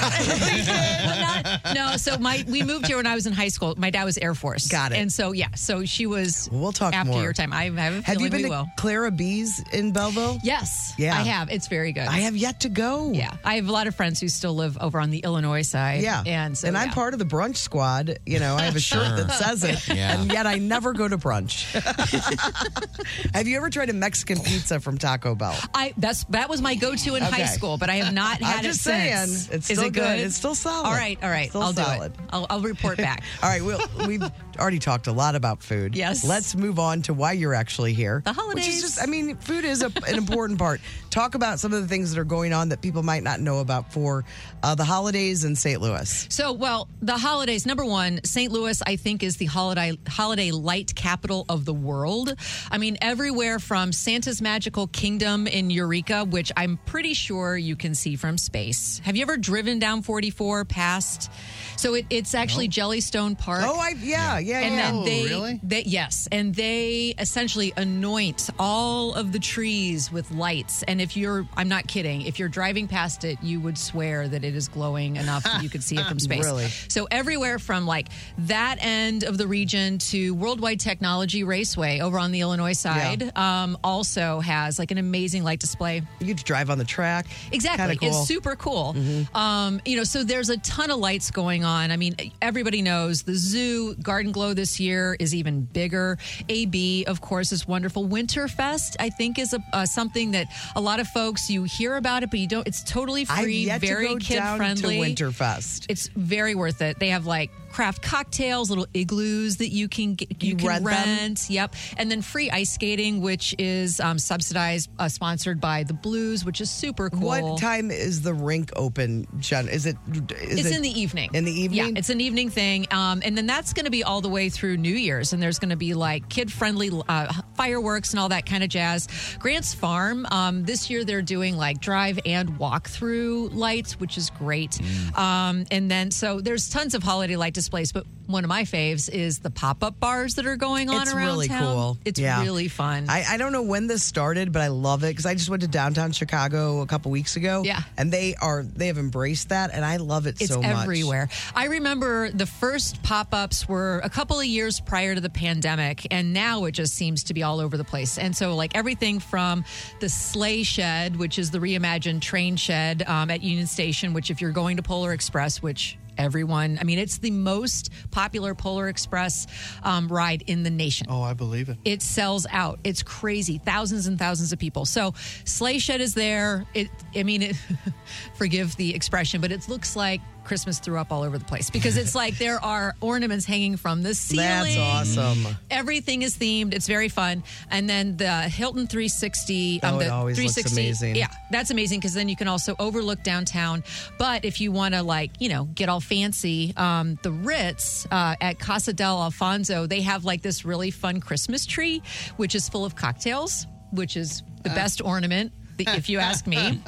L: No, so my we moved here when I was in high school. My dad was Air Force.
C: Got it.
L: And so yeah, so she was.
C: We'll talk
L: after
C: more.
L: your time. I, I have a
C: Have
L: feeling
C: you been
L: we
C: to
L: will.
C: Clara Bee's in Belleville?
L: Yes.
C: Yeah.
L: I have. It's very good.
C: I have yet to go.
L: Yeah, I have a lot of friends who still live over on the Illinois side.
C: Yeah.
L: and so
C: I'm
L: yeah.
C: part of the brunch squad. You know, I have a
L: <laughs>
C: shirt that says it.
E: Yeah.
C: And yet I never go to brunch. have you ever tried a Mexican pizza from Taco Bell?
L: I that's that was my go-to in high
C: Okay.
L: school, but I have not
C: <laughs> I'm
L: had
C: just
L: it
C: saying,
L: since.
C: it's
L: Is
C: still
L: it
C: good.
L: good?
C: It's still solid.
L: All right, all right.
C: Still
L: I'll
C: solid.
L: do it. I'll, I'll report back.
C: <laughs> All right, well, we've already talked a lot about food.
L: Yes.
C: Let's move on to why you're actually here.
L: The
C: Which
L: holidays.
C: is just, I mean, food is a, an important part. Talk about some of the things that are going on that people might not know about for uh, the holidays in St. Louis.
L: So, well, the holidays. Number one, St. Louis, I think, is the holiday holiday light capital of the world. I mean, everywhere from Santa's Magical Kingdom in Eureka, which I'm pretty sure you can see from space. Have you ever driven down 44 past? So it, it's actually Jellystone Park.
C: Oh, I yeah, yeah,
L: and
C: yeah.
L: then they,
D: really?
L: they yes and they essentially anoint all of the trees with lights and if you're i'm not kidding if you're driving past it you would swear that it is glowing enough that you could see it
C: <laughs>
L: from space
C: Really?
L: so everywhere from like that end of the region to worldwide technology raceway over on the illinois side um, also has like an amazing light display
C: You get to drive on the track.
L: Exactly.
C: Kinda cool. Mm-hmm.
L: It's super cool. Um, you know, so there's a ton of lights going on. I mean, everybody knows the zoo, Garden Glow this year is even bigger. AB, of course, is wonderful. Winterfest, I think, is a, uh, something that a lot of folks you hear about it, but you don't. It's totally
C: I've
L: free,
C: yet
L: very
C: to go
L: kid
C: down
L: friendly.
C: to Winterfest.
L: It's very worth it. They have like craft cocktails, little igloos that you can get, you,
C: You
L: can
C: rent
L: rent.
C: them?
L: Yep, and then free ice skating, which is um, subsidized, uh, sponsored by the Blues, which is super cool.
C: What time is the rink open, Jen? Is it? Is
L: it's
C: it,
L: in the evening.
C: In the evening?
L: Yeah, it's an evening thing. Um, and then that's going to be all the way through New Year's. And there's going to be like kid friendly uh, fireworks and all that kind of jazz. Grant's Farm, um, this year they're doing like drive and walk through lights, which is great.
C: Mm.
L: Um, and then, so there's tons of holiday light displays. But one of my faves is the pop up bars that are going on
C: it's
L: around
C: really
L: town.
C: cool.
L: It's
C: Yeah.
L: really fun.
C: I, I don't know when this started, but I love it because I just went to downtown Chicago a couple weeks ago. Yeah, and they are they have embraced that, and I love it
L: It's
C: so much.
L: everywhere. I remember the first pop ups were a couple of years prior to the pandemic, and now it just seems to be all over the place. And so, like everything from the sleigh shed, which is the reimagined train shed um, at Union Station, which, if you're going to Polar Express, which everyone, I mean, it's the most popular Polar Express um, ride in the nation.
D: Oh, I believe it.
L: It sells out. It's crazy. Thousands and thousands of people. So Sleigh Shed is there. It I mean it, <laughs> forgive the expression, but it looks like Christmas threw up all over the place because it's like there are ornaments hanging from the ceiling.
C: That's awesome.
L: Everything is themed. It's very fun. And then the Hilton 360.
C: Oh, it
L: the
C: always looks amazing.
L: Yeah, that's amazing because then you can also overlook downtown. But if you want to, like, you know, get all fancy, um, the Ritz uh, at Casa del Alfonso, they have like this really fun Christmas tree, which is full of cocktails, which is the best ornament, th- if you ask me.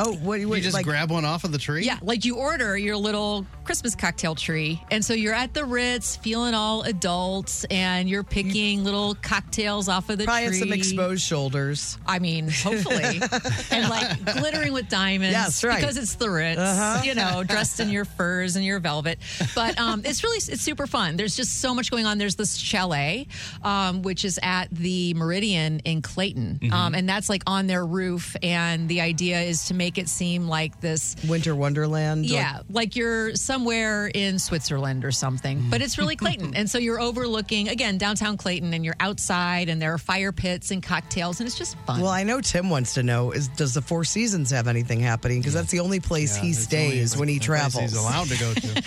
C: oh, what you
D: just grab one off of the tree?
L: Yeah, like you order your little Christmas cocktail tree. And so you're at the Ritz feeling all adults and you're picking little cocktails off of the
C: Probably have
L: tree.
C: some exposed shoulders.
L: I
C: <laughs>
L: mean, hopefully. and like glittering with diamonds.
C: Yes, right.
L: Because it's the Ritz,
C: Uh-huh.
L: you know, dressed in your furs and your velvet. But um, it's really, it's super fun. There's just so much going on. There's this chalet, um, which is at the Meridian in Clayton.
C: Mhm.
L: Um, and that's like on their roof. And the idea is to make it seem like this
C: Winter Wonderland. like-
L: yeah, like you're somewhere in Switzerland or something, but it's really Clayton. and so you're overlooking, again, downtown Clayton and you're outside and there are fire pits and cocktails and it's just fun.
C: Well, I know Tim wants to know is does the Four Seasons have anything happening? Because that's the only place he stays when he
D: Place
C: travels.
D: He's allowed to go to.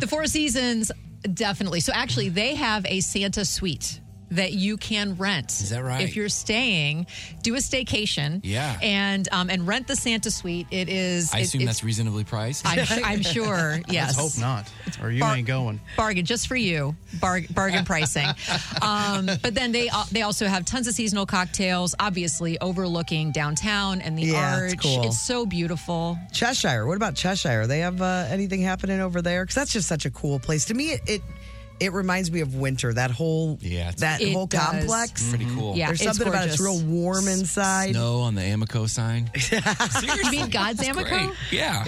L: the Four Seasons, definitely. So actually, they have a Santa suite that you can rent. Is
E: that right?
L: If you're staying, do a staycation.
E: Yeah.
L: And um, and rent the Santa suite. It is.
E: I
L: it-
E: assume
L: it's-
E: that's reasonably priced.
L: I'm su- I'm sure, yes.
D: Let's hope not, or you ain't going.
L: bargain just for you bar- bargain pricing
C: <laughs>
L: um, but then they al- they also have tons of seasonal cocktails obviously overlooking downtown and the
C: Yeah,
L: arch
C: it's cool.
L: so beautiful
C: Cheshire. What about Cheshire? They have uh, anything happening over there? Because that's just such a cool place. To me, it it, it reminds me of winter. That whole yeah, that
L: It
C: whole
L: does.
C: complex.
E: Pretty cool.
C: Yeah,
E: Yeah,
C: there's
E: it's
C: something about it. it's real
E: gorgeous.
C: warm inside.
E: Snow on the Amico sign.
L: <laughs> you
C: <laughs>
L: mean god's amico
E: Great. Yeah.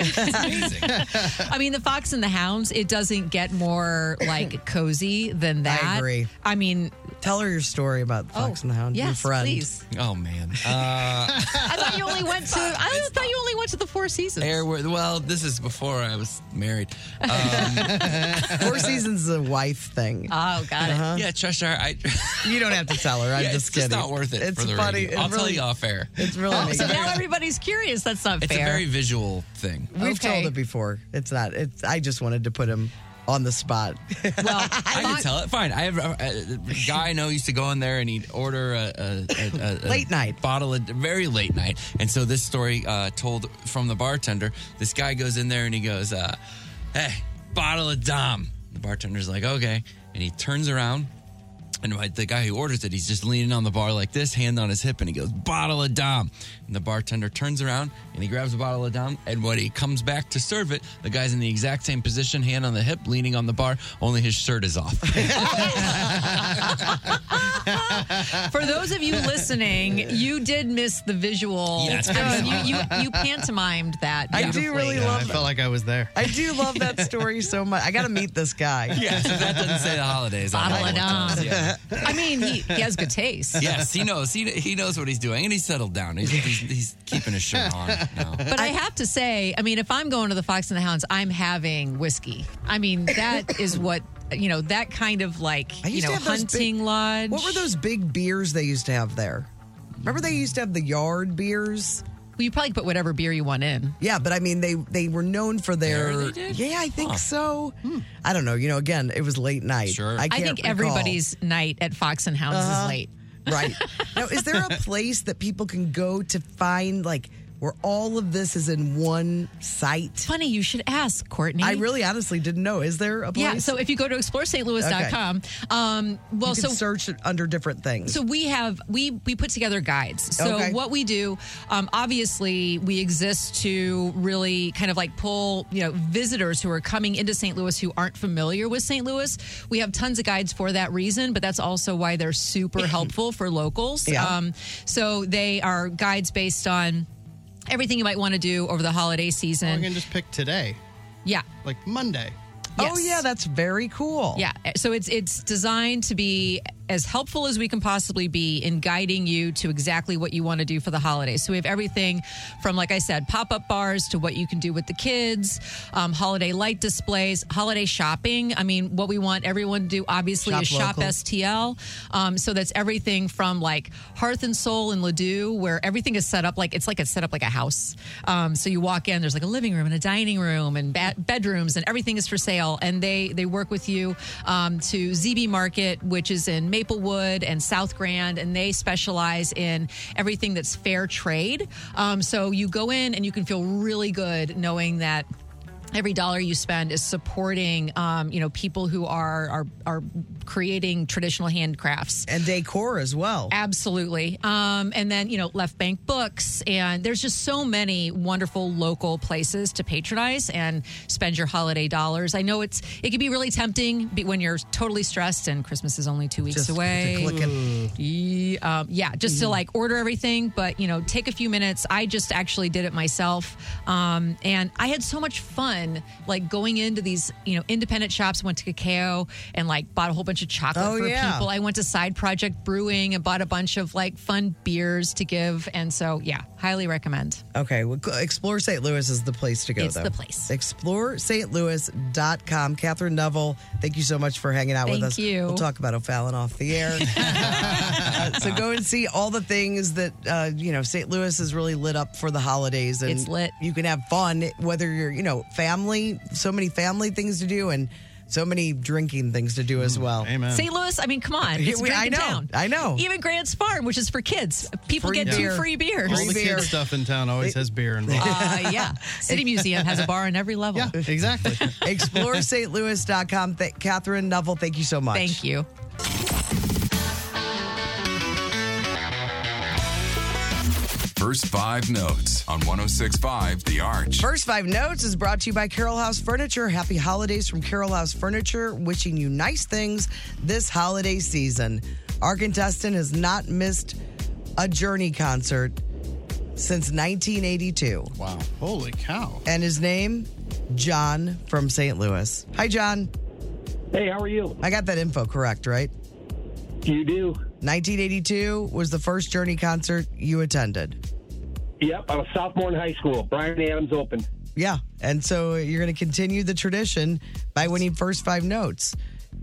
L: i mean the fox and the hounds it doesn't get more like cozy than that
C: I agree.
L: I mean,
C: tell her your story about the Fox and the Hound. your
L: Oh, yes,
C: friend.
L: please.
E: <laughs> Oh man. Uh,
L: i thought you only went to i thought you only went to the four seasons
E: air. Well, this is before I was married.
C: <laughs>
E: Um,
C: <laughs> Four Seasons is a wife thing.
L: Oh, got
E: it.
C: Uh-huh.
E: Yeah, Cheshire. I, <laughs>
C: you don't have to tell her. I'm
E: Yeah,
C: just
E: it's
C: kidding.
E: It's not worth it.
C: It's
E: for the
C: funny. It
E: radio. I'll tell
C: really-
E: you off air.
C: It's really
L: oh, so
C: amazing.
L: now everybody's curious that's not
E: It's
L: fair
E: a very visual thing.
C: We've told it before. It's not. It's. I just wanted to put him on the spot.
E: <laughs> I can tell it. Fine. I have a, a- a guy I know used to go in there and he'd order a, a, a, a- a
C: Late night
E: bottle, of, very late night. And so this story uh, told from the bartender. This guy goes in there and he goes, uh, "Hey, bottle of Dom." The bartender's like, "Okay," and he turns around. And right- the guy who orders it, he's just leaning on the bar like this, hand on his hip, and he goes, "Bottle of Dom." And the bartender turns around and he grabs a bottle of Dom. And when he comes back to serve it, the guy's in the exact same position, hand on the hip, leaning on the bar. Only his shirt is off. <laughs>
L: For
C: <laughs>
L: those of you listening, you did miss the visual.
D: Yes,
L: I mean, you,
D: absolutely.
L: you, you pantomimed that.
C: I do really
D: Yeah,
C: love.
D: I felt like I was there.
C: I do love that story so much. I got to meet this guy.
E: <laughs> Yeah, so that doesn't say the holidays. on
L: Bottle
E: all
L: of
E: of
L: Dom.
E: those, yeah.
L: I mean, he, he has good taste.
E: yes, he knows. He, he knows what he's doing, and he's settled down. He's, he's, he's keeping his shirt on now.
L: But I, have to say, I mean, if I'm going to the Fox and the Hounds, I'm having whiskey. I mean, that
C: <laughs>
L: is what, you know, that kind of like,
C: I
L: you
C: used
L: know,
C: to have those
L: hunting
C: big,
L: lodge.
C: What were those big beers they used to have there? Remember they used to have the yard beers?
L: Well, you probably could put whatever beer you want in.
C: Yeah, but I mean, they they were known for their. Yeah, I think
L: Huh. Hmm.
C: so. I don't know. You know, again, it was late night. Sure. I,
L: I,
C: can't
L: think
C: recall.
L: everybody's night at Fox and Hounds
C: Uh-huh.
L: is late.
C: <laughs> Right. Now, is there a
L: <laughs>
C: place that people can go to find like where all of this is in one site?
L: Funny, you should ask, Courtney.
C: I really honestly didn't know. Is there a place?
L: Yeah, so if you go to exploresaintlouis.com, um, well,
C: you can
L: so
C: search it under different things.
L: So we have we we put together guides. So
C: Okay.
L: what we do, um, obviously, we exist to really kind of like pull you know visitors who are coming into St. Louis who aren't familiar with St. Louis. We have tons of guides for that reason, but that's also why they're super helpful for locals.
Q: Yeah.
L: Um, so they are guides based on everything you might want to do over the holiday season.
D: You can just pick today,
L: yeah.
D: like Monday.
L: Oh yeah,
C: that's very cool.
L: Yeah, eh, so it's it's designed to be as helpful as we can possibly be in guiding you to exactly what you want to do for the holidays. So we have everything from, like I said, pop up bars to what you can do with the kids, um, holiday light displays, holiday shopping. I mean, what we want everyone to do obviously
Q: Shop
L: is shop
Q: local.
L: STL. Um, so that's everything from like Hearth and Soul in Ladue, where everything is set up like it's like it's set up like a house. Um, so you walk in, there's like a living room and a dining room and ba- bedrooms, and everything is for sale. And they they work with you um, to ZB Market, which is in Maplewood and South Grand, and they specialize in everything that's fair trade. Um, so you go in and you can feel really good knowing that every dollar you spend is supporting um, you know people who are are are creating traditional handcrafts
C: and decor as well
L: absolutely um, and then you know left bank books and there's just so many wonderful local places to patronize and spend your holiday dollars i know it's it can be really tempting be- when you're totally stressed and christmas is only two weeks
C: Just to
L: away Mm.
C: click it.
L: Ye- um, yeah just to like order everything but you know take a few minutes i just actually did it myself um, and i had so much fun like going into these you know independent shops went to cacao and like bought a whole bunch of chocolate
Q: Oh,
L: for
Q: yeah.
L: people i went to side project brewing and bought a bunch of like fun beers to give and so yeah highly recommend
C: Okay, well, go- Explore St. Louis is the place to go,
L: It's
C: though.
L: the place.
C: ExploreSt.Louis.com. Catherine Neville, thank you so much for hanging out with
L: Thank
C: us.
L: you.
C: We'll talk about O'Fallon off the
L: <laughs>
C: air. Uh, so go and see all the things that, uh, you know, St. Louis is really lit up for the holidays. And
L: It's lit.
C: You can have fun, whether you're, you know, family, so many family things to do and so many drinking things to do as well. Amen.
L: St. Louis, I mean, come on.
C: Yeah,
L: It's a
C: we- I
L: drinking
C: know,
L: town.
C: I know.
L: Even Grant's Farm, which is for kids. People
D: Free
L: get
D: beer.
L: two free beers.
D: All the kid stuff in town always has beer involved. <laughs>
L: Uh, yeah. City Museum has a bar on every level. Yeah,
D: exactly.
C: ExploreSt.Louis.com. Th- Catherine Neville, thank you so much.
L: Thank you.
F: First five notes on 1065 The Arch.
C: First Five Notes is brought to you by Carroll House Furniture. Happy holidays from Carroll House Furniture, wishing you nice things this holiday season. Our contestant has not missed a Journey concert since 1982.
D: Wow. Holy cow.
C: And his name, John from St. Louis. Hi, John.
R: Hey, how are you?
C: I got that info correct, right?
R: You do.
C: 1982 was the first Journey concert you attended.
R: Yep, I was sophomore in high school. Brian Adams opened.
C: Yeah. And so you're going to continue the tradition by winning first five notes.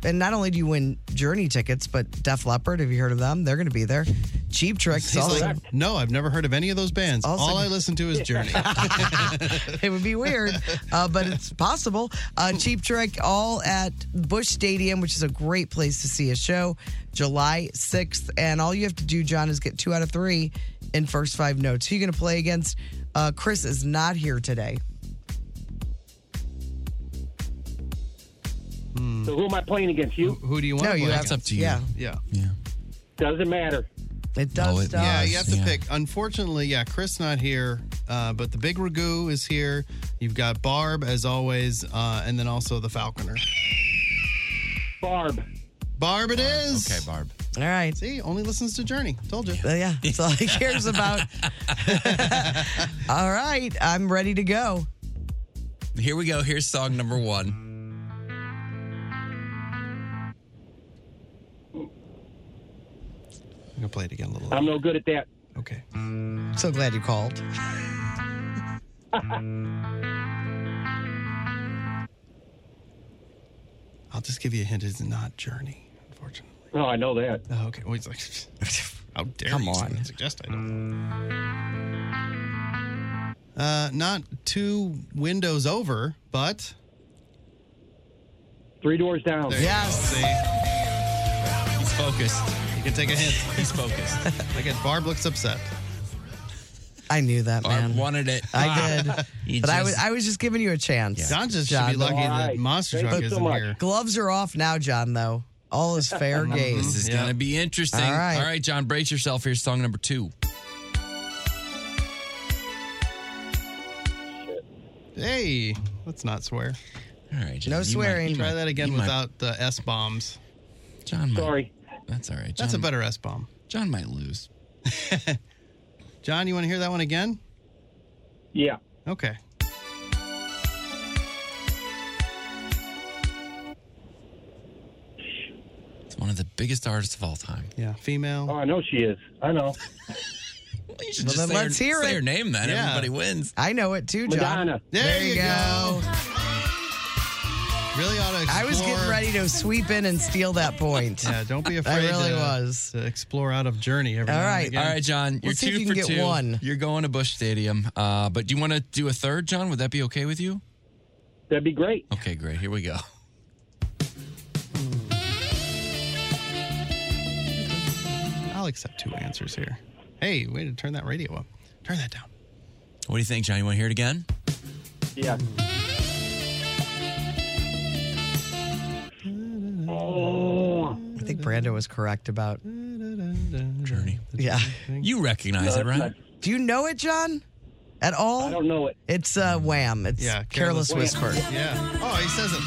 C: And not only do you win Journey tickets, but Def Leppard, have you heard of them? They're going to be there. Cheap Trick.
D: He's like, no, I've never heard of any of those bands.
C: Also-
D: All I listen to is Journey.
C: it would be weird, uh, but it's possible. Uh, Cheap Trick, all at Bush Stadium, which is a great place to see a show, July 6th. And all you have to do, John, is get two out of three in first five notes. Who you going to play against? Uh, Chris is not here today.
R: So who am I playing against? You?
D: Who do you
C: wanna No, you play have- against? yeah.
D: Yeah.
R: Doesn't matter.
C: It does.
R: it- does.
D: Yeah, you have to
R: yeah.
D: pick. Unfortunately, yeah, Chris not here, uh, but the Big Ragu is here. You've got Barb as always, uh, and then also the Falconer.
R: Barb.
D: Barb, it is.
E: Okay, Barb.
C: All right. Uh,
D: See, only listens to Journey. Told you.
C: yeah, that's all he cares about. <laughs> all right, I'm ready to go.
E: Here we go. Here's song number one.
D: I'm gonna play it again a little.
R: I'm no good at that.
D: Okay.
C: So glad you called.
D: I'll just give you a hint. It's not Journey, unfortunately.
R: Oh, I know that.
D: Oh, <laughs> okay. Well, he's like, how dare
R: Come
D: you
R: on.
D: suggest I don't. Uh, not two windows over, but
R: three doors down.
D: yes. He's focused. You can take a hint. He's focused. I guess Barb looks upset.
C: I knew that man.
D: wanted it.
E: Ah.
C: I did.
D: <laughs> You
C: but I was
D: just-
C: I was just giving you a chance.
D: Yeah. John just should be lucky that All right. Monster Thank Truck you so isn't much. here.
C: Gloves are off now, John. Though all is fair game.
P: This is going to be interesting.
C: All right.
P: All right, John, brace yourself. Here's song number two.
D: Hey, let's not swear.
P: All right,
D: John,
P: No
D: you might-
P: swearing.
D: try that again
P: You might-
D: without the S bombs.
P: John, might-
D: sorry.
P: That's all right.
D: That's a
P: John-
D: better S bomb.
P: John might lose.
D: John, you want to hear that one again?
R: Yeah.
D: Okay.
P: It's one of the biggest artists of all time.
D: Yeah. Female.
R: Oh, I know she is. I know.
P: You
C: Well, then let's hear it.
P: Yeah.
D: everybody
P: wins.
C: I know it too, John.
R: Madonna.
C: There, you go.
D: Really ought to
C: I was getting
D: explore-
C: ready to sweep in and steal that point.
D: Yeah, don't be afraid.
C: <laughs> I really
D: to,
C: was.
D: to explore out of journey. Every
C: All
D: now and
C: right.
D: again.
P: All right, John. You're
C: Let's see if
P: two
C: you can
P: for
C: get
P: two.
C: one.
P: You're going to Bush Stadium. Uh, but do you want to do a third, John? Would that be okay with you?
R: That'd be great.
P: Okay, great. Here we go.
D: I'll accept two answers here. Hey, way to turn that radio up. Turn that down.
P: What do you think, John? You want to hear it again?
R: Yeah.
C: I think Brando was correct about
P: Journey.
C: Yeah.
P: You recognize it, right?
C: Do you know it, John? At all? I don't
R: know it.
C: It's uh, Wham. It's
D: Yeah,
C: Careless,
D: Careless
C: Whisper.
D: Whisper. Yeah. Oh, he says it.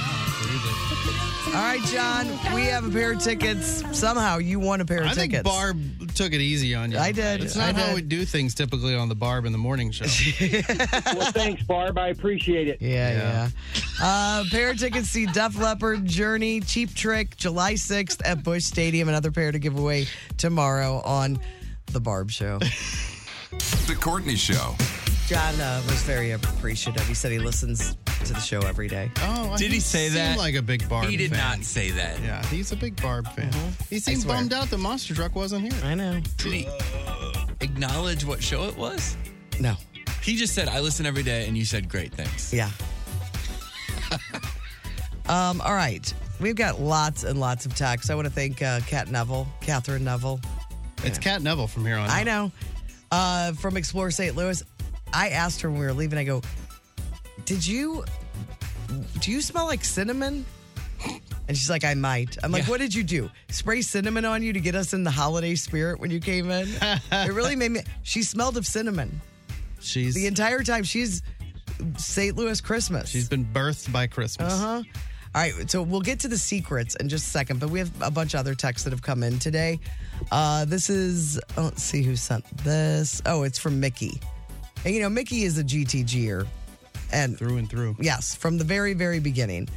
C: All right, John. We have a pair of tickets. Somehow you won a pair of
D: I
C: tickets.
D: think Barb took it easy on you.
C: I did.
D: It's
C: I
D: not how
C: did.
D: we do things typically on the Barb in the morning
C: <laughs>
D: show.
R: well, thanks, Barb. I appreciate it.
C: Yeah, yeah. Uh, pair of tickets to see Def Leppard, Journey, Cheap Trick, July 6th at Bush Stadium. Another pair to give away tomorrow on The Barb <laughs> Show.
F: The Courtney Show.
C: John uh, was very appreciative. He said he listens to the show every day.
D: Oh,
P: Did he say
D: seemed
P: that?
D: Like a big Barb.
P: He did
D: fan.
P: not say that.
D: Yeah, he's a big Barb fan.
C: Mm-hmm.
D: He seemed
P: swear.
D: bummed out the monster truck wasn't here.
C: I know.
P: Did he acknowledge what show it was?
C: No.
P: He just said, I listen every day, and you said, great, thanks.
C: Yeah. <laughs> Um, all right. We've got lots and lots of texts. I want to thank uh, Kat Neville, Catherine Neville.
D: It's Kat Neville from here on.
C: I know. Uh, from Explore St. Louis. I asked her when we were leaving, I go, Did you do you smell like cinnamon? And she's like, I might. I'm like, what did you do? Spray cinnamon on you to get us in the holiday spirit when you came in? it really made me. She smelled of cinnamon.
D: She's
C: the entire time. She's St. Louis Christmas.
D: She's been birthed by Christmas.
C: Uh huh. All right, so we'll get to the secrets in just a second, but we have a bunch of other texts that have come in today. Uh, this is, oh, let's see who sent this. Oh, it's from Mickey. And you know, Mickey is a GTGer. And
D: through and through.
C: Yes, from the very, very beginning.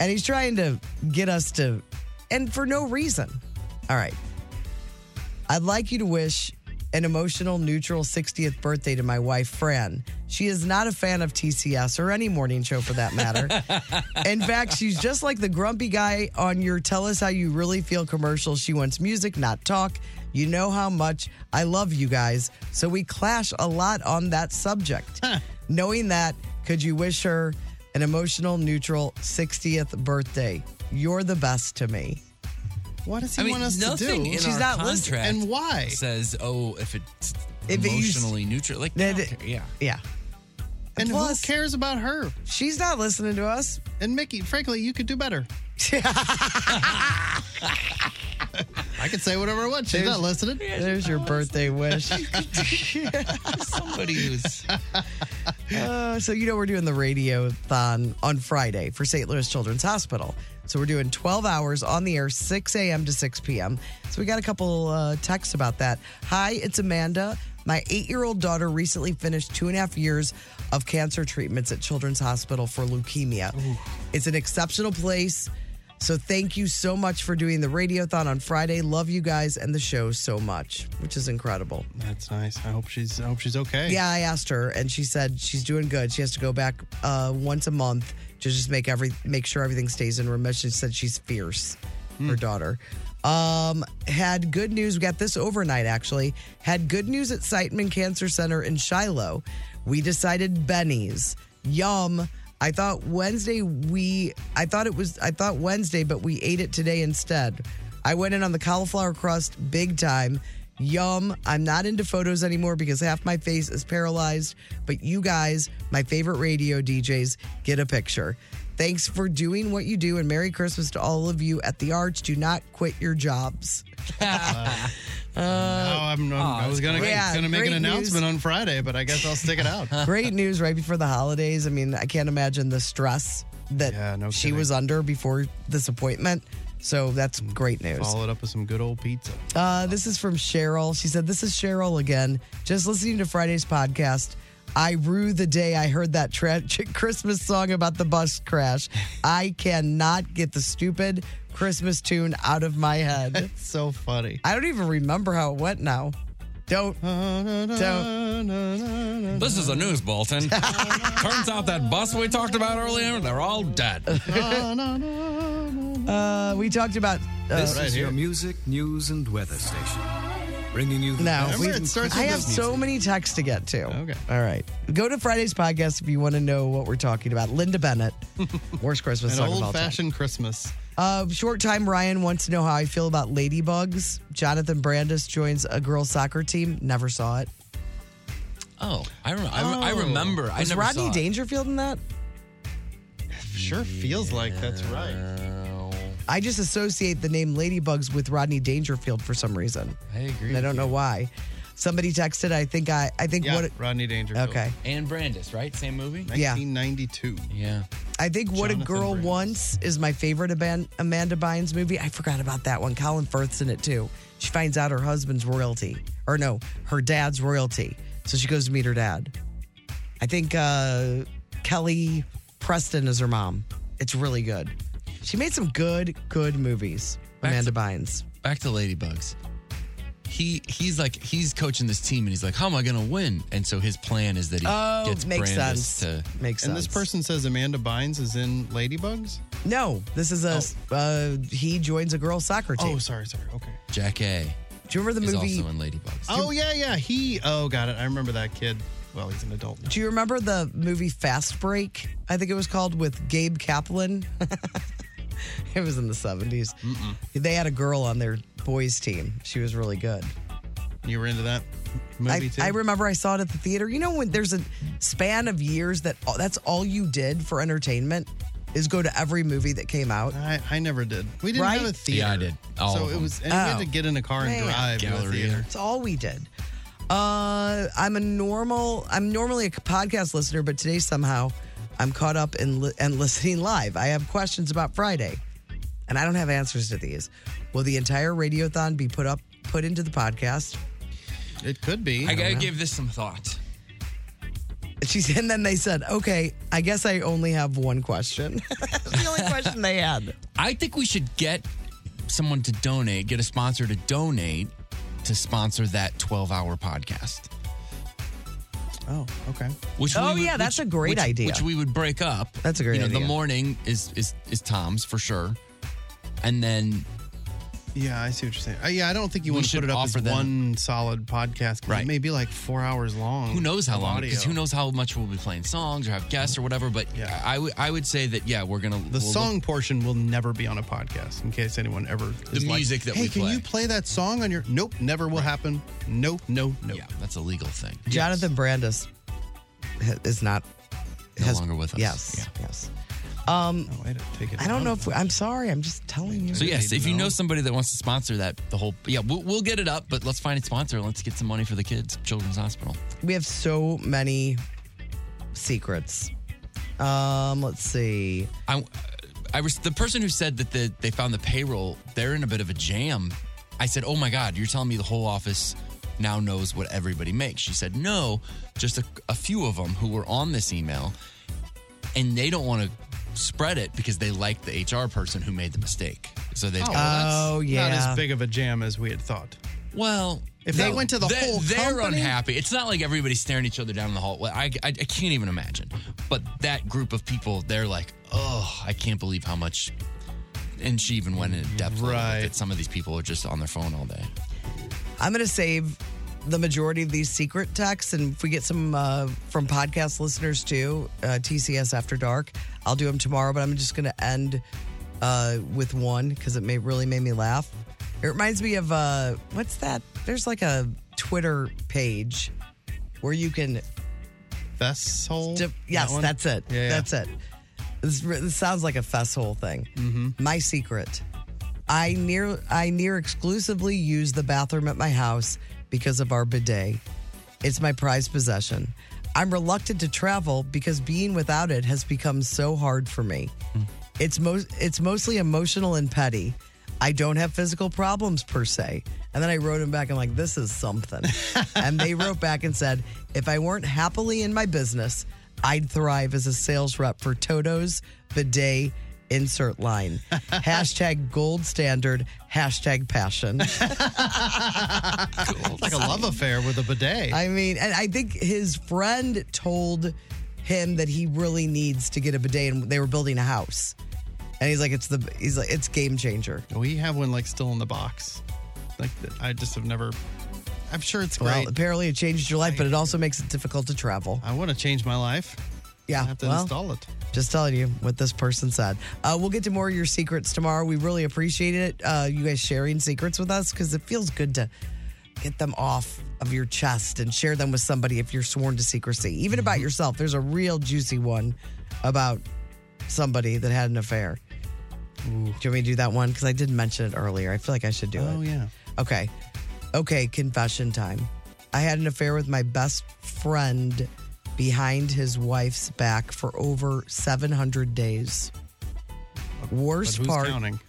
C: And he's trying to get us to, and for no reason. All right. I'd like you to wish an emotional, neutral 60th birthday to my wife, Fran. She is not a fan of TCS or any morning show for that matter. In fact, she's just like the grumpy guy on your Tell Us How You Really Feel commercial. She wants music, not talk. You know how much I love you guys. So we clash a lot on that subject. Knowing that, could you wish her an emotional, neutral 60th birthday? You're the best to me.
D: What does he
P: I mean,
D: want us to
P: nothing
D: do?
P: in our contract
D: And why?
P: says, oh, if it's
C: If it used-
P: emotionally neutral. Like,
C: That
P: no,
C: it-
P: okay, yeah.
C: Yeah.
D: And who cares about her?
C: She's not listening to us.
D: And Mickey, frankly, you could do
C: <laughs>
D: better. I could say whatever I want. She's not listening.
C: There's your
D: <laughs>
C: birthday wish. <laughs>
P: Somebody who's
C: Uh, so you know we're doing the radiothon on Friday for St. Louis Children's Hospital. So we're doing 12 hours on the air, 6 a.m. to 6 p.m. So we got a couple uh, texts about that. Hi, it's Amanda. My eight-year-old daughter recently finished two and a half years of cancer treatments at Children's Hospital for leukemia. It's an exceptional place. So thank you so much for doing the radiothon on Friday. Love you guys and the show so much, which is incredible.
D: That's nice. I hope she's. I hope she's okay.
C: Yeah, I asked her, and she said she's doing good. She has to go back uh, once a month to just make every make sure everything stays in remission. She said she's fierce, her daughter. Um, had good news. We got this overnight actually. Had good news at Siteman Cancer Center in Shiloh. We decided Benny's. Yum. I thought Wednesday we I thought it was I thought Wednesday, but we ate it today instead. I went in on the cauliflower crust big time. Yum. I'm not into photos anymore because half my face is paralyzed. But you guys, my favorite radio DJs, get a picture. Thanks for doing what you do and Merry Christmas to all of you at the Arch. Do not quit your jobs.
D: no, I'm, I'm, I was gonna
C: yeah,
D: gonna make
C: great
D: an announcement
C: news.
D: on Friday, but I guess I'll stick it
C: <laughs>
D: out.
C: Great news right before the holidays. I mean, I can't imagine the stress that she was under before this appointment. So that's great news.
D: Follow it up with some good old pizza.
C: Uh, this is from Cheryl. She said, This is Cheryl again. Just listening to Friday's podcast. I rue the day I heard that tragic <laughs> Christmas song about the bus crash. I cannot get the stupid Christmas tune out of my head.
D: <laughs>
C: It's
D: so funny.
C: I don't even remember how it went now. Don't. uh, Don't.
E: This is a news bulletin. Turns out that bus we talked about earlier, they're all dead.
C: Uh, we talked about. Uh,
F: This is your music, news, and weather station. Bringing you the
C: No,
F: best
C: we-
F: music.
C: I have so many texts to get to. Okay. All right. Go to Friday's podcast if you want to know what we're talking about. Linda Bennett, worst Christmas
D: An
C: song of all
D: old
C: time.
D: fashioned Christmas.
C: Uh, short time Ryan wants to know how I feel about ladybugs. Jonathan Brandis joins a girls soccer team. Never saw it.
E: Oh, I, rem- I, re- I
C: Oh.
E: remember. I
C: Was
E: never
C: Rodney
E: saw it.
C: Dangerfield in that?
D: Sure feels like that's right.
C: I just associate the name ladybugs with Rodney Dangerfield for some reason.
E: I agree
C: And I
E: with
C: don't know why. Somebody texted. I think I. I think
D: Yeah,
C: what.
D: Rodney Dangerfield.
C: Okay.
E: And Brandis, right? Same movie?
C: Yeah.
D: 1992.
E: Yeah.
C: I think What a
D: Jonathan
C: Girl
D: Brandis.
C: Wants is my favorite Aban- Amanda Bynes movie. I forgot about that one. Colin Firth's in it too. She finds out her husband's royalty, or no, her dad's royalty. So she goes to meet her dad. I think uh, Kelly Preston is her mom. It's really good. She made some good, good movies. Amanda Bynes.
E: Back to Ladybugs. He he's like he's coaching this team and he's like, how am I going to win? And so his plan is that he
D: Oh,
E: gets
D: makes
E: Brandis
D: sense.
E: to
C: makes
D: And this person says Amanda Bynes is in Ladybugs?
C: No, this is a uh, he joins a girls soccer team.
D: Oh, sorry, sorry. Okay.
E: Jack A.
C: Do you remember the
E: is
C: movie?
E: also in Ladybugs.
D: Oh, yeah, yeah. He, oh, got it. I remember that kid. Well, he's an adult now.
C: Do you remember the movie Fast Break? I think it was called with Gabe Kaplan. <laughs> it was in the 70s. They had a girl on their boys' team. She was really good.
D: You were into that movie
C: I,
D: too?
C: I remember I saw it at the theater. You know, when there's a span of years that all, that's all you did for entertainment is go to every movie that came out.
D: I, I never did. We didn't
C: right? Oh.
D: have a theater. so it was, and we had to get in a car and
C: Man.
D: drive to the theater.
C: It's all we did. Uh, I'm a normal. I'm normally a podcast listener, but today somehow I'm caught up in li- and <laughs> listening live. I have questions about Friday, and I don't have answers to these. Will the entire radiothon be put up put into the podcast?
D: It could be.
E: I got to
C: know.
E: give this some thought.
C: She <laughs> said, and then they said, "Okay, I guess I only have one question." <laughs> the only question they had.
E: I think we should get someone to donate, get a sponsor to donate to sponsor that 12 hour podcast.
D: Oh, okay.
E: Which
C: Oh,
E: we would-
C: yeah, that's
E: which-
C: a great
E: which-
C: idea.
E: Which we would break up.
C: That's a great
E: you know, The
C: idea.
E: morning is is is Tom's for sure, and then
D: Yeah, I see what you're saying. Uh, yeah, I don't think you
E: We
D: want to
E: should
D: put it up as
E: offer them-
D: one solid podcast. 'cause It may be like four hours long.
E: who knows how
D: of
E: long?
D: audio.
E: Because who knows how much we'll be playing songs or have guests or whatever. But I would I would say that yeah, we're gonna
D: The song portion will never be on a podcast in case anyone ever.
E: The
D: is like,
E: music that
D: hey,
E: we
D: can
E: play."
D: you play that song on your? Nope, never will happen. Nope, no, no. Yeah,
E: that's a legal thing.
C: Jonathan Brandis ha- is not
E: No longer with us.
C: Yes, yes. Um,
D: I don't,
C: I don't know if we, I'm sorry. I'm just telling you.
E: So yes, if you know somebody that wants to sponsor that, the whole yeah, we'll, we'll get it up. But let's find a sponsor. and Let's get some money for the kids, Children's Hospital.
C: we have so many secrets. Um, let's see.
E: I, I was the person who said that the, they found the payroll. They're in a bit of a jam. I said, "Oh my God, you're telling me the whole office now knows what everybody makes?" She said, "No, just a, a few of them who were on this email, and they don't want to spread it because they like the HR person who made the mistake. So they,
D: Oh, well, that's Not as big of a jam as we had thought.
E: Well,
D: If they went to the whole
E: they're
D: company-
E: unhappy. It's not like everybody's staring each other down in the hall. Well, I, I, I can't even imagine. But that group of people, they're like, oh, I can't believe how much
P: and she even went into depth. Right. That some of these people are just on their phone all day.
C: I'm going to save the majority of these secret texts, and if we get some uh, from podcast listeners too, uh, TCS After Dark, I'll do them tomorrow. But I'm just going to end uh, with one because it may really made me laugh. It reminds me of uh, what's that? There's like a Twitter page where you can.
D: Fesshole?
C: Dip- yes,
D: That one?
C: that's it.
D: Yeah, yeah.
C: That's it. This, re- this sounds like a fesshole thing.
D: Mm-hmm.
C: My secret. I near I near exclusively use the bathroom at my house because of our bidet. It's my prized possession. I'm reluctant to travel because being without it has become so hard for me. It's most it's mostly emotional and petty. I don't have physical problems per se. And then I wrote him back. I'm like, this is something. and they wrote back and said, if I weren't happily in my business, I'd thrive as a sales rep for Toto's bidet insert line. hashtag gold standard. Hashtag passion.
D: It's like a love affair with a bidet.
C: I mean, and I think his friend told him that he really needs to get a bidet, and they were building a house. And he's like, it's the he's like, it's game changer.
D: We have one like still in the box. Like th- I just have never. I'm sure it's
C: Well,
D: great.
C: apparently it changed your life, but it also makes it difficult to travel.
D: I want to change my life.
C: Yeah,
D: I have to
C: well,
D: install it.
C: Just telling you what this person said. Uh, we'll get to more of your secrets tomorrow. We really appreciate it. Uh, you guys sharing secrets with us because it feels good to get them off of your chest and share them with somebody if you're sworn to secrecy, even about
D: Mm-hmm.
C: yourself. There's a real juicy one about somebody that had an affair. Do you want me to do that one? Because I did mention it earlier. I feel like I should do it.
D: Oh yeah.
C: Okay. Okay, confession time. I had an affair with my best friend behind his wife's back for over 700 days. Worst
D: But who's
C: part
D: counting?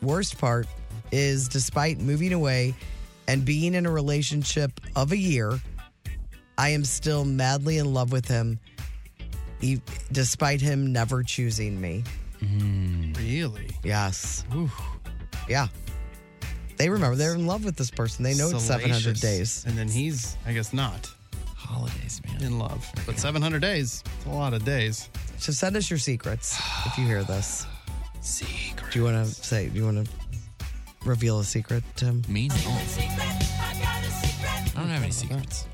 C: Worst part is despite moving away and being in a relationship of a year, I am still madly in love with him e- despite him never choosing me.
D: Really?
C: Yes. Yeah. They remember they're in love with this person. They know it's 700
D: Salacious.
C: days.
D: and then he's, I guess, not.
P: Holidays, man.
D: In love, but 700 days. It's a lot of days.
C: So send us your secrets if you hear this.
P: Secrets.
C: Do you want to say? Do you want to reveal a secret, Tim?
P: Me? No. I don't have any secrets.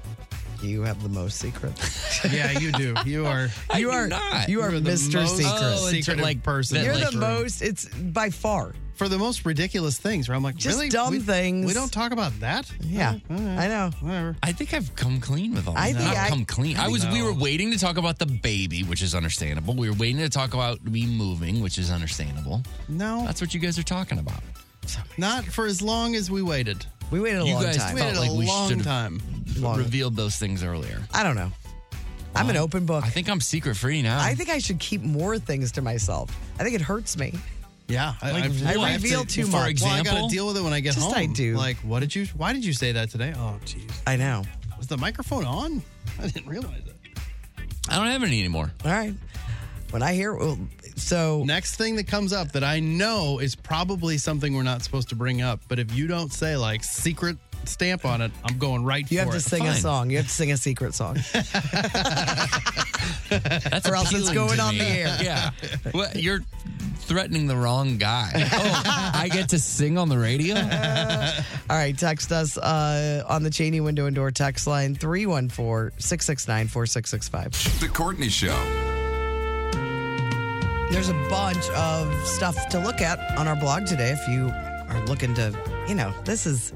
C: You have the most
D: <laughs>
C: secrets.
D: Yeah, you do. You <laughs> are.
P: I
C: you
P: do
C: are.
P: not.
C: You are
D: You're the
C: Mr.
D: most
C: Secret.
D: Oh, in ter- secretive like, person that,
C: You're
D: like,
C: the most. It's by far.
D: For the most ridiculous things, where I'm like,
C: Just
D: really?
C: dumb
D: we,
C: things.
D: We don't talk about that.
C: Yeah,
D: Oh,
C: I know.
D: Whatever.
P: I think I've come clean with all
C: I
P: that.
C: think
P: Not
C: I-
P: come clean. I was. We
D: No.
P: were waiting to talk about the baby, which is understandable. We were waiting to talk about me moving, which is understandable.
D: No,
P: That's what you guys are talking about.
D: not for as long as we waited.
C: We waited a
P: you
C: long
P: guys
C: time.
P: felt
D: Waited a
P: like we
D: long
P: should have
D: time.
C: Long.
P: revealed those things earlier.
C: I don't know. I'm an open book.
P: I think I'm secret free now.
C: I think I should keep more things to myself. I think it hurts me.
D: Yeah,
P: Like
C: I
D: have
C: reveal too
D: well,
C: much.
D: I got
P: example?
D: to deal with it when I get
C: Just
D: home.
C: I do.
D: Like, what did you? Why did you say that today? Oh, jeez,
C: I know.
D: was the microphone on? I didn't realize it.
P: I don't have any
C: <laughs>
P: anymore.
C: All right. When I hear well, so
D: <laughs> Next thing that comes up that I know is probably something we're not supposed to bring up, but if you don't say like secret stamp on it, I'm going right
C: you
D: for
C: have to
D: it.
C: sing a
P: Fine.
C: song. You have to sing a
D: <laughs>
C: secret song.
P: That's
C: Or else it's
P: appealing
C: going
P: to
C: on
P: me.
C: the
E: <laughs>
C: air.
P: Yeah. Well, you're threatening the wrong guy.
C: <laughs>
P: Oh, I get to sing on the radio?
C: All right, text us uh, on the Cheney window and door text line 314 669 4665.
F: The Courtney Show.
C: There's a bunch of stuff to look at on our blog today if you are looking to, you know, this is,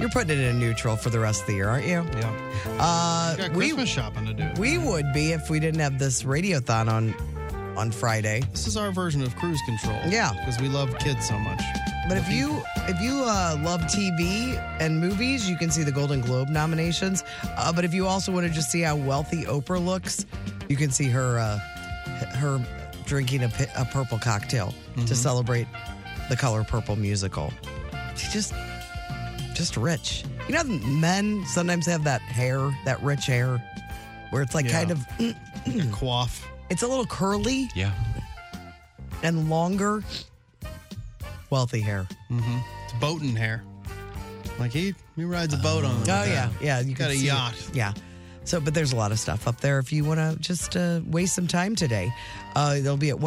C: you're putting it in neutral for the rest of the year, aren't you?
D: Yeah,
C: Uh,
D: You got
C: we,
D: Christmas shopping to do.
C: we would be if we didn't have this radiothon on on Friday.
D: this is our version of cruise control.
C: Yeah.
D: because we love kids so much.
C: But if you if you uh, love TV and movies, you can see the Golden Globe nominations. Uh, but if you also want to just see how wealthy Oprah looks, you can see her uh, h- her drinking a, pi- a purple cocktail to celebrate the Color Purple musical. She's just just rich. You know, how men sometimes have that hair, that rich hair, where it's like
D: Yeah.
C: kind of Hmm.
D: Quaff.
C: it's a little curly
P: Yeah.
C: and longer. Wealthy hair.
D: Mm-hmm. It's boating hair. Like he he rides a boat on. it.
C: Oh yeah, yeah. You
D: Got
C: can
D: a
C: see it.
D: yacht.
C: Yeah. So, but there's a lot of stuff up there if you want to just uh, waste some time today. Uh, they'll be at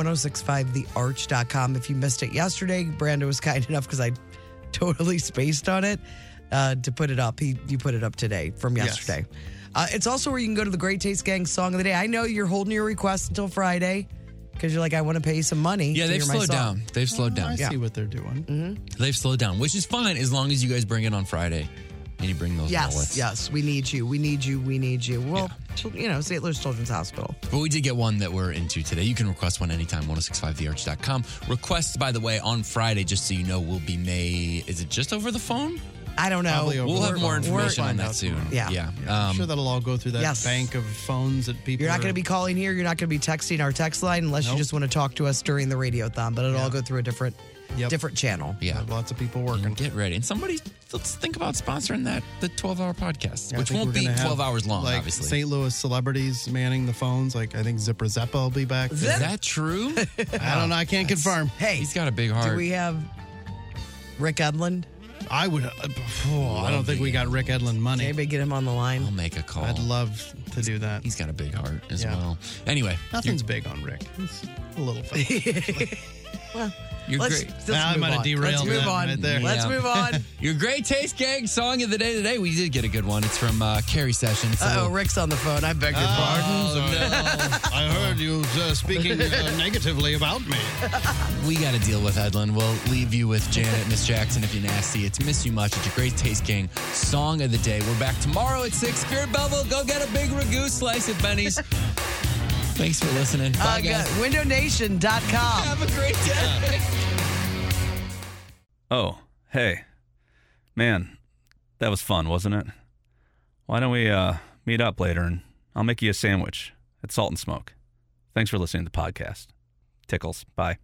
C: 1065thearch.com. If you missed it yesterday, Brando was <laughs> kind enough because I totally spaced on it uh, to put it up. He, you put it up today from
S: Yes.
C: yesterday. Uh, it's also where you can go to the Great Taste Gang song of the day. I know you're holding your request until Friday because you're like, I want to pay you some money.
E: Yeah,
C: to
E: they've
C: hear my
E: slowed
C: song. Oh,
E: down. They've slowed down.
C: I see
E: what
D: they're doing.
C: Mm-hmm.
E: They've slowed down, which is fine as long as you guys bring it on Friday and you bring those
C: Yes,
E: mullets.
C: yes, we need you. We need you. We need you. Well, chil- you know, St. Louis Children's Hospital.
E: But we did get one that we're into today. You can request one oh anytime, 1065thearch.com. Requests, by the way, on Friday, just so you know, will be made. Is it just over the phone?
C: I don't know.
E: We'll have more information on that soon.
C: Yeah.
E: Yeah. Um,
D: I'm sure that'll all go through that
C: Yes.
D: bank of phones that people.
C: You're not
D: are-
C: going to be calling here. You're not going to be texting our text line unless you just want to talk to us during the radiothon. But it'll all go through a different, different channel.
E: Yeah.
D: Lots of people working.
E: Get ready. And somebody, let's think about sponsoring that, the 12 hour podcast,
D: Yeah, I
E: which
D: think
E: won't
D: we're
E: be
D: gonna
E: 12
D: have,
E: hours long,
D: like,
E: obviously.
D: St. Louis celebrities manning the phones. Like I think Zipper Zeppa will be back.
E: Is
D: <laughs>
E: that true?
D: I don't know. I can't confirm.
C: Hey,
E: he's got a big heart.
C: Do we have Rick Edlund?
D: I would. Uh, oh, I don't think we got Rick Edlund money.
C: Anybody get him on the line?
E: <laughs> I'll make a call.
D: I'd love to do that.
E: He's got a big heart as well. Anyway,
D: nothing's
E: you-
D: big on Rick. He's a
E: <laughs>
D: little. fella.
E: You're
D: Let's-
E: great.
D: let's Nah, I move might have on. derailed Let's move that on. right there. Let's move on.
E: Your great taste gang song of the day today. We did get a good one. It's from uh, Carrie Session. It's a
C: Uh oh,
E: little-
C: Rick's on the phone. I beg your
E: Oh.
D: uh, I heard you uh, speaking uh, negatively about me.
E: we got to deal with Edlin. We'll leave you with Janet, Miss Jackson, if you're nasty. It's Miss You Much. It's your great taste gang song of the day. We're back tomorrow at 6. Spirit Bevel, go get a big ragu slice at Benny's. Thanks for listening. Bye,
C: Uh,
E: guys.
C: windownation.com.
E: Have a great day.
A: Oh, hey, man, that was fun, wasn't it? Why don't we uh, meet up later and I'll make you a sandwich at Salt and Smoke. Thanks for listening to the podcast. Tickles. Bye.